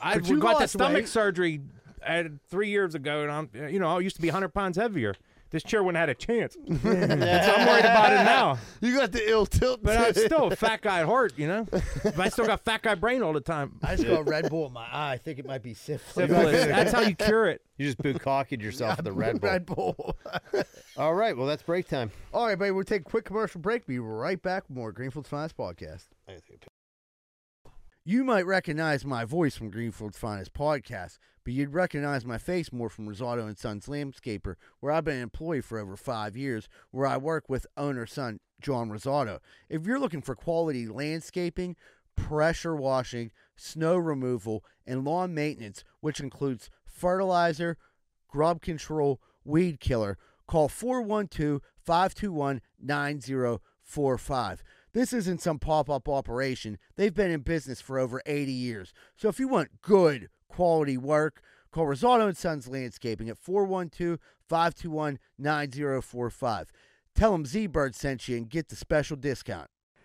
Speaker 4: I
Speaker 1: But you
Speaker 4: got the
Speaker 1: lost
Speaker 4: stomach
Speaker 1: weight.
Speaker 4: surgery uh, three years ago, and I'm you know I used to be 100 pounds heavier. This chair wouldn't have had a chance. so I'm worried about it now.
Speaker 3: You got the ill tilt,
Speaker 4: But I'm still a fat guy at heart, you know. But I still got fat guy brain all the time.
Speaker 1: I just got Red Bull in my eye. I think it might be syphilis.
Speaker 4: Syphilis. That's how you cure it.
Speaker 2: You just bukkakied yourself with the Red Bull.
Speaker 1: Red Bull.
Speaker 2: All right, well that's break time.
Speaker 1: All right, buddy. We'll take a quick commercial break. Be right back with more Greenfield's Finest Podcast. You might recognize my voice from Greenfield's Finest Podcast, but you'd recognize my face more from Rosato and Sons Landscaper, where I've been an employee for over five years, where I work with owner son John Rosato. If you're looking for quality landscaping, pressure washing, snow removal, and lawn maintenance, which includes fertilizer, grub control, weed killer. Call 412 521 9045. This isn't some pop up operation. They've been in business for over 80 years. So if you want good quality work, call Rosato and Sons Landscaping at 412 521 9045. Tell them Z Bird sent you and get the special discount.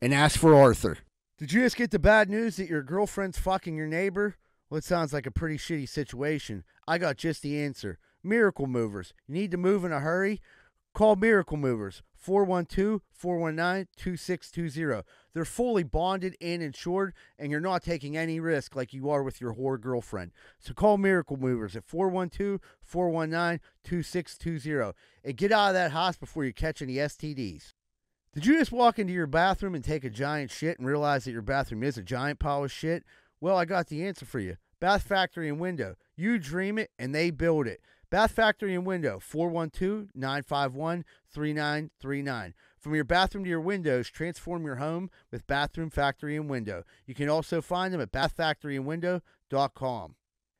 Speaker 1: and ask for Arthur. Did you just get the bad news that your girlfriend's fucking your neighbor? Well, it sounds like a pretty shitty situation. I got just the answer. Miracle Movers. You need to move in a hurry? Call Miracle Movers 412 419 2620. They're fully bonded and insured, and you're not taking any risk like you are with your whore girlfriend. So call Miracle Movers at 412 419 2620 and get out of that house before you catch any STDs. Did you just walk into your bathroom and take a giant shit and realize that your bathroom is a giant pile of shit? Well, I got the answer for you Bath Factory and Window. You dream it, and they build it. Bath Factory and Window, 412 951 3939. From your bathroom to your windows, transform your home with Bathroom Factory and Window. You can also find them at bathfactoryandwindow.com.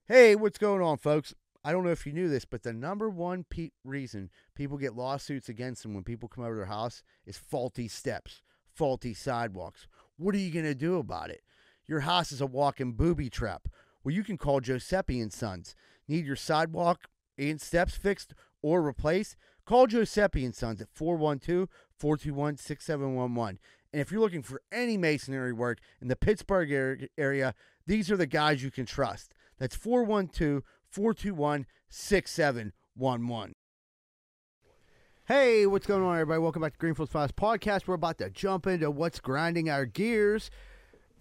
Speaker 1: Hey, what's going on, folks? I don't know if you knew this, but the number one pe- reason people get lawsuits against them when people come over their house is faulty steps, faulty sidewalks. What are you going to do about it? Your house is a walking booby trap. Well, you can call Giuseppe and Sons. Need your sidewalk and steps fixed or replaced? Call Giuseppe and Sons at 412 421 6711. And if you're looking for any masonry work in the Pittsburgh ar- area, these are the guys you can trust. That's 412 421 6711. Hey, what's going on, everybody? Welcome back to Greenfield Fast Podcast. We're about to jump into what's grinding our gears.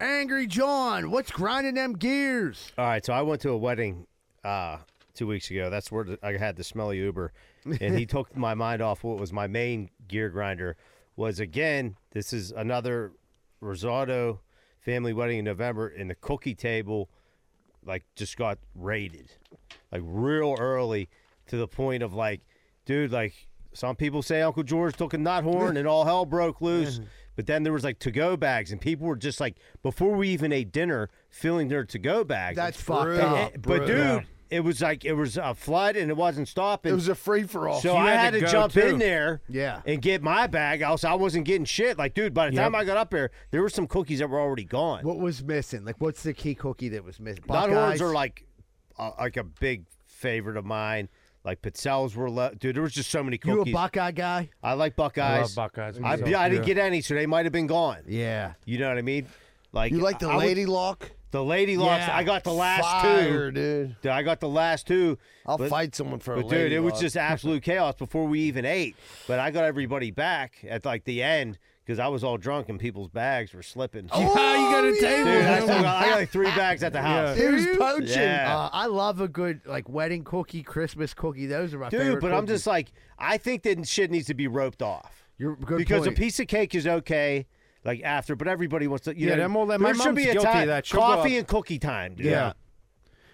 Speaker 1: Angry John, what's grinding them gears?
Speaker 2: All right, so I went to a wedding uh, two weeks ago. That's where th- I had the smelly Uber, and he took my mind off what was my main gear grinder. Was again, this is another Rosado family wedding in November, and the cookie table like just got raided, like real early, to the point of like, dude, like some people say Uncle George took a knot horn and all hell broke loose. But then there was like to go bags, and people were just like, before we even ate dinner, filling their to go bags.
Speaker 1: That's fucked up,
Speaker 2: But
Speaker 1: bro.
Speaker 2: dude,
Speaker 1: Yeah.
Speaker 2: it was like it was a flood and it wasn't stopping.
Speaker 3: It was a free-for-all.
Speaker 2: So
Speaker 3: You
Speaker 2: I
Speaker 3: had
Speaker 2: had
Speaker 3: to
Speaker 2: to,
Speaker 3: go,
Speaker 2: jump
Speaker 3: too.
Speaker 2: in there,
Speaker 1: yeah,
Speaker 2: and get my bag. Else I wasn't getting shit. Like, dude, by the
Speaker 1: Yep.
Speaker 2: time I got up there, there were some cookies that were already gone.
Speaker 1: What was missing? Like, what's the key cookie that was missing?
Speaker 2: Not
Speaker 1: Buckeyes?
Speaker 2: horns are like uh, like a big favorite of mine. Like Pizzelles were left. Dude, there was just so many
Speaker 1: You
Speaker 2: cookies.
Speaker 1: a Oh, Buckeye guy?
Speaker 2: I like Buckeyes.
Speaker 1: I love Buckeyes
Speaker 2: I,
Speaker 1: myself,
Speaker 2: yeah, I didn't
Speaker 1: yeah.
Speaker 2: get any, so they might have been gone.
Speaker 1: Yeah.
Speaker 2: You know what I mean? Like
Speaker 3: You like the
Speaker 2: I would-
Speaker 3: lady lock?
Speaker 2: The lady locks.
Speaker 3: Yeah,
Speaker 2: I got the last
Speaker 3: fire,
Speaker 2: two, dude. I got the last two.
Speaker 3: I'll fight someone for a
Speaker 2: but dude,
Speaker 3: lady
Speaker 2: it was
Speaker 3: lock.
Speaker 2: just absolute chaos before we even ate. But I got everybody back at like the end because I was all drunk and people's bags were slipping.
Speaker 3: Oh,
Speaker 1: you got a
Speaker 2: Dude, I, still got, I got like three bags at the house. Yeah.
Speaker 1: Uh, I love a good like wedding cookie, Christmas cookie. Those are my
Speaker 2: Dude,
Speaker 1: favorite.
Speaker 2: but I'm just like, I think that shit needs to be roped off.
Speaker 1: You're good
Speaker 2: because
Speaker 1: point.
Speaker 2: a piece of cake is okay, like after, but everybody wants to. You
Speaker 4: Yeah,
Speaker 2: know,
Speaker 4: them all that-
Speaker 2: there
Speaker 4: my
Speaker 2: should be
Speaker 4: mom's
Speaker 2: a
Speaker 4: guilty of
Speaker 2: time.
Speaker 4: that. She'll go
Speaker 2: Coffee
Speaker 4: up-
Speaker 2: and cookie time, dude.
Speaker 4: Yeah.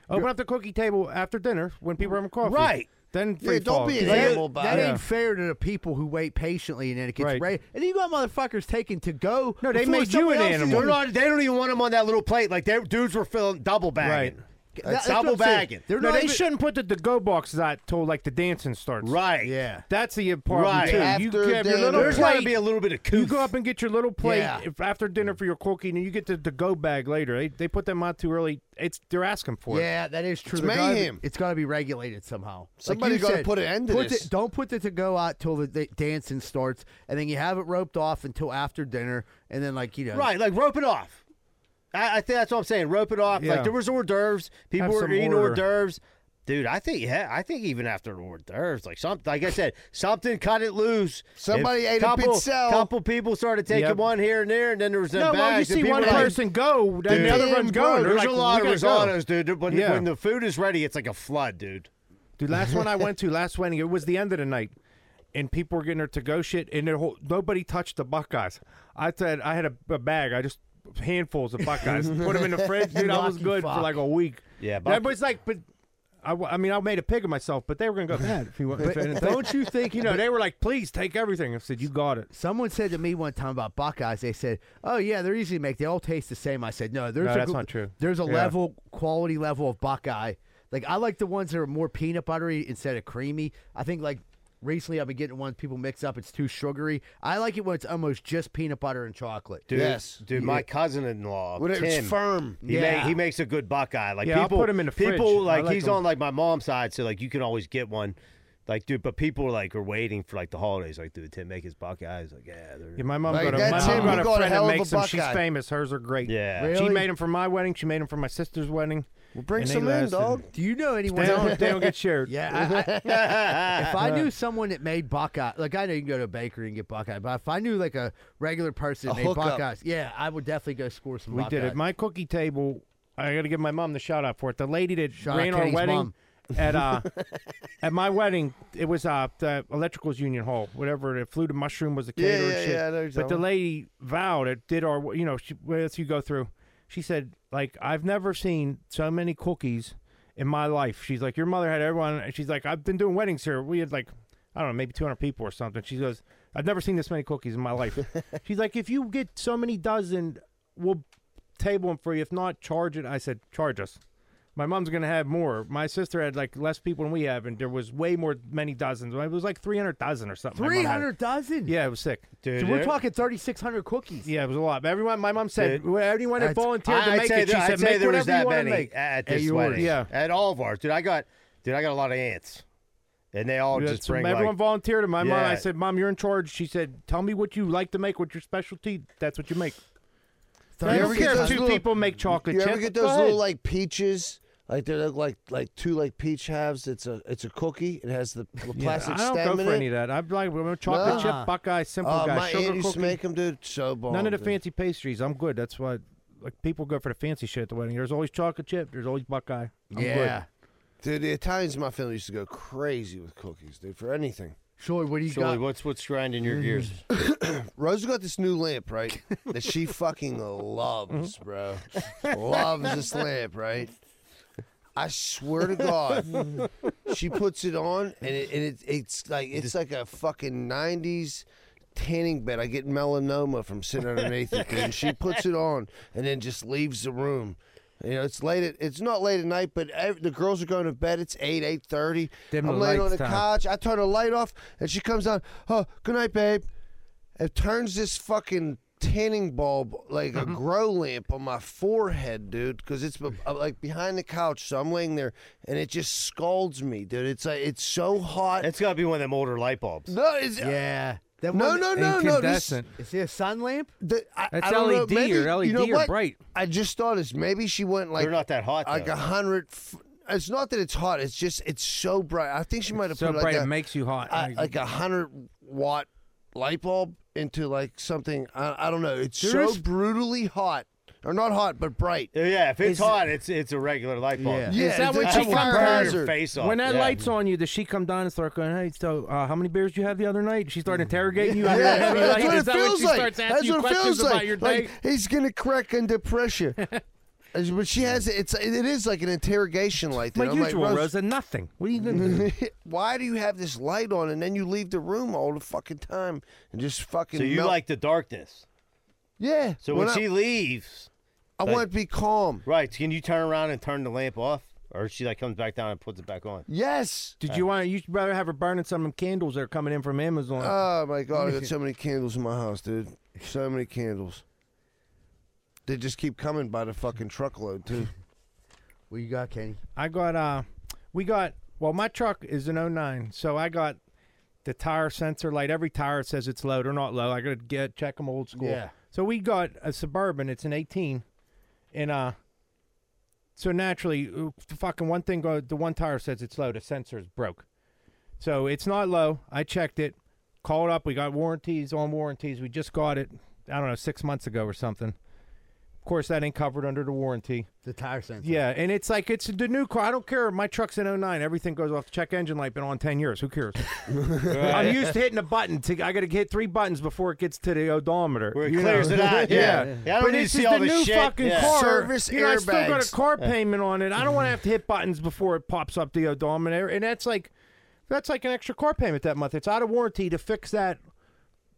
Speaker 4: Open up the cookie table after dinner when people are having coffee.
Speaker 2: Right.
Speaker 4: Then free fall.
Speaker 1: That, that ain't fair to the people who wait patiently and then it gets
Speaker 4: Right.
Speaker 1: right. And you got motherfuckers taking to go.
Speaker 4: No, they
Speaker 1: before
Speaker 4: made you
Speaker 1: someone
Speaker 4: an
Speaker 1: else is
Speaker 4: animal.
Speaker 2: They're not, they don't even want them on that little plate. Like, their dudes were filling double bagging.
Speaker 1: That-
Speaker 2: That's
Speaker 1: that's
Speaker 2: double
Speaker 1: what I'm saying.
Speaker 2: bagging.
Speaker 1: They're
Speaker 4: no,
Speaker 1: not
Speaker 4: they
Speaker 1: even-
Speaker 4: shouldn't put the to-go boxes out till like the dancing starts.
Speaker 2: Right.
Speaker 1: Yeah.
Speaker 4: That's the important
Speaker 2: Right.
Speaker 4: too.
Speaker 2: After
Speaker 4: you get your
Speaker 2: dinner.
Speaker 4: little
Speaker 2: There's
Speaker 4: plate.
Speaker 2: gotta be a little bit of
Speaker 4: You go up and get your little plate
Speaker 2: Yeah.
Speaker 4: if- after dinner for your cookie, and you get the to-go bag later. They, they put them out too early. It's they're asking for it.
Speaker 1: Yeah, that is true.
Speaker 4: It's
Speaker 1: They're gotta be-
Speaker 4: mayhem.
Speaker 1: it's got to be regulated somehow.
Speaker 4: Somebody
Speaker 1: you
Speaker 4: gotta
Speaker 1: said,
Speaker 4: put an end to
Speaker 1: put
Speaker 4: this.
Speaker 1: the- don't put the to go out till the, the dancing starts, and then you have it roped off until after dinner, and then like you know,
Speaker 2: Right, like rope it off. I, I think that's what I'm saying. Rope it off.
Speaker 1: Yeah.
Speaker 2: Like there was hors d'oeuvres. People
Speaker 1: Have
Speaker 2: were
Speaker 1: some
Speaker 2: eating
Speaker 1: order.
Speaker 2: hors d'oeuvres. Dude, I think yeah, I think even after the hors d'oeuvres, like something, like I said, something cut it loose.
Speaker 3: Somebody ate a
Speaker 2: couple,
Speaker 3: pizzelle.
Speaker 2: Couple people started taking
Speaker 3: Yep.
Speaker 2: one here and there, and then there was them
Speaker 3: No, well, you
Speaker 2: bags. and
Speaker 3: see
Speaker 2: people
Speaker 3: one
Speaker 2: were like,
Speaker 3: person
Speaker 4: go,
Speaker 3: then
Speaker 2: dude,
Speaker 3: the other one's
Speaker 2: damn,
Speaker 3: going. They're
Speaker 2: There's
Speaker 3: like,
Speaker 2: a
Speaker 3: "We
Speaker 2: lot of
Speaker 4: gotta go."
Speaker 2: risottos, dude. When,
Speaker 4: Yeah.
Speaker 2: when the food is ready, it's like a flood, dude.
Speaker 4: Dude, last one I went to, last wedding, it was the end of the night, and people were getting their to-go shit, and their whole, nobody touched the Buckeyes. I said I had a, a bag, I just handfuls of Buckeyes, put them in the fridge, dude. I was
Speaker 2: Lucky
Speaker 4: good for
Speaker 2: fuck.
Speaker 4: like a week.
Speaker 2: Yeah,
Speaker 4: Everybody's like, but I, wa- I mean, I made a pig of myself, but they were going to go mad if you want.
Speaker 1: But-
Speaker 4: don't you think, you know, they were like, please take everything. I said, you got it.
Speaker 1: Someone said to me one time about Buckeyes, they said, "Oh yeah, they're easy to make. They all taste the same." I said, "No, there's
Speaker 4: No,
Speaker 1: a
Speaker 4: that's
Speaker 1: gl-
Speaker 4: not true.
Speaker 1: There's a
Speaker 4: Yeah.
Speaker 1: level quality level of Buckeye. Like I like the ones that are more peanut buttery instead of creamy. I think like recently I've been getting ones people mix up. It's too sugary. I like it when it's almost just peanut butter and chocolate.
Speaker 2: Dude, dude, my cousin-in-law,
Speaker 1: When it's
Speaker 2: Tim,
Speaker 1: firm.
Speaker 2: He,
Speaker 1: Yeah.
Speaker 2: ma- he makes a good Buckeye. Like
Speaker 1: Yeah, I'll
Speaker 2: people,
Speaker 1: put 'em in the fridge.
Speaker 2: people
Speaker 1: I
Speaker 2: like
Speaker 1: like
Speaker 2: he's
Speaker 1: 'em.
Speaker 2: on like my mom's side, so like you can always get one. Like, dude, but people like are waiting for like the holidays. Like, dude, Tim make his Buckeyes. Like, yeah, they're
Speaker 4: Yeah, my mom
Speaker 2: Like,
Speaker 4: got a, my
Speaker 2: that's
Speaker 4: mom
Speaker 2: him.
Speaker 4: got
Speaker 2: You
Speaker 4: a
Speaker 2: got a
Speaker 4: friend
Speaker 2: hell
Speaker 4: that
Speaker 2: of a
Speaker 4: makes them. She's
Speaker 2: Buckeye.
Speaker 4: famous. Hers are great.
Speaker 2: Yeah.
Speaker 4: She
Speaker 2: Really?
Speaker 4: made them for my wedding. She made them for my sister's wedding. Well,
Speaker 1: bring some in, dog. Do you know anyone-
Speaker 4: They don't, they don't get shared.
Speaker 1: Yeah. I- I- if I knew someone that made Buckeye, like I know you can go to a bakery and get Buckeye, but if I knew like a regular person that
Speaker 4: A
Speaker 1: made
Speaker 4: hookup.
Speaker 1: Buckeyes, yeah, I would definitely go score some.
Speaker 4: We did
Speaker 1: Buckeye.
Speaker 4: it. My cookie table. I got to give my mom the shout out for it. The lady that
Speaker 1: Shout out
Speaker 4: ran our
Speaker 1: Katie's
Speaker 4: wedding
Speaker 1: mom.
Speaker 4: at uh at my wedding. It was uh the Electricals Union Hall, whatever. The Flute and Mushroom was the
Speaker 3: Yeah,
Speaker 4: caterer. and
Speaker 3: yeah,
Speaker 4: shit.
Speaker 3: yeah, I know what you're
Speaker 4: But
Speaker 3: talking
Speaker 4: the
Speaker 3: about.
Speaker 4: lady Val that did our, you know, she, as you go through, she said like I've never seen so many cookies in my life. She's like your mother had everyone. And she's like I've been doing weddings here. We had like I don't know maybe 200 people or something. She goes I've never seen this many cookies in my life. she's like if you get so many dozen, we'll table them for you. If not, charge it. I said charge us. My mom's gonna have more. My sister had like less people than we have, and there was way more, many dozens. It was like three hundred dozen or something. my mom
Speaker 1: Three
Speaker 4: had.
Speaker 1: hundred dozen.
Speaker 4: Yeah, it was sick.
Speaker 1: So we're talking thirty six hundred cookies.
Speaker 4: Yeah, it was a lot. But everyone, my mom said, well, anyone that
Speaker 2: That's-
Speaker 4: volunteered to
Speaker 2: I'd
Speaker 4: make
Speaker 2: say
Speaker 4: it, she
Speaker 2: there- I'd
Speaker 4: said,
Speaker 2: say
Speaker 4: make
Speaker 2: there was
Speaker 4: whatever
Speaker 2: that
Speaker 4: you want to
Speaker 2: many
Speaker 4: make.
Speaker 2: at this wedding.
Speaker 4: Yeah.
Speaker 2: at all of ours, dude. I got, dude, I got a lot of ants, and they all
Speaker 4: Yeah,
Speaker 2: just
Speaker 4: so
Speaker 2: bring
Speaker 4: everyone
Speaker 2: like,
Speaker 4: volunteered. And my mom, I
Speaker 2: Yeah.
Speaker 4: said, "Mom, you're in charge." She said, "Tell me what you like to make, what your specialty. That's what you make." I
Speaker 3: You
Speaker 4: don't
Speaker 3: ever get
Speaker 4: care if
Speaker 3: those
Speaker 4: two
Speaker 3: little-
Speaker 4: people make chocolate
Speaker 3: You
Speaker 4: chip.
Speaker 3: ever get
Speaker 4: Go
Speaker 3: those
Speaker 4: ahead.
Speaker 3: little like peaches? Like they look like like two like peach halves. It's a it's a cookie. It has the pl-
Speaker 4: Yeah,
Speaker 3: plastic
Speaker 4: I don't
Speaker 3: stem
Speaker 4: go
Speaker 3: in
Speaker 4: for
Speaker 3: it.
Speaker 4: any of that. I'm like I'm a chocolate
Speaker 3: Nah.
Speaker 4: chip Buckeye, simple
Speaker 3: Oh,
Speaker 4: guy,
Speaker 3: my
Speaker 4: sugar
Speaker 3: aunt used to
Speaker 4: cookie.
Speaker 3: make them, dude. So bomb.
Speaker 4: None of the
Speaker 3: dude.
Speaker 4: fancy pastries. I'm good. That's why, like, people go for the fancy shit at the wedding. There's always chocolate chip. There's always Buckeye. I'm good.
Speaker 3: Dude, the Italians in my family used to go crazy with cookies, dude, for anything.
Speaker 1: Surely, what do Mm-hmm.
Speaker 2: Shirley, what's what's grinding your gears?
Speaker 3: Rose got this new lamp, right? that she fucking loves,
Speaker 1: Mm-hmm.
Speaker 3: bro. Loves this lamp, right? I swear to God, she puts it on, and, it, and it, it's like it's like a fucking '90s tanning bed. I get melanoma from sitting underneath it. dude. And she puts it on, and then just leaves the room. You know, it's late. At, it's not late at night, but ev the girls are going to bed. It's eight, eight thirty.
Speaker 4: Dim
Speaker 3: I'm
Speaker 4: the
Speaker 3: laying on
Speaker 4: lights
Speaker 3: the
Speaker 4: time.
Speaker 3: couch. I turn the light off, and she comes on. Oh, good night, babe. It turns this fucking tanning bulb like a grow lamp on my forehead, dude, because it's be- uh, like behind the couch. So I'm laying there, and it just scalds me, dude. It's like it's so hot.
Speaker 2: It's got to be one of them older light bulbs.
Speaker 3: No, it's
Speaker 1: yeah. That
Speaker 3: no,
Speaker 1: one-
Speaker 3: no, no, no. This,
Speaker 1: Incandescent. Is it a sun lamp?
Speaker 3: the, I,
Speaker 1: That's
Speaker 3: I don't
Speaker 1: LED
Speaker 3: know, maybe,
Speaker 1: or
Speaker 3: you know
Speaker 1: LED or
Speaker 3: what?
Speaker 1: bright.
Speaker 3: I just thought is maybe she went like
Speaker 2: They're not that hot,
Speaker 3: like
Speaker 2: though.
Speaker 3: a hundred. F- it's not that it's hot. It's just it's so bright. I think she might have
Speaker 4: So
Speaker 3: put like
Speaker 4: bright
Speaker 3: a,
Speaker 4: it makes you hot.
Speaker 3: I, like a hundred watt light bulb into like something. I, I don't know. It's
Speaker 2: There
Speaker 3: so
Speaker 2: is-
Speaker 3: brutally hot, or not hot, but bright.
Speaker 2: Yeah, if it's
Speaker 3: Is-
Speaker 2: hot, it's it's a regular light bulb.
Speaker 3: Yeah.
Speaker 4: Is that
Speaker 3: it's-
Speaker 4: when
Speaker 3: it's
Speaker 4: she
Speaker 3: a
Speaker 4: comes
Speaker 3: fire
Speaker 4: down?
Speaker 3: hazard.
Speaker 2: Face off,
Speaker 4: When that
Speaker 2: yeah.
Speaker 4: light's on you, does she come down and start going, "Hey, so uh, how many beers did you have the other night?" She start interrogating you. under
Speaker 3: Yeah,
Speaker 4: that heavy light?
Speaker 3: that's
Speaker 4: Is
Speaker 3: what it
Speaker 4: that when
Speaker 3: feels
Speaker 4: she
Speaker 3: like.
Speaker 4: starts asking
Speaker 3: That's
Speaker 4: you
Speaker 3: what it
Speaker 4: questions
Speaker 3: feels
Speaker 4: about
Speaker 3: like.
Speaker 4: your day?
Speaker 3: Like he's gonna crack under pressure. As- but she has it's it is like an interrogation light.
Speaker 4: My
Speaker 3: dude. I'm like,
Speaker 4: usual, Rosa, nothing. What are you gonna do?
Speaker 3: Why do you have this light on and then you leave the room all the fucking time and just fucking?
Speaker 2: So you
Speaker 3: melt-
Speaker 2: like the darkness.
Speaker 3: Yeah.
Speaker 2: So when,
Speaker 3: I-
Speaker 2: she leaves,
Speaker 3: I want to be calm.
Speaker 2: Right? Can you turn around and turn the lamp off, or she like comes back down and puts it back on?
Speaker 3: Yes.
Speaker 4: Did you want? You'd rather have her burning some of them candles that are coming in from Amazon.
Speaker 3: Oh my god, I got so many candles in my house, dude. So many candles. They just keep coming by the fucking truckload too.
Speaker 1: What you got, Kenny?
Speaker 4: I got uh we got well my truck is an 09, so I got the tire sensor light. Every tire says it's low or not low. I gotta get check them old school.
Speaker 1: Yeah.
Speaker 4: So we got a suburban. It's an eighteen, and uh, so naturally, uh, the fucking one thing go. The one tire says it's low. The sensor's broke, so it's not low. I checked it, called up. We got warranties on warranties. We just got it. I don't know six months ago or something course, that ain't covered under the warranty.
Speaker 1: The tire sensor.
Speaker 4: Yeah, and it's like it's the new car. I don't care. My truck's in 09. Everything goes off the check engine light. Been on 10 years. Who cares? I'm used to hitting a button. To, I got to hit three buttons before it gets to the odometer. Where
Speaker 2: it clears it out, yeah. Yeah, I don't
Speaker 4: but
Speaker 2: need to
Speaker 4: this
Speaker 2: see
Speaker 4: is
Speaker 2: all
Speaker 4: the
Speaker 2: this
Speaker 4: new
Speaker 2: shit.
Speaker 4: fucking
Speaker 2: Yeah.
Speaker 4: car.
Speaker 2: Service
Speaker 4: you know, I still got
Speaker 2: airbags.
Speaker 4: a car
Speaker 2: Yeah.
Speaker 4: payment on it. I don't want to have to hit buttons before it pops up the odometer. And that's like, that's like an extra car payment that month. It's out of warranty to fix that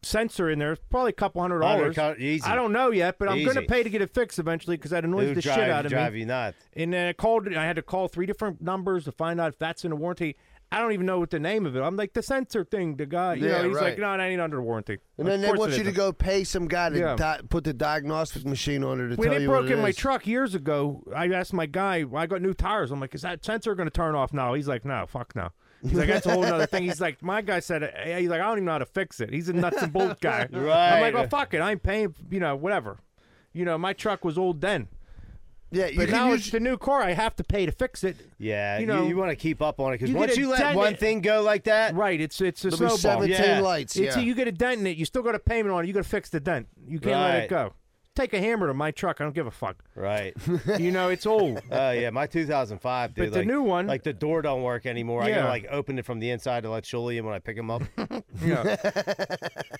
Speaker 4: sensor in there. It's probably a couple hundred
Speaker 2: Hundred
Speaker 4: dollars.
Speaker 2: co- easy.
Speaker 4: I don't know yet, but I'm going
Speaker 2: Easy.
Speaker 4: to pay to get it fixed eventually because that annoys
Speaker 2: It'll
Speaker 4: the shit
Speaker 2: drive-
Speaker 4: out of
Speaker 2: drive
Speaker 4: me.
Speaker 2: you nuts.
Speaker 4: And then I called. I had to call three different numbers to find out if that's in the warranty. I don't even know what the name of it. I'm like the sensor thing. The guy, Uh, you
Speaker 3: Yeah,
Speaker 4: know, he's
Speaker 3: right.
Speaker 4: like, no, it ain't under warranty.
Speaker 3: And then
Speaker 4: Of
Speaker 3: they
Speaker 4: course
Speaker 3: want
Speaker 4: it
Speaker 3: you to
Speaker 4: isn't.
Speaker 3: go pay some guy to
Speaker 4: Yeah.
Speaker 3: di- put the diagnostic machine on it to
Speaker 4: When
Speaker 3: tell
Speaker 4: they
Speaker 3: you
Speaker 4: broke
Speaker 3: what it
Speaker 4: in my
Speaker 3: is.
Speaker 4: truck years ago, I asked my guy, well, I got new tires. I'm like, is that sensor going to turn off now? He's like, no, fuck no. He's like, that's a whole other thing. He's like, my guy said, eh, he's like, I don't even know how to fix it. He's a nuts and bolt guy. I'm
Speaker 2: Right.
Speaker 4: like, well, fuck it. I ain't paying, you know, whatever. You know, my truck was old then.
Speaker 3: Yeah,
Speaker 4: but
Speaker 2: can
Speaker 4: now
Speaker 2: use-
Speaker 4: it's the new car. I have to pay to fix it.
Speaker 2: Yeah,
Speaker 4: You
Speaker 2: you,
Speaker 4: know-
Speaker 2: you, want to keep up on it because
Speaker 4: You
Speaker 2: once
Speaker 4: get a
Speaker 2: you let
Speaker 4: dent
Speaker 2: one
Speaker 4: it-
Speaker 2: thing go like that,
Speaker 4: right? It's it's a
Speaker 2: There'll be
Speaker 4: snowball.
Speaker 2: 17 Yeah. lights,
Speaker 4: It's-
Speaker 2: yeah.
Speaker 4: you get a dent in it. You still got a payment on it. You got to fix the dent. You can't let
Speaker 2: Right.
Speaker 4: it go. Take a hammer to my truck. I don't give a fuck.
Speaker 2: Right.
Speaker 4: you know, it's old.
Speaker 2: Oh yeah, my 2005, dude.
Speaker 4: But the
Speaker 2: like-
Speaker 4: new one-
Speaker 2: like the door don't work anymore. I
Speaker 4: Yeah.
Speaker 2: gotta like open it from the inside to let Shuli in when I pick him up.
Speaker 4: Yeah.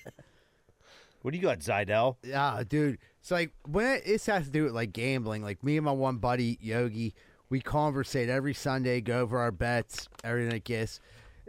Speaker 2: what do you got, Zidell?
Speaker 1: Yeah, dude. It's like when it, this has to do with like gambling. Like me and my one buddy Yogi, we conversate every Sunday, go over our bets, everything I guess.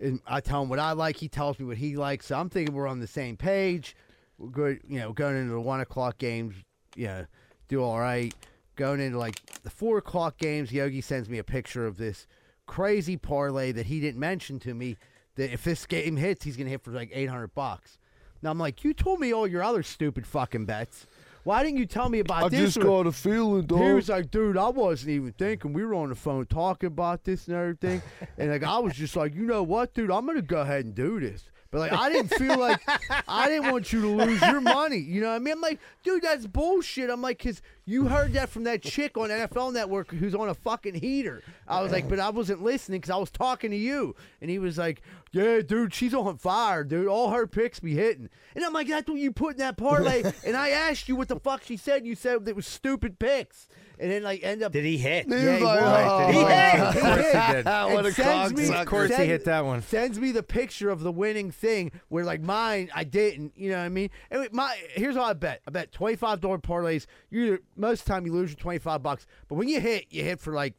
Speaker 1: And I tell him what I like. He tells me what he likes. So I'm thinking we're on the same page. We're good, you know, going into the one o'clock games, you know, do all right. Going into like the four o'clock games, Yogi sends me a picture of this crazy parlay that he didn't mention to me. That if this game hits, he's gonna hit for like eight hundred bucks. Now I'm like, you told me all your other stupid fucking bets. Why didn't you tell me about
Speaker 3: I
Speaker 1: this?
Speaker 3: just
Speaker 1: one?"
Speaker 3: got a feeling, dog.
Speaker 1: He was like, dude, I wasn't even thinking. We were on the phone talking about this and everything. And like I was just like, you know what, dude, I'm gonna go ahead and do this. But like I didn't feel like I didn't want you to lose your money. You know what I mean? I'm like, dude, that's bullshit. I'm like, cause you heard that from that chick on NFL Network who's on a fucking heater. I was like, but I wasn't listening because I was talking to you. And he was like, yeah, dude, she's on fire, dude. All her picks be hitting. And I'm like, that's what you put in that parlay. and I asked you what the fuck she said. and You said it was stupid picks. And then like end up. Did
Speaker 2: he hit?
Speaker 1: Yeah,
Speaker 3: He
Speaker 1: he,
Speaker 3: was like,
Speaker 1: won.
Speaker 3: oh,
Speaker 1: he
Speaker 3: my
Speaker 1: hit.
Speaker 3: God.
Speaker 1: He hit.
Speaker 3: What
Speaker 1: And
Speaker 3: a
Speaker 1: sends me-
Speaker 3: cocksucker. Of course he
Speaker 1: send-
Speaker 3: hit
Speaker 4: that one.
Speaker 1: Sends me the picture of the winning thing where like mine, I didn't. You know what I mean? And my here's how I bet. I bet twenty five dollar parlays. You most of the time you lose your twenty five bucks, but when you hit, you hit for like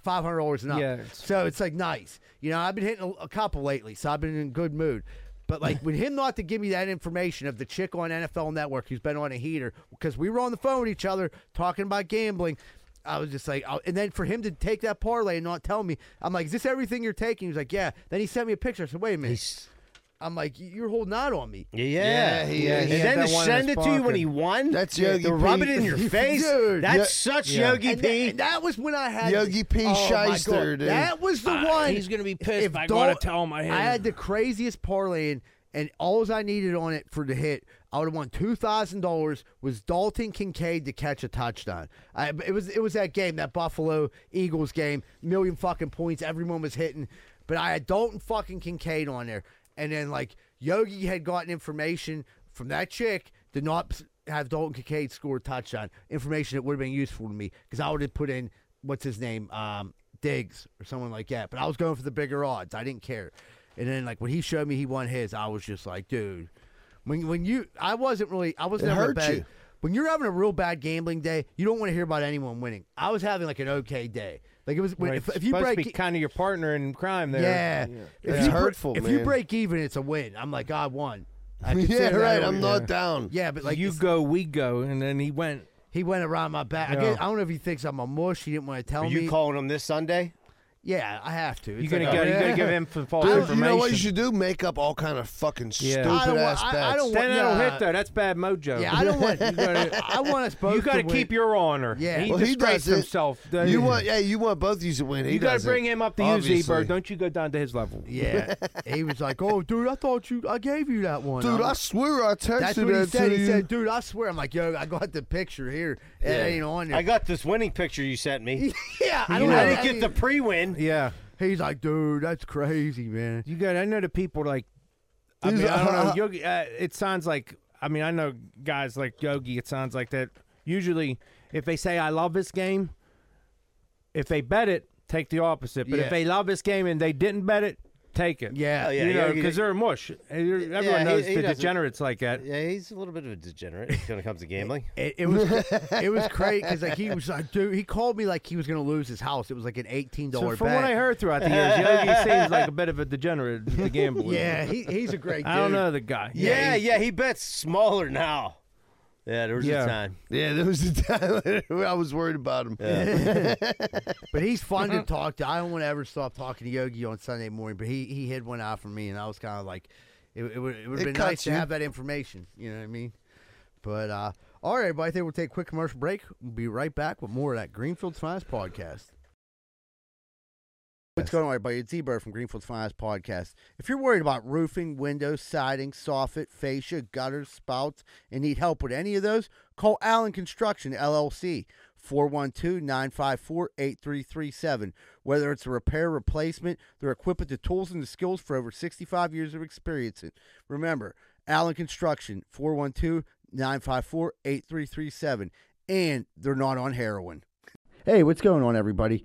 Speaker 1: five hundred dollars and up.
Speaker 4: Yeah, it's-
Speaker 1: So it's like nice. You know, I've been hitting a, a couple lately, so I've been in good mood. But like with him not to give me that information of the chick on NFL Network who's been on a heater because we were on the phone with each other talking about gambling. I was just like, oh, and then for him to take that parlay and not tell me, I'm like, is this everything you're taking? He was like, yeah. Then he sent me a picture. I said, wait a minute. I'm like, you're holding out on me.
Speaker 2: Yeah, yeah.
Speaker 3: he- yeah,
Speaker 2: and
Speaker 3: he had
Speaker 2: then
Speaker 3: that
Speaker 2: to
Speaker 3: one in
Speaker 2: send
Speaker 3: his
Speaker 2: it to you when
Speaker 3: pocket.
Speaker 2: he won.
Speaker 3: That's
Speaker 2: Yeah,
Speaker 3: Yogi
Speaker 2: to rub it
Speaker 3: P.
Speaker 2: in your face.
Speaker 3: Dude.
Speaker 2: That's
Speaker 3: Yeah.
Speaker 2: such
Speaker 3: Yeah.
Speaker 2: Yogi
Speaker 1: And
Speaker 2: P.
Speaker 1: that, and that was when I had
Speaker 3: Yogi P.
Speaker 1: Oh, my God.
Speaker 3: Shyster, dude.
Speaker 1: That was the
Speaker 4: Ah,
Speaker 1: one.
Speaker 4: he's gonna be pissed if I
Speaker 1: Dol-
Speaker 4: gotta tell him I hit him.
Speaker 1: had the craziest parlay, and, and all I needed on it for the hit, I would have won two thousand dollars. Was Dalton Kincaid to catch a touchdown? I, it was it was that game, that Buffalo Eagles game, million fucking points. Everyone was hitting, but I had Dalton fucking Kincaid on there, and then like Yogi had gotten information from that chick to not have Dalton Kincaid score a touchdown. Information that would have been useful to me because I would have put in what's his name, um, Diggs or someone like that. But I was going for the bigger odds. I didn't care. And then like when he showed me he won his, I was just like, dude, when when you I wasn't really I was
Speaker 3: It
Speaker 1: never
Speaker 3: hurt
Speaker 1: bad.
Speaker 3: you.
Speaker 1: When you're having a real bad gambling day, you don't want to hear about anyone winning. I was having like an okay day. Like it was when,
Speaker 4: Right,
Speaker 1: if, if you
Speaker 4: supposed
Speaker 1: break e
Speaker 4: to be kind of your partner in crime there.
Speaker 1: yeah. If
Speaker 3: It's
Speaker 1: you bre-
Speaker 3: hurtful,
Speaker 1: If you
Speaker 3: man.
Speaker 1: break even, it's a win. I'm like, I won. I
Speaker 3: Yeah,
Speaker 1: consider that
Speaker 3: right,
Speaker 1: a
Speaker 3: I'm
Speaker 1: win.
Speaker 3: not down.
Speaker 1: Yeah, but like
Speaker 4: you
Speaker 1: it's-
Speaker 4: go, we go, and then he went.
Speaker 1: he went around my back. I,
Speaker 4: Yeah.
Speaker 1: guess, I don't know if he thinks I'm a mush. He didn't want to tell
Speaker 2: Are
Speaker 1: me.
Speaker 2: you calling him this Sunday?
Speaker 1: yeah, I have to.
Speaker 4: You
Speaker 1: It's
Speaker 4: gonna
Speaker 1: like,
Speaker 4: get? You
Speaker 1: yeah.
Speaker 4: gonna give him f- false
Speaker 3: Dude,
Speaker 4: information?
Speaker 3: you know what you should do? Make up all kind of fucking
Speaker 4: Yeah. I
Speaker 3: stupid
Speaker 4: don't
Speaker 3: ass
Speaker 1: want-
Speaker 3: bets.
Speaker 1: I- I don't
Speaker 4: Then
Speaker 1: want-
Speaker 4: that'll
Speaker 1: nah.
Speaker 4: hit though. That's bad mojo.
Speaker 1: Yeah, I don't want.
Speaker 4: you gotta,
Speaker 1: I want us both.
Speaker 4: you gotta
Speaker 1: to win.
Speaker 4: keep your honor.
Speaker 1: Yeah.
Speaker 4: he
Speaker 3: well, he
Speaker 4: disgraced
Speaker 3: does it.
Speaker 4: himself.
Speaker 3: You want, yeah, you want both of you to win. He
Speaker 4: you gotta
Speaker 3: does
Speaker 4: bring him up to
Speaker 1: Oh,
Speaker 4: you, Z-Bird. Don't you go down to his level.
Speaker 1: Yeah, he was like, "Oh, dude, I thought you, I gave you that one,
Speaker 3: Dude,
Speaker 1: I'm
Speaker 3: I swear I texted
Speaker 1: That's what he
Speaker 3: that
Speaker 1: said.
Speaker 3: to
Speaker 1: He
Speaker 3: you.
Speaker 1: said, "Dude, I swear." I'm like, "Yo, I got the picture here. It ain't on there."
Speaker 2: I got this winning picture you sent me.
Speaker 1: yeah, I
Speaker 2: I
Speaker 1: don't
Speaker 2: didn't
Speaker 1: have
Speaker 2: get
Speaker 1: any-
Speaker 2: the pre-win.
Speaker 4: Yeah,
Speaker 1: He's like, "Dude, that's crazy, man."
Speaker 4: you got. I know the people like. I
Speaker 3: He's
Speaker 4: mean, I
Speaker 3: like,
Speaker 4: don't know. Yogi, uh, it sounds like. I mean, I know guys like Yogi. It sounds like that. Usually, If they say I love this game, if they bet it, take the opposite. But
Speaker 2: Yeah.
Speaker 4: if they love this game and they didn't bet it, take it.
Speaker 1: Yeah,
Speaker 2: Oh, yeah,
Speaker 4: you know,
Speaker 2: yeah, you-
Speaker 4: because they're a mush. Everyone
Speaker 2: Yeah, he-
Speaker 4: knows
Speaker 2: he
Speaker 4: the
Speaker 2: doesn't-
Speaker 4: degenerates like that.
Speaker 2: Yeah, he's a little bit of a degenerate when it comes to gambling.
Speaker 1: It, it was it was crazy because like he was like, dude, he called me like he was gonna lose his house. It was like an eighteen
Speaker 4: So
Speaker 1: dollar.
Speaker 4: from what I heard throughout the years, Yogi seems like a bit of a degenerate the gambler.
Speaker 1: Yeah, he- he's a great
Speaker 4: I don't
Speaker 1: dude.
Speaker 4: know the guy.
Speaker 2: Yeah, yeah, he bets smaller now. Yeah, there was
Speaker 4: Yeah.
Speaker 2: a time.
Speaker 3: Yeah, there was a time I was worried about him.
Speaker 1: but he's fun to talk to. I don't want to ever stop talking to Yogi on Sunday morning. But he he hid one out for me, and I was kind of like, it, it would it would
Speaker 3: It
Speaker 1: have been
Speaker 3: cuts
Speaker 1: nice
Speaker 3: you.
Speaker 1: to have that information. You know what I mean? But uh, all right, everybody, I think we'll take a quick commercial break. We'll be right back with more of that Greenfield Finance podcast. What's going on, everybody? It's Z-Bird from Greenfield's Finance Podcast. If you're worried about roofing, windows, siding, soffit, fascia, gutters, spouts, and need help with any of those, call Allen Construction, LLC, 412-954-8337. Whether it's a repair, replacement, they're equipped with the tools and the skills for over 65 years of experience. Remember, Allen Construction, 412-954-8337. And they're not on heroin. Hey, what's going on, everybody?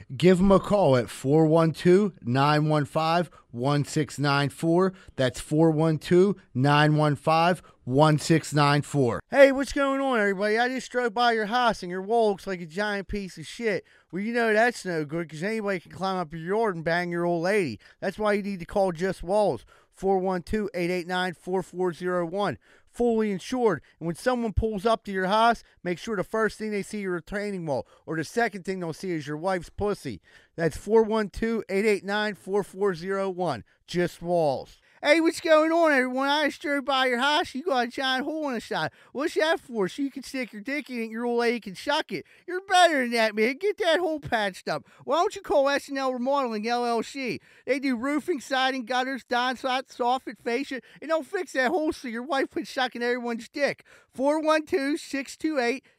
Speaker 1: Give them a call at 412 915 1694. That's 412 915 1694. Hey, what's going on, everybody? I just drove by your house and your wall looks like a giant piece of shit. Well, you know that's no good because anybody can climb up your yard and bang your old lady. That's why you need to call Just Walls. 412 889 4401. Fully insured. And when someone pulls up to your house, make sure the first thing they see is your retaining wall, or the second thing they'll see is your wife's pussy. That's 412 889 4401. Just Walls. Hey, what's going on, everyone? I just drove by your house. You got a giant hole in the side. What's that for? So you can stick your dick in it, your old lady can suck it. You're better than that, man. Get that hole patched up. Why don't you call SNL Remodeling LLC? They do roofing, siding, gutters, downspout, soffit, fascia, and they'll fix that hole so your wife quits sucking everyone's dick.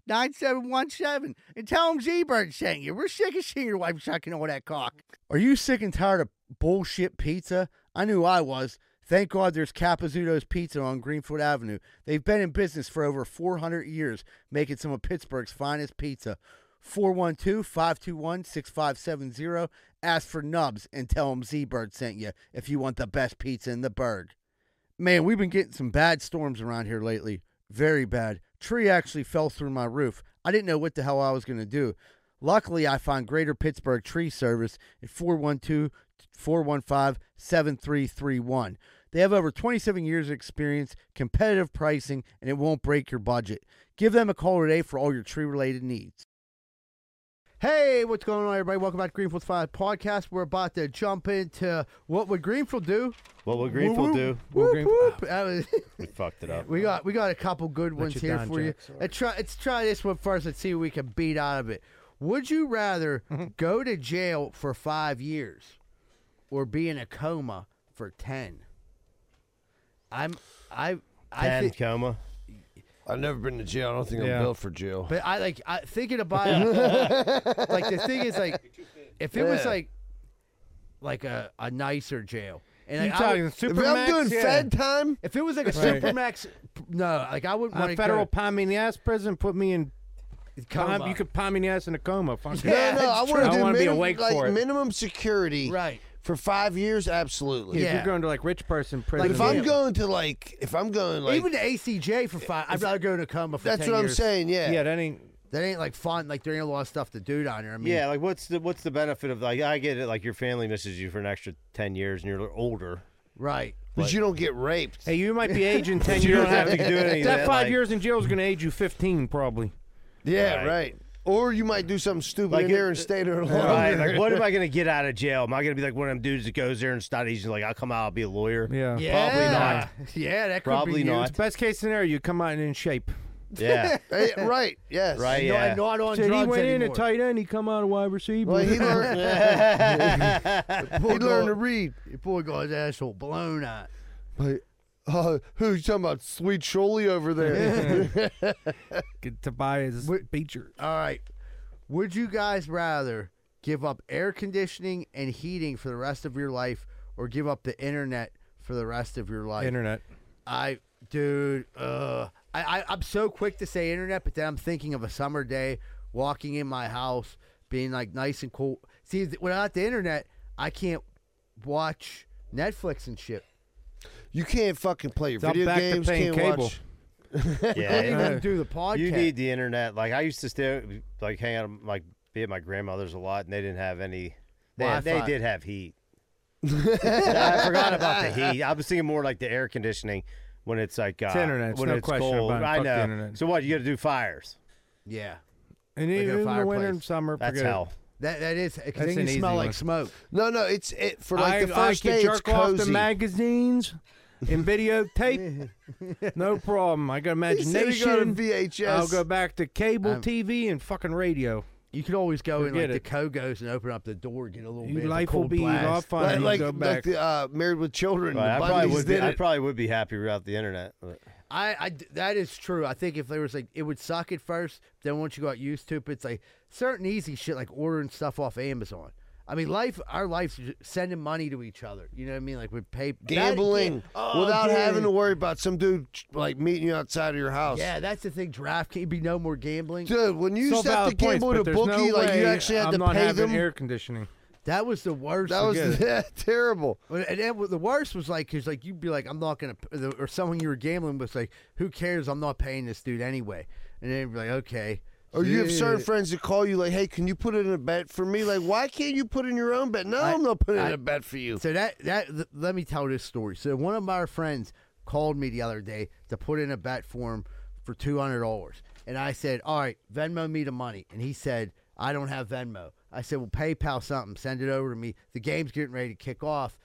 Speaker 1: 412-628-9717. And tell them Z-Bird sent you. We're sick of seeing your wife sucking all that cock. Are you sick and tired of bullshit pizza? I knew I was. Thank God there's Capizzuto's Pizza on Greenfield Avenue. They've been in business for over 400 years, making some of Pittsburgh's finest pizza. 412-521-6570. Ask for Nubs and tell them Z-Bird sent you if you want the best pizza in the burg. Man, we've been getting some bad storms around here lately. Very bad. Tree actually fell through my roof. I didn't know what the hell I was going to do. Luckily, I found Greater Pittsburgh Tree Service at 412 415 7331. They have over 27 years of experience, competitive pricing, and it won't break your budget. Give them a call today for all your tree related needs. Hey, what's going on, everybody? Welcome back to Greenfield's Five Podcast. We're about to jump into what would Greenfield do?
Speaker 2: What would Greenfield do?
Speaker 1: Whoop, whoop. That was-
Speaker 2: We fucked it up.
Speaker 1: Ah. we got we got a couple good ones
Speaker 2: you
Speaker 1: here
Speaker 2: down,
Speaker 1: for you.
Speaker 2: Jack,
Speaker 1: Let's try let's try this one first. Let's see what we can beat out of it. Would you rather go to jail for five years or be in a coma for ten? I'm I I
Speaker 2: Ten
Speaker 1: think,
Speaker 2: coma.
Speaker 3: I've never been to jail. I don't think
Speaker 2: Yeah.
Speaker 3: I'm built for jail.
Speaker 1: but I like I thinking about it, like the thing is like if it was
Speaker 3: Yeah.
Speaker 1: like like a, a nicer jail.
Speaker 4: You
Speaker 1: like, I
Speaker 4: talking
Speaker 1: would-
Speaker 4: If I'm Supermax? doing Yeah. fed
Speaker 3: time,
Speaker 1: if it was like a
Speaker 4: Right.
Speaker 1: supermax, no, like I wouldn't
Speaker 4: A
Speaker 1: want to
Speaker 4: federal
Speaker 1: go,
Speaker 4: palm me in the ass prison put me in.
Speaker 1: Coma.
Speaker 4: Palm- you could palm me in the ass in a coma. Fuck
Speaker 3: no, no, I
Speaker 4: I
Speaker 3: want to do
Speaker 4: wanna be
Speaker 3: minimum,
Speaker 4: awake
Speaker 3: like
Speaker 4: for it.
Speaker 3: minimum security.
Speaker 1: Right.
Speaker 3: For five years, absolutely.
Speaker 4: If you're going to like rich person prison,
Speaker 3: Like if I'm going to like, if I'm going like,
Speaker 1: Even the ACJ for five. I'd rather go to coma for.
Speaker 3: That's
Speaker 1: 10
Speaker 3: what I'm
Speaker 1: years.
Speaker 3: saying, yeah.
Speaker 4: yeah, that ain't.
Speaker 1: That ain't like fun. Like there ain't a lot of stuff to do down there. I mean,
Speaker 2: Yeah, like what's the what's the benefit of like I get it like your family misses you for an extra ten years and you're older.
Speaker 1: right.
Speaker 3: but you don't get raped.
Speaker 4: Hey, you might be aging ten
Speaker 2: You
Speaker 4: years.
Speaker 2: don't have to do any of
Speaker 4: That,
Speaker 2: that,
Speaker 4: five
Speaker 2: like-
Speaker 4: years in jail is going to age you fifteen, probably.
Speaker 3: Yeah,
Speaker 2: Right.
Speaker 3: right. Or you might do something stupid
Speaker 2: Like
Speaker 3: in
Speaker 2: it-
Speaker 3: there and stay there longer.
Speaker 2: Right? Like what am I gonna get out of jail? Am I gonna be like one of them dudes that goes there and studies and like I'll come out, I'll be a lawyer.
Speaker 4: Yeah.
Speaker 2: Probably not.
Speaker 1: Yeah, that could
Speaker 2: Probably
Speaker 1: be you.
Speaker 2: not.
Speaker 4: Best case scenario, you come out in shape.
Speaker 2: Yeah.
Speaker 3: Hey, right. Yes.
Speaker 2: Right,
Speaker 3: And
Speaker 2: yeah.
Speaker 3: and not on
Speaker 4: Said he
Speaker 3: drugs
Speaker 4: went in
Speaker 3: anymore.
Speaker 4: at tight end. He come out a wide receiver.
Speaker 1: Well, he
Speaker 4: learned.
Speaker 1: Boy got- Your boy got his asshole blown out.
Speaker 3: But uh, who you talking about? Sweet Shirley over there.
Speaker 1: Get Tobias Beecher. All right. Would you guys rather give up air conditioning and heating for the rest of your life or give up the internet for the rest of your life?
Speaker 14: Internet.
Speaker 1: I, dude, uh, I, I, I'm so quick to say internet, but then I'm thinking of a summer day walking in my house, being like nice and cool. See, th- without the internet, I can't watch Netflix and shit.
Speaker 3: You can't fucking play your
Speaker 1: So I'm
Speaker 3: video
Speaker 1: back to
Speaker 3: games.
Speaker 1: paying
Speaker 3: can't
Speaker 1: cable.
Speaker 3: watch.
Speaker 1: I didn't
Speaker 4: Uh,
Speaker 1: even do the podcast.
Speaker 2: You need the internet. Like I used to stay, like hang out, like be at my grandmother's a lot, and they didn't have any. They, had- they
Speaker 4: Wi-Fi.
Speaker 2: did have heat. I forgot about the heat. I was thinking more like the air conditioning when it's like uh,
Speaker 4: It's internet. It's
Speaker 2: when
Speaker 4: no
Speaker 2: it's
Speaker 4: question
Speaker 2: cold.
Speaker 4: about it.
Speaker 2: I
Speaker 4: Fuck the
Speaker 2: know.
Speaker 4: internet.
Speaker 2: So what? You got to do fires.
Speaker 1: Yeah.
Speaker 4: And
Speaker 2: Like a
Speaker 4: even in the winter
Speaker 2: fireplace.
Speaker 4: and summer,
Speaker 2: That's
Speaker 4: forget it.
Speaker 2: hell.
Speaker 1: That that is. 'cause
Speaker 4: That's
Speaker 1: then
Speaker 4: an
Speaker 1: you smell
Speaker 4: easy
Speaker 1: like
Speaker 4: one.
Speaker 1: smoke.
Speaker 3: No, no, it's it for
Speaker 4: I,
Speaker 3: like the first
Speaker 4: I could
Speaker 3: day.
Speaker 4: jerk
Speaker 3: it's
Speaker 4: off
Speaker 3: cozy.
Speaker 4: the magazines and videotape. no problem. I got
Speaker 3: He
Speaker 4: imagination.
Speaker 3: said he got a VHS.
Speaker 4: I'll go back to cable
Speaker 1: Um,
Speaker 4: TV and fucking radio.
Speaker 1: You could always go in like
Speaker 4: Forget
Speaker 1: the
Speaker 4: it.
Speaker 1: Kogos and open up the door, get a little
Speaker 4: You-
Speaker 1: bit.
Speaker 4: life
Speaker 1: of a
Speaker 4: will
Speaker 1: cold
Speaker 4: be
Speaker 1: blast.
Speaker 4: lot fun.
Speaker 3: Like,
Speaker 4: You
Speaker 3: like,
Speaker 4: go
Speaker 3: like
Speaker 4: back.
Speaker 3: the, uh, Married with Children.
Speaker 2: Right, I
Speaker 3: the
Speaker 2: probably
Speaker 3: Bundys
Speaker 2: would be.
Speaker 3: did
Speaker 2: I
Speaker 3: it.
Speaker 2: probably would be happy without the internet. but-
Speaker 1: I, I d- that is true. I think if there was like it would suck at first, then once you got used to it, but it's like certain easy shit like ordering stuff off Amazon. I mean, life, our lives, j- sending money to each other. You know what I mean? Like with pay that-
Speaker 3: Gambling
Speaker 1: Oh,
Speaker 3: without
Speaker 1: dude.
Speaker 3: having to worry about some dude like meeting you outside of your house.
Speaker 1: Yeah, that's the thing. Draft can't be no more gambling.
Speaker 3: Dude, when you used to have to gamble with a bookie, like you actually had
Speaker 14: I'm
Speaker 3: to
Speaker 14: not
Speaker 3: pay
Speaker 14: having
Speaker 3: them.
Speaker 14: air conditioning.
Speaker 1: That was the worst.
Speaker 3: That was yeah, terrible.
Speaker 1: And then what the worst was like, because like you'd be like, I'm not gonna, p- the- or someone you were gambling with, like, who cares? I'm not paying this dude anyway. And then you'd be like, okay.
Speaker 3: Or Oh, you have certain
Speaker 1: Shit.
Speaker 3: friends that call you like, "Hey, can you put in a bet for me?" Like, why can't you put in your own bet? No, I, am not putting in a bet for you.
Speaker 1: So that that th- let me tell this story. So one of my friends called me the other day to put in a bet for him for two hundred dollars, and I said, "All right, Venmo me the money." And he said, "I don't have Venmo." I said, "Well, PayPal something. Send it over to me. The game's getting ready to kick off."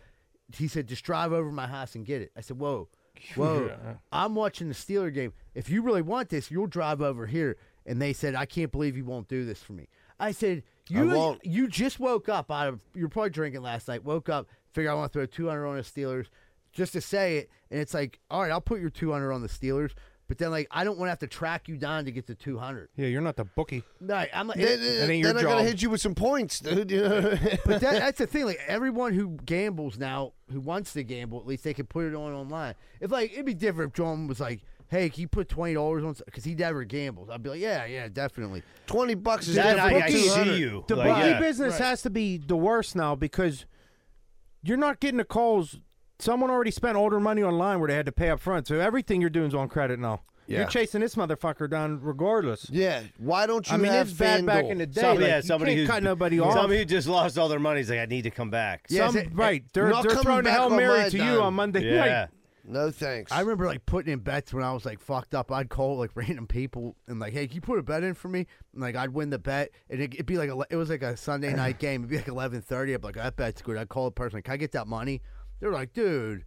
Speaker 1: He said, "Just drive over to my house and get it." I said, "Whoa, whoa."
Speaker 4: Yeah.
Speaker 1: I'm watching the Steeler game. If you really want this, you'll drive over here. And they said, I can't believe you won't do this for me. I said, You
Speaker 3: won't.
Speaker 1: you just woke up out of you're probably drinking last night, woke up, figure I want to throw two hundred on the Steelers just to say it, and it's like, all right, I'll put your two hundred on the Steelers, but then like I don't want to have to track you down to get to two hundred.
Speaker 14: Yeah, you're not the bookie.
Speaker 1: No, I'm like, eh,
Speaker 3: Then, uh, then I gotta hit you with some points, dude. You know?
Speaker 1: but that, that's the thing. Like everyone who gambles now, who wants to gamble, at least they can put it on online. If like it'd be different if John was like, "Hey, can you put twenty dollars on?" Because he never gambles. I'd be like, "Yeah, yeah, definitely."
Speaker 3: Twenty bucks
Speaker 1: That I- I
Speaker 3: see
Speaker 2: you.
Speaker 4: The
Speaker 2: Like,
Speaker 4: bookie
Speaker 2: yeah.
Speaker 4: business
Speaker 1: Right.
Speaker 4: has to be the worst now because you're not getting the calls. Someone already spent all their money online where they had to pay up front. So everything you're doing is on credit now.
Speaker 3: Yeah.
Speaker 4: You're chasing this motherfucker down regardless.
Speaker 3: Yeah. Why don't you?
Speaker 4: I mean,
Speaker 3: have
Speaker 4: it's bad back
Speaker 3: FanDuel?
Speaker 4: in the day.
Speaker 2: Some-
Speaker 4: like,
Speaker 2: yeah,
Speaker 4: you
Speaker 2: somebody
Speaker 4: can't
Speaker 2: who's-
Speaker 4: cut nobody off.
Speaker 2: Somebody who just lost all their money is like, I need to come back.
Speaker 4: Yeah, Some- it- right, they're-
Speaker 3: eh, Not
Speaker 4: they're
Speaker 3: coming
Speaker 4: throwing a
Speaker 3: back
Speaker 4: Hail
Speaker 3: on
Speaker 4: Mary
Speaker 3: my
Speaker 4: to you
Speaker 3: dime.
Speaker 4: on Monday
Speaker 2: Yeah. night.
Speaker 3: No thanks.
Speaker 1: I remember like putting in bets when I was like fucked up. I'd call like random people and like, "Hey, can you put a bet in for me?" And like I'd win the bet, and it, it'd be like ele- it was like a Sunday night game. It'd be like eleven thirty. I'd be like, "Oh, "That bet's good." I'd call a person, like, "Can I get that money?" They're like, "Dude,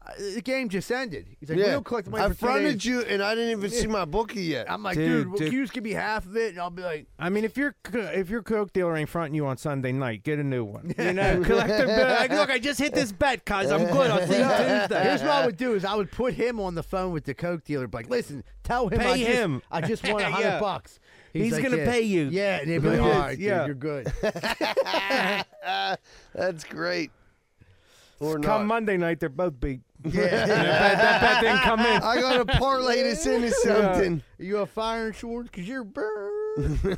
Speaker 1: I- the game just ended." He's like, "We
Speaker 3: yeah.
Speaker 1: don't collect the money."
Speaker 3: I
Speaker 1: for two
Speaker 3: fronted
Speaker 1: days."
Speaker 3: you, and I didn't even see my bookie yet.
Speaker 1: I'm like,
Speaker 4: Dude,
Speaker 1: dude, well,
Speaker 4: dude.
Speaker 1: can you just give me half of it? And I'll be like,
Speaker 4: I mean, if your co- if your coke dealer ain't fronting you on Sunday night, get a new one. You know, collect the bill. Like, look, I just hit this bet, cause I'm good. I'll see you Tuesday.
Speaker 1: Here's what I would do is I would put him on the phone with the coke dealer, be like, listen, tell him, I
Speaker 4: Pay
Speaker 1: just,
Speaker 4: him.
Speaker 1: I just want a hundred
Speaker 4: Yeah.
Speaker 1: bucks.
Speaker 4: He's
Speaker 1: like,
Speaker 4: gonna
Speaker 1: "Yeah."
Speaker 4: pay you.
Speaker 1: Yeah, and he'd be like,
Speaker 4: Yes,
Speaker 1: all right,
Speaker 4: yeah.
Speaker 1: dude, you're good.
Speaker 3: That's great. Or not.
Speaker 4: Come Monday night, they're both big.
Speaker 1: Yeah.
Speaker 4: that, that bet didn't come in.
Speaker 3: I gotta parlay this into something.
Speaker 1: Are you a fire insurance? Cause you're burned.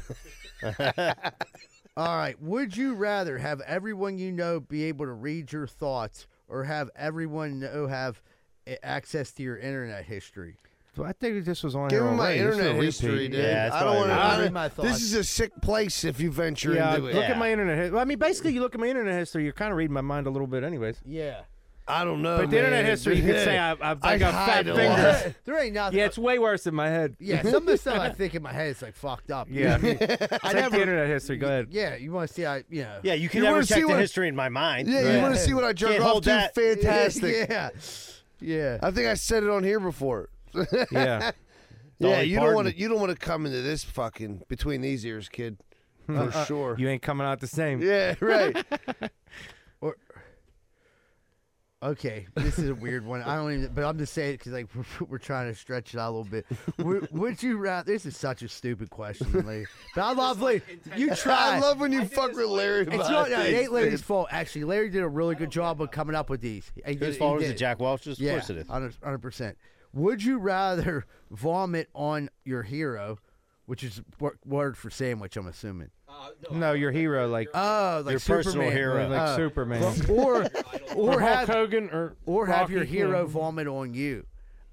Speaker 1: All right. Would you rather have everyone you know be able to read your thoughts, or have everyone know have eh, access to your internet history?
Speaker 4: So I think this was on
Speaker 3: Give
Speaker 4: here
Speaker 3: me
Speaker 4: already.
Speaker 3: my
Speaker 4: This is a
Speaker 3: internet
Speaker 4: repeat.
Speaker 3: history, dude.
Speaker 2: Yeah, that's
Speaker 3: I don't
Speaker 2: probably
Speaker 3: want
Speaker 2: right.
Speaker 1: I'll read my
Speaker 3: to.
Speaker 1: thoughts.
Speaker 3: This is a sick place if you venture
Speaker 4: Yeah,
Speaker 3: into it.
Speaker 4: look at my internet. his- Well, I mean, basically, you look at my internet history, you're kind of reading my mind a little bit, anyways.
Speaker 1: Yeah.
Speaker 3: I don't know.
Speaker 4: But the internet
Speaker 3: man.
Speaker 4: history, you could say I- I've- I got fat
Speaker 3: hide a lot.
Speaker 4: fingers.
Speaker 1: There ain't nothing.
Speaker 4: Yeah, it's way worse in my head.
Speaker 1: Yeah, some of the stuff I think in my head is like fucked up.
Speaker 4: Yeah.
Speaker 1: I
Speaker 4: Check
Speaker 1: never-
Speaker 4: the internet history. Go ahead.
Speaker 1: Yeah, you want to see? I you know.
Speaker 2: Yeah, you can
Speaker 3: You
Speaker 2: never
Speaker 3: wanna see
Speaker 2: check the
Speaker 3: what-
Speaker 2: history in my mind.
Speaker 3: Yeah, you
Speaker 1: Yeah.
Speaker 3: want to see what I jerk
Speaker 2: Can't
Speaker 3: off
Speaker 2: hold
Speaker 3: to?
Speaker 2: that.
Speaker 3: Fantastic.
Speaker 1: yeah, yeah.
Speaker 3: I think I said it on here before.
Speaker 4: Yeah.
Speaker 3: yeah,
Speaker 4: Dolly
Speaker 3: you don't want
Speaker 4: Parton.
Speaker 3: to. You don't want to come into this fucking between these ears, kid. For
Speaker 4: Uh-uh.
Speaker 3: sure.
Speaker 4: You ain't coming out the same.
Speaker 3: Yeah, right.
Speaker 1: Okay, this is a weird one. I don't even, but I'm just saying because like we're, we're trying to stretch it out a little bit. Would, would you rather? This is such a stupid question, Larry. But I love Larry. You try.
Speaker 3: I love when you fuck with Larry.
Speaker 1: It's
Speaker 3: about
Speaker 1: not, no, it
Speaker 3: things,
Speaker 1: ain't Larry's
Speaker 3: dude.
Speaker 1: fault. Actually, Larry did a really good job of coming up with these. He did-
Speaker 2: Whose
Speaker 1: he
Speaker 2: fault is
Speaker 1: did.
Speaker 2: it? Jack Welch's? Of
Speaker 1: Yeah,
Speaker 2: course it is.
Speaker 1: Hundred percent. Would you rather vomit on your hero, which is wor- word for sandwich? I'm assuming.
Speaker 15: No, your hero, like
Speaker 1: oh, like
Speaker 15: your personal
Speaker 1: Superman.
Speaker 15: hero, like
Speaker 1: Uh,
Speaker 15: Superman,
Speaker 1: or
Speaker 15: Hulk
Speaker 1: or have
Speaker 15: Hogan or
Speaker 1: or have your
Speaker 15: Rocky.
Speaker 1: hero vomit on you.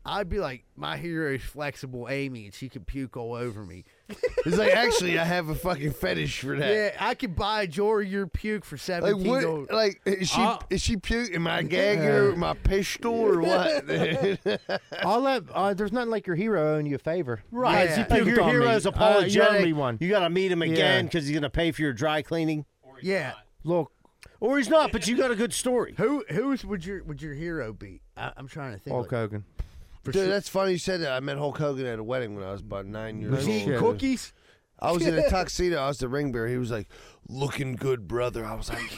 Speaker 1: I'd be like, my hero is flexible Amy, and she can puke all over me.
Speaker 3: It's like actually, I have a fucking fetish for that.
Speaker 1: Yeah, I could buy Jory your puke for
Speaker 3: Like
Speaker 1: seventeen.
Speaker 3: what? Like is she
Speaker 1: I'll-
Speaker 3: is she puking my gag or my pistol or what? dude?
Speaker 4: I'll let. Uh, there's nothing like your hero owing you a favor.
Speaker 2: Right.
Speaker 4: Because
Speaker 2: Like
Speaker 4: he puked
Speaker 2: your
Speaker 4: on me.
Speaker 2: hero's
Speaker 4: Uh, you
Speaker 2: apologetic.
Speaker 4: owe me one.
Speaker 2: You got to meet him again
Speaker 4: Yeah.
Speaker 2: because he's going to pay for your dry cleaning.
Speaker 1: Yeah.
Speaker 4: Look.
Speaker 2: Or he's not, but you got a good story.
Speaker 1: Who who's would your would your hero be? I, I'm trying to think. like-
Speaker 4: Hogan.
Speaker 1: For
Speaker 3: Dude,
Speaker 1: sure.
Speaker 3: that's funny you said that. I met Hulk Hogan at a wedding when I was about nine years
Speaker 1: Was he
Speaker 3: old.
Speaker 1: eating cookies?
Speaker 3: I was in a tuxedo. I was the ring bearer. He was like, "Looking good, brother." I was like,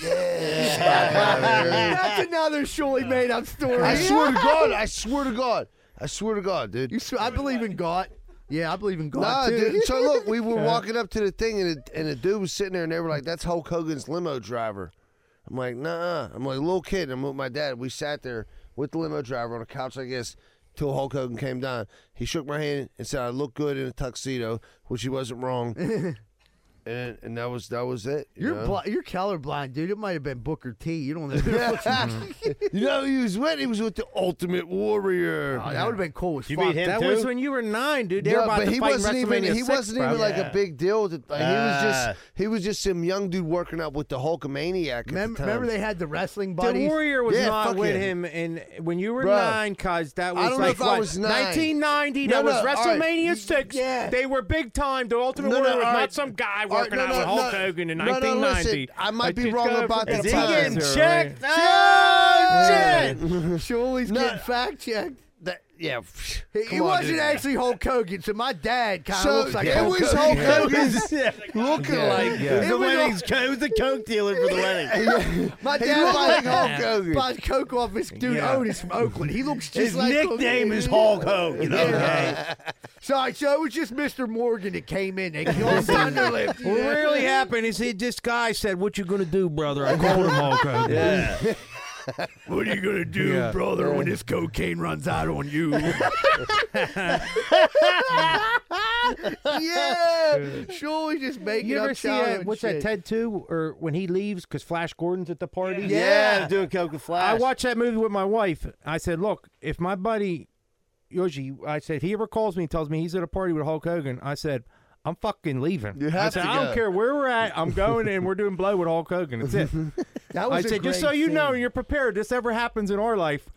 Speaker 3: "Yeah."
Speaker 1: That's another surely made up story.
Speaker 3: I swear to God. I swear to God. I swear to God, dude.
Speaker 1: You swear, I believe in God. Yeah, I believe in God
Speaker 3: Nah,
Speaker 1: too.
Speaker 3: dude. So look, we were walking up to the thing, and a, and a dude was sitting there, and they were like, "That's Hulk Hogan's limo driver." I'm like, "Nah." I'm like, little kid. I'm with my dad. We sat there with the limo driver on a couch, I guess, till Hulk Hogan came down. He shook my hand and said, "I look good in a tuxedo," which he wasn't wrong. and and that was that was it. you
Speaker 1: You're
Speaker 3: know?
Speaker 1: bli- you're colorblind, dude. It might have been Booker T. You don't know.
Speaker 3: you know who he was with? He was with the Ultimate Warrior.
Speaker 1: Oh, that would've been cool as You
Speaker 4: fuck. beat him That too? was when you were nine, dude. They were about
Speaker 3: but
Speaker 4: to
Speaker 3: he
Speaker 4: fight in
Speaker 3: wasn't even.
Speaker 4: WrestleMania
Speaker 3: He
Speaker 4: six,
Speaker 3: wasn't
Speaker 4: bro.
Speaker 3: even like
Speaker 4: Yeah.
Speaker 3: a big deal. To, like, he was
Speaker 4: Ah.
Speaker 3: just. He was just some young dude working out with the Hulkamaniac. At the time.
Speaker 1: Remember they had the wrestling buddies.
Speaker 4: The Warrior was
Speaker 3: Yeah,
Speaker 4: not
Speaker 3: fuck
Speaker 4: with
Speaker 3: yeah.
Speaker 4: him, and when you were
Speaker 3: Bruh.
Speaker 4: nine, cause that
Speaker 3: I
Speaker 4: was
Speaker 3: don't know
Speaker 4: like
Speaker 3: if I
Speaker 4: what,
Speaker 3: was nine.
Speaker 4: 1990.
Speaker 3: No,
Speaker 4: that was
Speaker 3: no, all right.
Speaker 4: WrestleMania six.
Speaker 3: yeah.
Speaker 4: they were big time. The Ultimate
Speaker 3: No, no,
Speaker 4: Warrior was
Speaker 3: all right.
Speaker 4: not some guy
Speaker 3: All right,
Speaker 4: working
Speaker 3: no,
Speaker 4: out
Speaker 3: no,
Speaker 4: with Hulk
Speaker 3: no.
Speaker 4: Hogan in
Speaker 3: No, no,
Speaker 4: 1990.
Speaker 3: listen, I might
Speaker 4: Like,
Speaker 3: be
Speaker 4: just
Speaker 3: wrong
Speaker 4: go
Speaker 3: about
Speaker 4: for
Speaker 3: the
Speaker 4: it.
Speaker 3: time.
Speaker 2: checked?
Speaker 1: Yeah. Surely's getting fact checked.
Speaker 3: That yeah.
Speaker 1: He,
Speaker 3: come
Speaker 1: he
Speaker 3: on,
Speaker 1: wasn't
Speaker 3: dude.
Speaker 1: actually Hulk Hogan, so my dad kind of
Speaker 3: So
Speaker 1: looks like
Speaker 3: it
Speaker 1: Hulk
Speaker 3: was Hulk
Speaker 1: Hogan.
Speaker 3: Hogan's looking like.
Speaker 1: Yeah.
Speaker 2: The
Speaker 1: It was
Speaker 2: wedding's co- it was the coke dealer for the wedding.
Speaker 1: My
Speaker 3: He
Speaker 1: dad
Speaker 3: looked like
Speaker 1: buys-
Speaker 3: Hulk Hogan.
Speaker 1: buys coke off this dude
Speaker 2: Yeah.
Speaker 1: Otis from Oakland. He looks just
Speaker 2: His
Speaker 1: like
Speaker 2: nickname
Speaker 1: Hogan.
Speaker 2: is Hulk Hogan. Okay.
Speaker 1: So, I- so it was just Mr. Morgan that came in. They killed Thunderlift.
Speaker 4: What really happened is he, this guy said, "What you gonna do, brother?" I called him Hulk Hogan.
Speaker 2: Yeah.
Speaker 1: What are you gonna do,
Speaker 4: Yeah.
Speaker 1: brother, when this cocaine runs out on you? yeah, surely just making
Speaker 4: You
Speaker 1: up
Speaker 4: ever see
Speaker 1: childhood
Speaker 4: uh, what's
Speaker 1: shit.
Speaker 4: that Ted Two or when he leaves because Flash Gordon's at the party?
Speaker 2: Yeah, doing coke and
Speaker 4: I
Speaker 2: flash.
Speaker 4: watched that movie with my wife. I said, "Look, if my buddy Yoshi, I said, if he ever calls me and tells me he's at a party with Hulk Hogan, I said." I'm fucking leaving.
Speaker 3: You
Speaker 4: I
Speaker 3: have
Speaker 4: said,
Speaker 3: to
Speaker 4: I don't
Speaker 3: go."
Speaker 4: care where we're at. I'm going and we're doing blow with Hulk Hogan. That's it.
Speaker 1: That
Speaker 4: I
Speaker 1: was a
Speaker 4: said, just
Speaker 1: great
Speaker 4: so you know,
Speaker 1: scene.
Speaker 4: you're prepared. This ever happens in our life.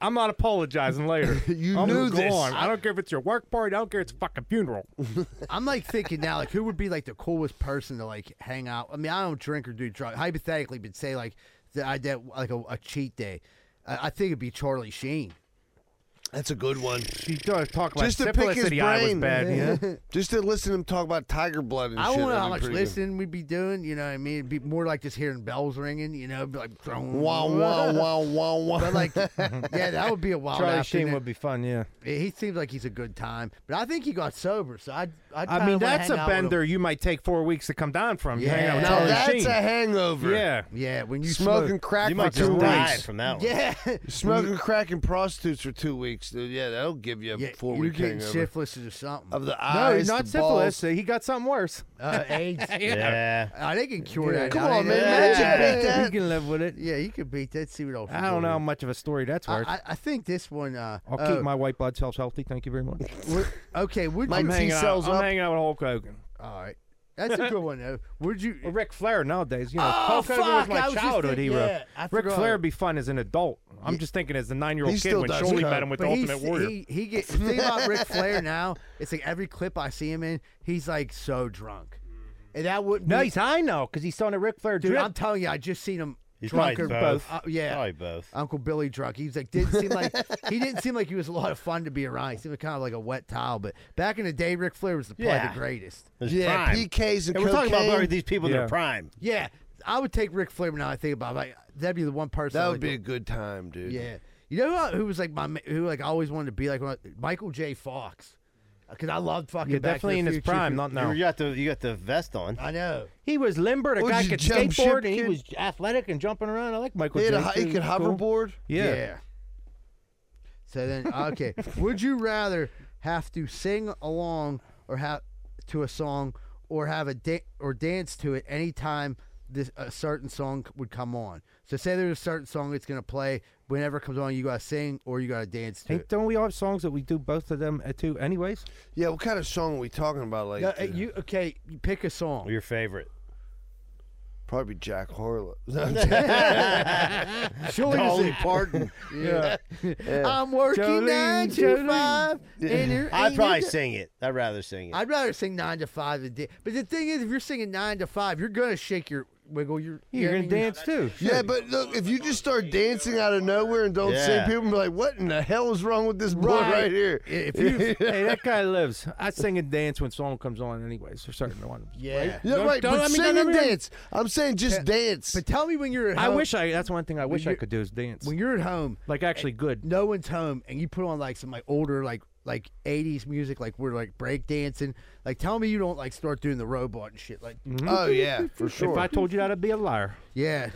Speaker 4: I'm not apologizing later.
Speaker 3: You
Speaker 4: I'm
Speaker 3: knew
Speaker 4: gone.
Speaker 3: this.
Speaker 4: I don't care if it's your work party. I don't care if it's a fucking funeral.
Speaker 1: I'm like thinking now, like who would be like the coolest person to like hang out? I mean, I don't drink or do drugs, hypothetically, but say like that I did like a, a cheat day. I, I think it'd be Charlie Sheen.
Speaker 3: That's a good one.
Speaker 4: You don't talk about
Speaker 3: Just to pick
Speaker 4: syphilis
Speaker 3: his
Speaker 4: in the eye was
Speaker 3: brain.
Speaker 4: bad. Yeah.
Speaker 3: Just to listen to him talk about Tiger Blood and
Speaker 1: I
Speaker 3: shit.
Speaker 1: don't know
Speaker 3: that'd
Speaker 1: how
Speaker 3: be
Speaker 1: much
Speaker 3: pretty good.
Speaker 1: listening we'd be doing. You know what I mean? It'd be more like just hearing bells ringing. You know, be like
Speaker 3: Wow, wow, wow, wow, wow.
Speaker 1: But like, yeah, that would be a wild.
Speaker 4: Charlie Sheen
Speaker 1: afternoon.
Speaker 4: would be fun. Yeah.
Speaker 1: Yeah, He seems like he's a good time, but I think he got sober. So I, I,
Speaker 4: I mean, that's a bender you might take four weeks to come down from. You hang out with
Speaker 1: Yeah.
Speaker 3: Now
Speaker 4: Charlie
Speaker 3: that's
Speaker 4: Sheen.
Speaker 3: a hangover.
Speaker 4: yeah.
Speaker 1: Yeah, when you
Speaker 3: Smoking
Speaker 1: smoke.
Speaker 3: crack
Speaker 2: You
Speaker 3: for
Speaker 2: might
Speaker 3: two
Speaker 2: just die
Speaker 3: weeks.
Speaker 2: from that one.
Speaker 1: Yeah,
Speaker 3: Smoking crack and prostitutes for two weeks, dude. Yeah, that'll give you a
Speaker 1: yeah
Speaker 3: four
Speaker 1: you're
Speaker 3: week
Speaker 1: getting
Speaker 3: hangover.
Speaker 1: syphilis or something.
Speaker 3: Of the
Speaker 4: No,
Speaker 3: eyes,
Speaker 4: he's not
Speaker 3: the
Speaker 4: syphilis.
Speaker 3: balls.
Speaker 4: so He got something worse.
Speaker 1: uh, AIDS.
Speaker 2: Yeah.
Speaker 1: Uh, they can cure that.
Speaker 3: Come
Speaker 1: now.
Speaker 3: on,
Speaker 1: They-
Speaker 3: man. Imagine
Speaker 2: Yeah.
Speaker 3: beat that.
Speaker 4: He can live with it.
Speaker 1: Yeah, you could beat that. See what else.
Speaker 4: I don't know how much of a story that's
Speaker 1: I,
Speaker 4: worth. I,
Speaker 1: I- I think this one. Uh,
Speaker 4: will
Speaker 1: oh,
Speaker 4: keep my white blood cells healthy. Thank you very much.
Speaker 1: would- okay, would
Speaker 3: My
Speaker 1: you?
Speaker 4: I'm,
Speaker 3: T
Speaker 4: hanging out,
Speaker 3: cells
Speaker 4: I'm
Speaker 3: up.
Speaker 4: hanging out with Hulk Hogan.
Speaker 1: All right, that's a good one. Though. Would you?
Speaker 4: Well, Ric Flair nowadays, you know,
Speaker 1: Oh,
Speaker 4: Hulk Hogan was
Speaker 1: fuck,
Speaker 4: my
Speaker 1: I was just
Speaker 4: childhood
Speaker 1: thinking-
Speaker 4: hero.
Speaker 1: yeah, I
Speaker 4: Ric
Speaker 1: forgot.
Speaker 4: Flair would be fun as an adult. I'm just thinking as a nine year
Speaker 3: He
Speaker 4: old kid
Speaker 3: still
Speaker 4: when
Speaker 3: does
Speaker 4: Shorty
Speaker 3: coke.
Speaker 4: met him with the
Speaker 1: But
Speaker 4: Ultimate
Speaker 1: he's-
Speaker 4: Warrior.
Speaker 1: he he gets the thing about Ric Flair now. It's like every clip I see him in, he's like so drunk, and that would
Speaker 4: no,
Speaker 1: be,
Speaker 4: he's high now because he's on a Ric Flair
Speaker 1: dude.
Speaker 4: drip.
Speaker 1: I'm telling you, I just seen him
Speaker 2: He's
Speaker 1: drunk
Speaker 2: probably
Speaker 1: or
Speaker 2: both.
Speaker 1: Uh, yeah,
Speaker 2: Probably both.
Speaker 1: Uncle Billy drunk. He was like didn't seem like he didn't seem like he was a lot of fun to be around. He seemed kind of like a wet towel. But back in the day, Ric Flair was the, probably
Speaker 2: Yeah.
Speaker 1: the greatest.
Speaker 2: His Yeah, prime. PKs and And we're talking about cocaine. these people in their Yeah. prime.
Speaker 1: Yeah, I would take Ric Flair now. I think about it. like that'd be the one person
Speaker 3: That
Speaker 1: I
Speaker 3: would
Speaker 1: like
Speaker 3: be
Speaker 1: to-
Speaker 3: a good time, dude.
Speaker 1: yeah. You know who, who was like my ma- who like I always wanted to be like when I- Michael J. Fox because I loved fucking. Back to the Future.
Speaker 2: You got the you got the vest on.
Speaker 1: I know.
Speaker 11: He was limber. The
Speaker 1: Would
Speaker 11: guy
Speaker 1: you
Speaker 11: could
Speaker 1: jump ship,
Speaker 11: skateboard. and He
Speaker 1: kid?
Speaker 11: was athletic and jumping around. I like Michael.
Speaker 1: He had
Speaker 11: J.
Speaker 1: a hi- he
Speaker 11: too.
Speaker 1: could
Speaker 11: Cool.
Speaker 1: hoverboard?
Speaker 11: Yeah.
Speaker 1: Yeah. So then, okay, would you rather have to sing along or have to a song or have a da- or dance to it anytime this a certain song would come on? So say there's a certain song that's gonna play whenever it comes on, you gotta sing or you gotta dance to
Speaker 11: Ain't,
Speaker 1: it.
Speaker 11: don't we all have songs that we do both of them uh, too? Anyways.
Speaker 3: Yeah. What kind of song are we talking about? Like
Speaker 1: No, uh, you okay? You pick a song.
Speaker 2: Your favorite.
Speaker 3: Probably Jack Harlow. No, I'm joking.
Speaker 1: Surely
Speaker 3: Dolly
Speaker 1: it's a-
Speaker 3: Parton.
Speaker 1: Yeah.
Speaker 3: Yeah.
Speaker 1: I'm working nine to five, and there
Speaker 2: I'd
Speaker 1: ain't
Speaker 2: probably
Speaker 1: a-
Speaker 2: sing it. I'd rather sing it.
Speaker 1: I'd rather sing nine to five than da- But the thing is, if you're singing nine to five, you're gonna shake your wiggle. You're
Speaker 11: You're gonna dance too.
Speaker 3: Yeah, but look, if you just start dancing out of nowhere and don't sing,
Speaker 11: Yeah.
Speaker 3: people be like, "What in the hell is wrong with this boy right, here?"
Speaker 11: If you, hey, that guy lives. I sing and dance when song comes on, anyways. There's certain one.
Speaker 1: Yeah.
Speaker 3: Yeah, right. But sing
Speaker 11: don't-
Speaker 3: and
Speaker 11: don't-
Speaker 3: dance. I'm saying just dance.
Speaker 1: But tell me when you're. At
Speaker 11: I
Speaker 1: home,
Speaker 11: wish I. That's one thing I
Speaker 1: When
Speaker 11: wish I
Speaker 1: you're-
Speaker 11: could do is dance.
Speaker 1: when you're at home,
Speaker 11: like actually good.
Speaker 1: No one's home, and you put on like some like older like like '80s music, like we're like break dancing. Like, tell me you don't like start doing the robot and shit. Like,
Speaker 3: Oh, yeah, for
Speaker 11: Mm-hmm. If
Speaker 3: sure.
Speaker 11: I told you that, I'd be a liar.
Speaker 1: Yeah.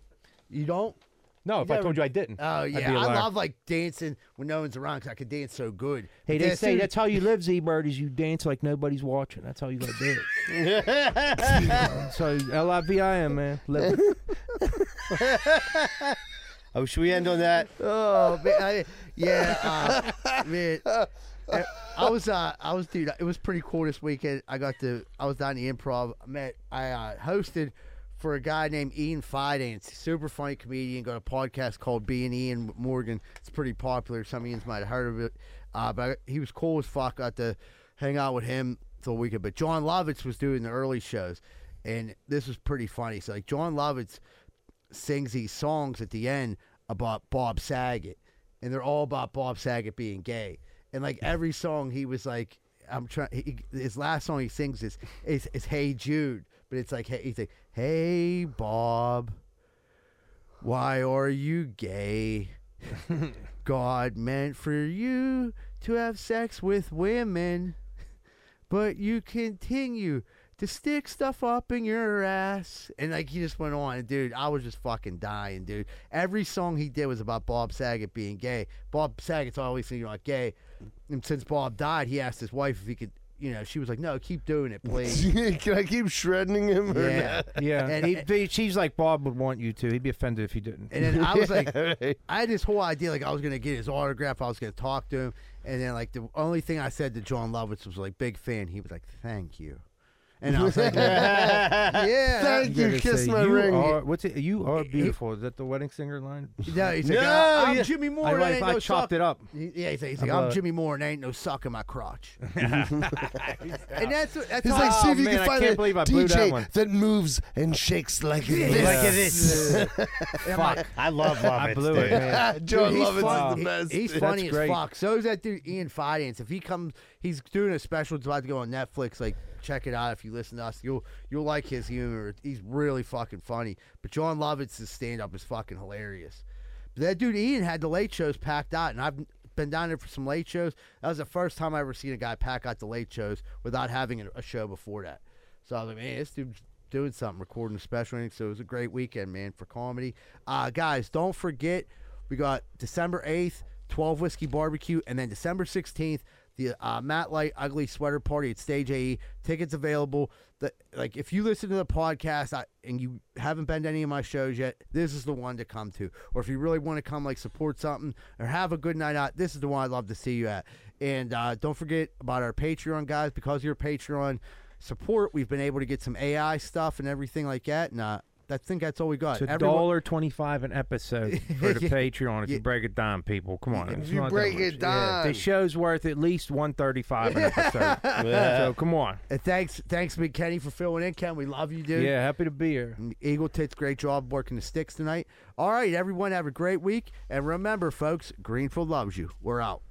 Speaker 1: you don't.
Speaker 11: No, if I
Speaker 1: Never-
Speaker 11: told you I didn't.
Speaker 1: Oh
Speaker 11: I'd
Speaker 1: yeah,
Speaker 11: be a
Speaker 1: I
Speaker 11: liar.
Speaker 1: love like dancing when no one's around because I could dance so good.
Speaker 11: Hey, they
Speaker 1: But then as
Speaker 11: say
Speaker 1: soon as-
Speaker 11: that's how you live, Z Bird, is you dance like nobody's watching. That's how you gotta do it. so L I V I M man. Live it.
Speaker 2: oh, should we end on that?
Speaker 1: Oh man, I, yeah, uh, man. I- I was, uh, I was, dude. It was pretty cool this weekend. I got to, I was down at the improv. I met, I uh, hosted for a guy named Ian Fidance, super funny comedian. Got a podcast called B and Ian Morgan. It's pretty popular. Some Ian's might have heard of it. Uh, but I, he was cool as fuck. Got to hang out with him the weekend. But John Lovitz was doing the early shows, and this was pretty funny. So like John Lovitz sings these songs at the end about Bob Saget, and they're all about Bob Saget being gay. And like every song, he was like, "I'm trying." His last song he sings is, is is "Hey Jude," but it's like hey, he's like, "Hey Bob, why are you gay?" God meant for you to have sex with women, but you continue to stick stuff up in your ass. And like he just went on, and dude, I was just fucking dying, dude. Every song he did was about Bob Saget being gay. Bob Saget's always saying like gay, and since Bob died, he asked his wife if he could. You know, she was like, "No, keep doing it, please."
Speaker 3: Can I keep shredding him? Or
Speaker 1: Yeah.
Speaker 3: not?
Speaker 11: Yeah.
Speaker 1: And-
Speaker 11: And he'd be, she's like Bob would want you to. He'd be offended if you didn't.
Speaker 1: And then I was like, I had this whole idea like I was gonna get his autograph, I was gonna talk to him, and then like the only thing I said to John Lovitz was like, "Big fan." He was like, "Thank you," and I was like, "Yeah,
Speaker 11: Thank you, kiss my
Speaker 1: you
Speaker 11: ring.
Speaker 1: are-
Speaker 11: what's it? You are beautiful. Is that the wedding singer line?
Speaker 1: No, he's like, "I- I'm
Speaker 11: yeah.
Speaker 1: Jimmy Moore.
Speaker 11: I,
Speaker 1: and
Speaker 11: like-
Speaker 1: ain't
Speaker 11: I
Speaker 1: no
Speaker 11: chopped
Speaker 1: suck."
Speaker 11: it up.
Speaker 1: He- Yeah, he's like, he's
Speaker 11: I
Speaker 1: like I'm
Speaker 11: love it.
Speaker 1: Jimmy Moore, and ain't no suck in my crotch. And that's what- that's
Speaker 3: He's
Speaker 1: all-
Speaker 3: like, see if
Speaker 1: Oh,
Speaker 3: you
Speaker 1: man, I
Speaker 3: can find
Speaker 1: can't
Speaker 3: a
Speaker 1: believe I blew
Speaker 3: DJ
Speaker 1: that one."
Speaker 3: moves and shakes like this.
Speaker 2: Fuck. I love Lovitz.
Speaker 3: I blew it,
Speaker 2: dude.
Speaker 3: man. John
Speaker 1: Dude, he's
Speaker 3: Lovitz is
Speaker 1: fun-
Speaker 3: the
Speaker 1: he-
Speaker 3: best.
Speaker 1: he's
Speaker 3: That's
Speaker 1: funny as
Speaker 3: great.
Speaker 1: fuck. So is that dude Ian Fidance. If he comes, he's doing a special. It's about to go on Netflix. Like, check it out if you listen to us. You'll you'll like his humor. He's really fucking funny. But John Lovitz's stand up is fucking hilarious. But that dude Ian had the late shows packed out, and I've been down there for some late shows. That was the first time I ever seen a guy pack out the late shows without having a- a show before that. So I was like, man, this dude's doing something, recording a special. and So it was a great weekend, man, for comedy. Uh, guys, don't forget we got December 8th, 12 Whiskey Barbecue, and then December 16th, the uh, Matt Light Ugly Sweater Party at Stage AE. Tickets available. The, like, if you listen to the podcast I, and you haven't been to any of my shows yet, this is the one to come to. Or if you really want to come, like, support something or have a good night out, this is the one I'd love to see you at. And uh, don't forget about our Patreon, guys, because you're a Patreon support, we've been able to get some AI stuff and everything like that. And uh, I think that's all we got.
Speaker 4: It's a
Speaker 1: Everyone-
Speaker 4: dollar twenty-five an episode for the
Speaker 1: Yeah.
Speaker 4: Patreon. If
Speaker 1: Yeah.
Speaker 4: you break it down, people, come on. it's
Speaker 1: you
Speaker 4: not that
Speaker 1: break
Speaker 4: much.
Speaker 1: it down.
Speaker 4: the show's worth at least one thirty-five an episode. So come on.
Speaker 1: And thanks, thanks, Big Kenny, for filling in. Ken, we love you, dude. Mm,
Speaker 4: Yeah, happy to be here.
Speaker 1: Eagle Tits, great job working the sticks tonight. All right, everyone, have a great week. And remember, folks, Greenfield loves you. We're out.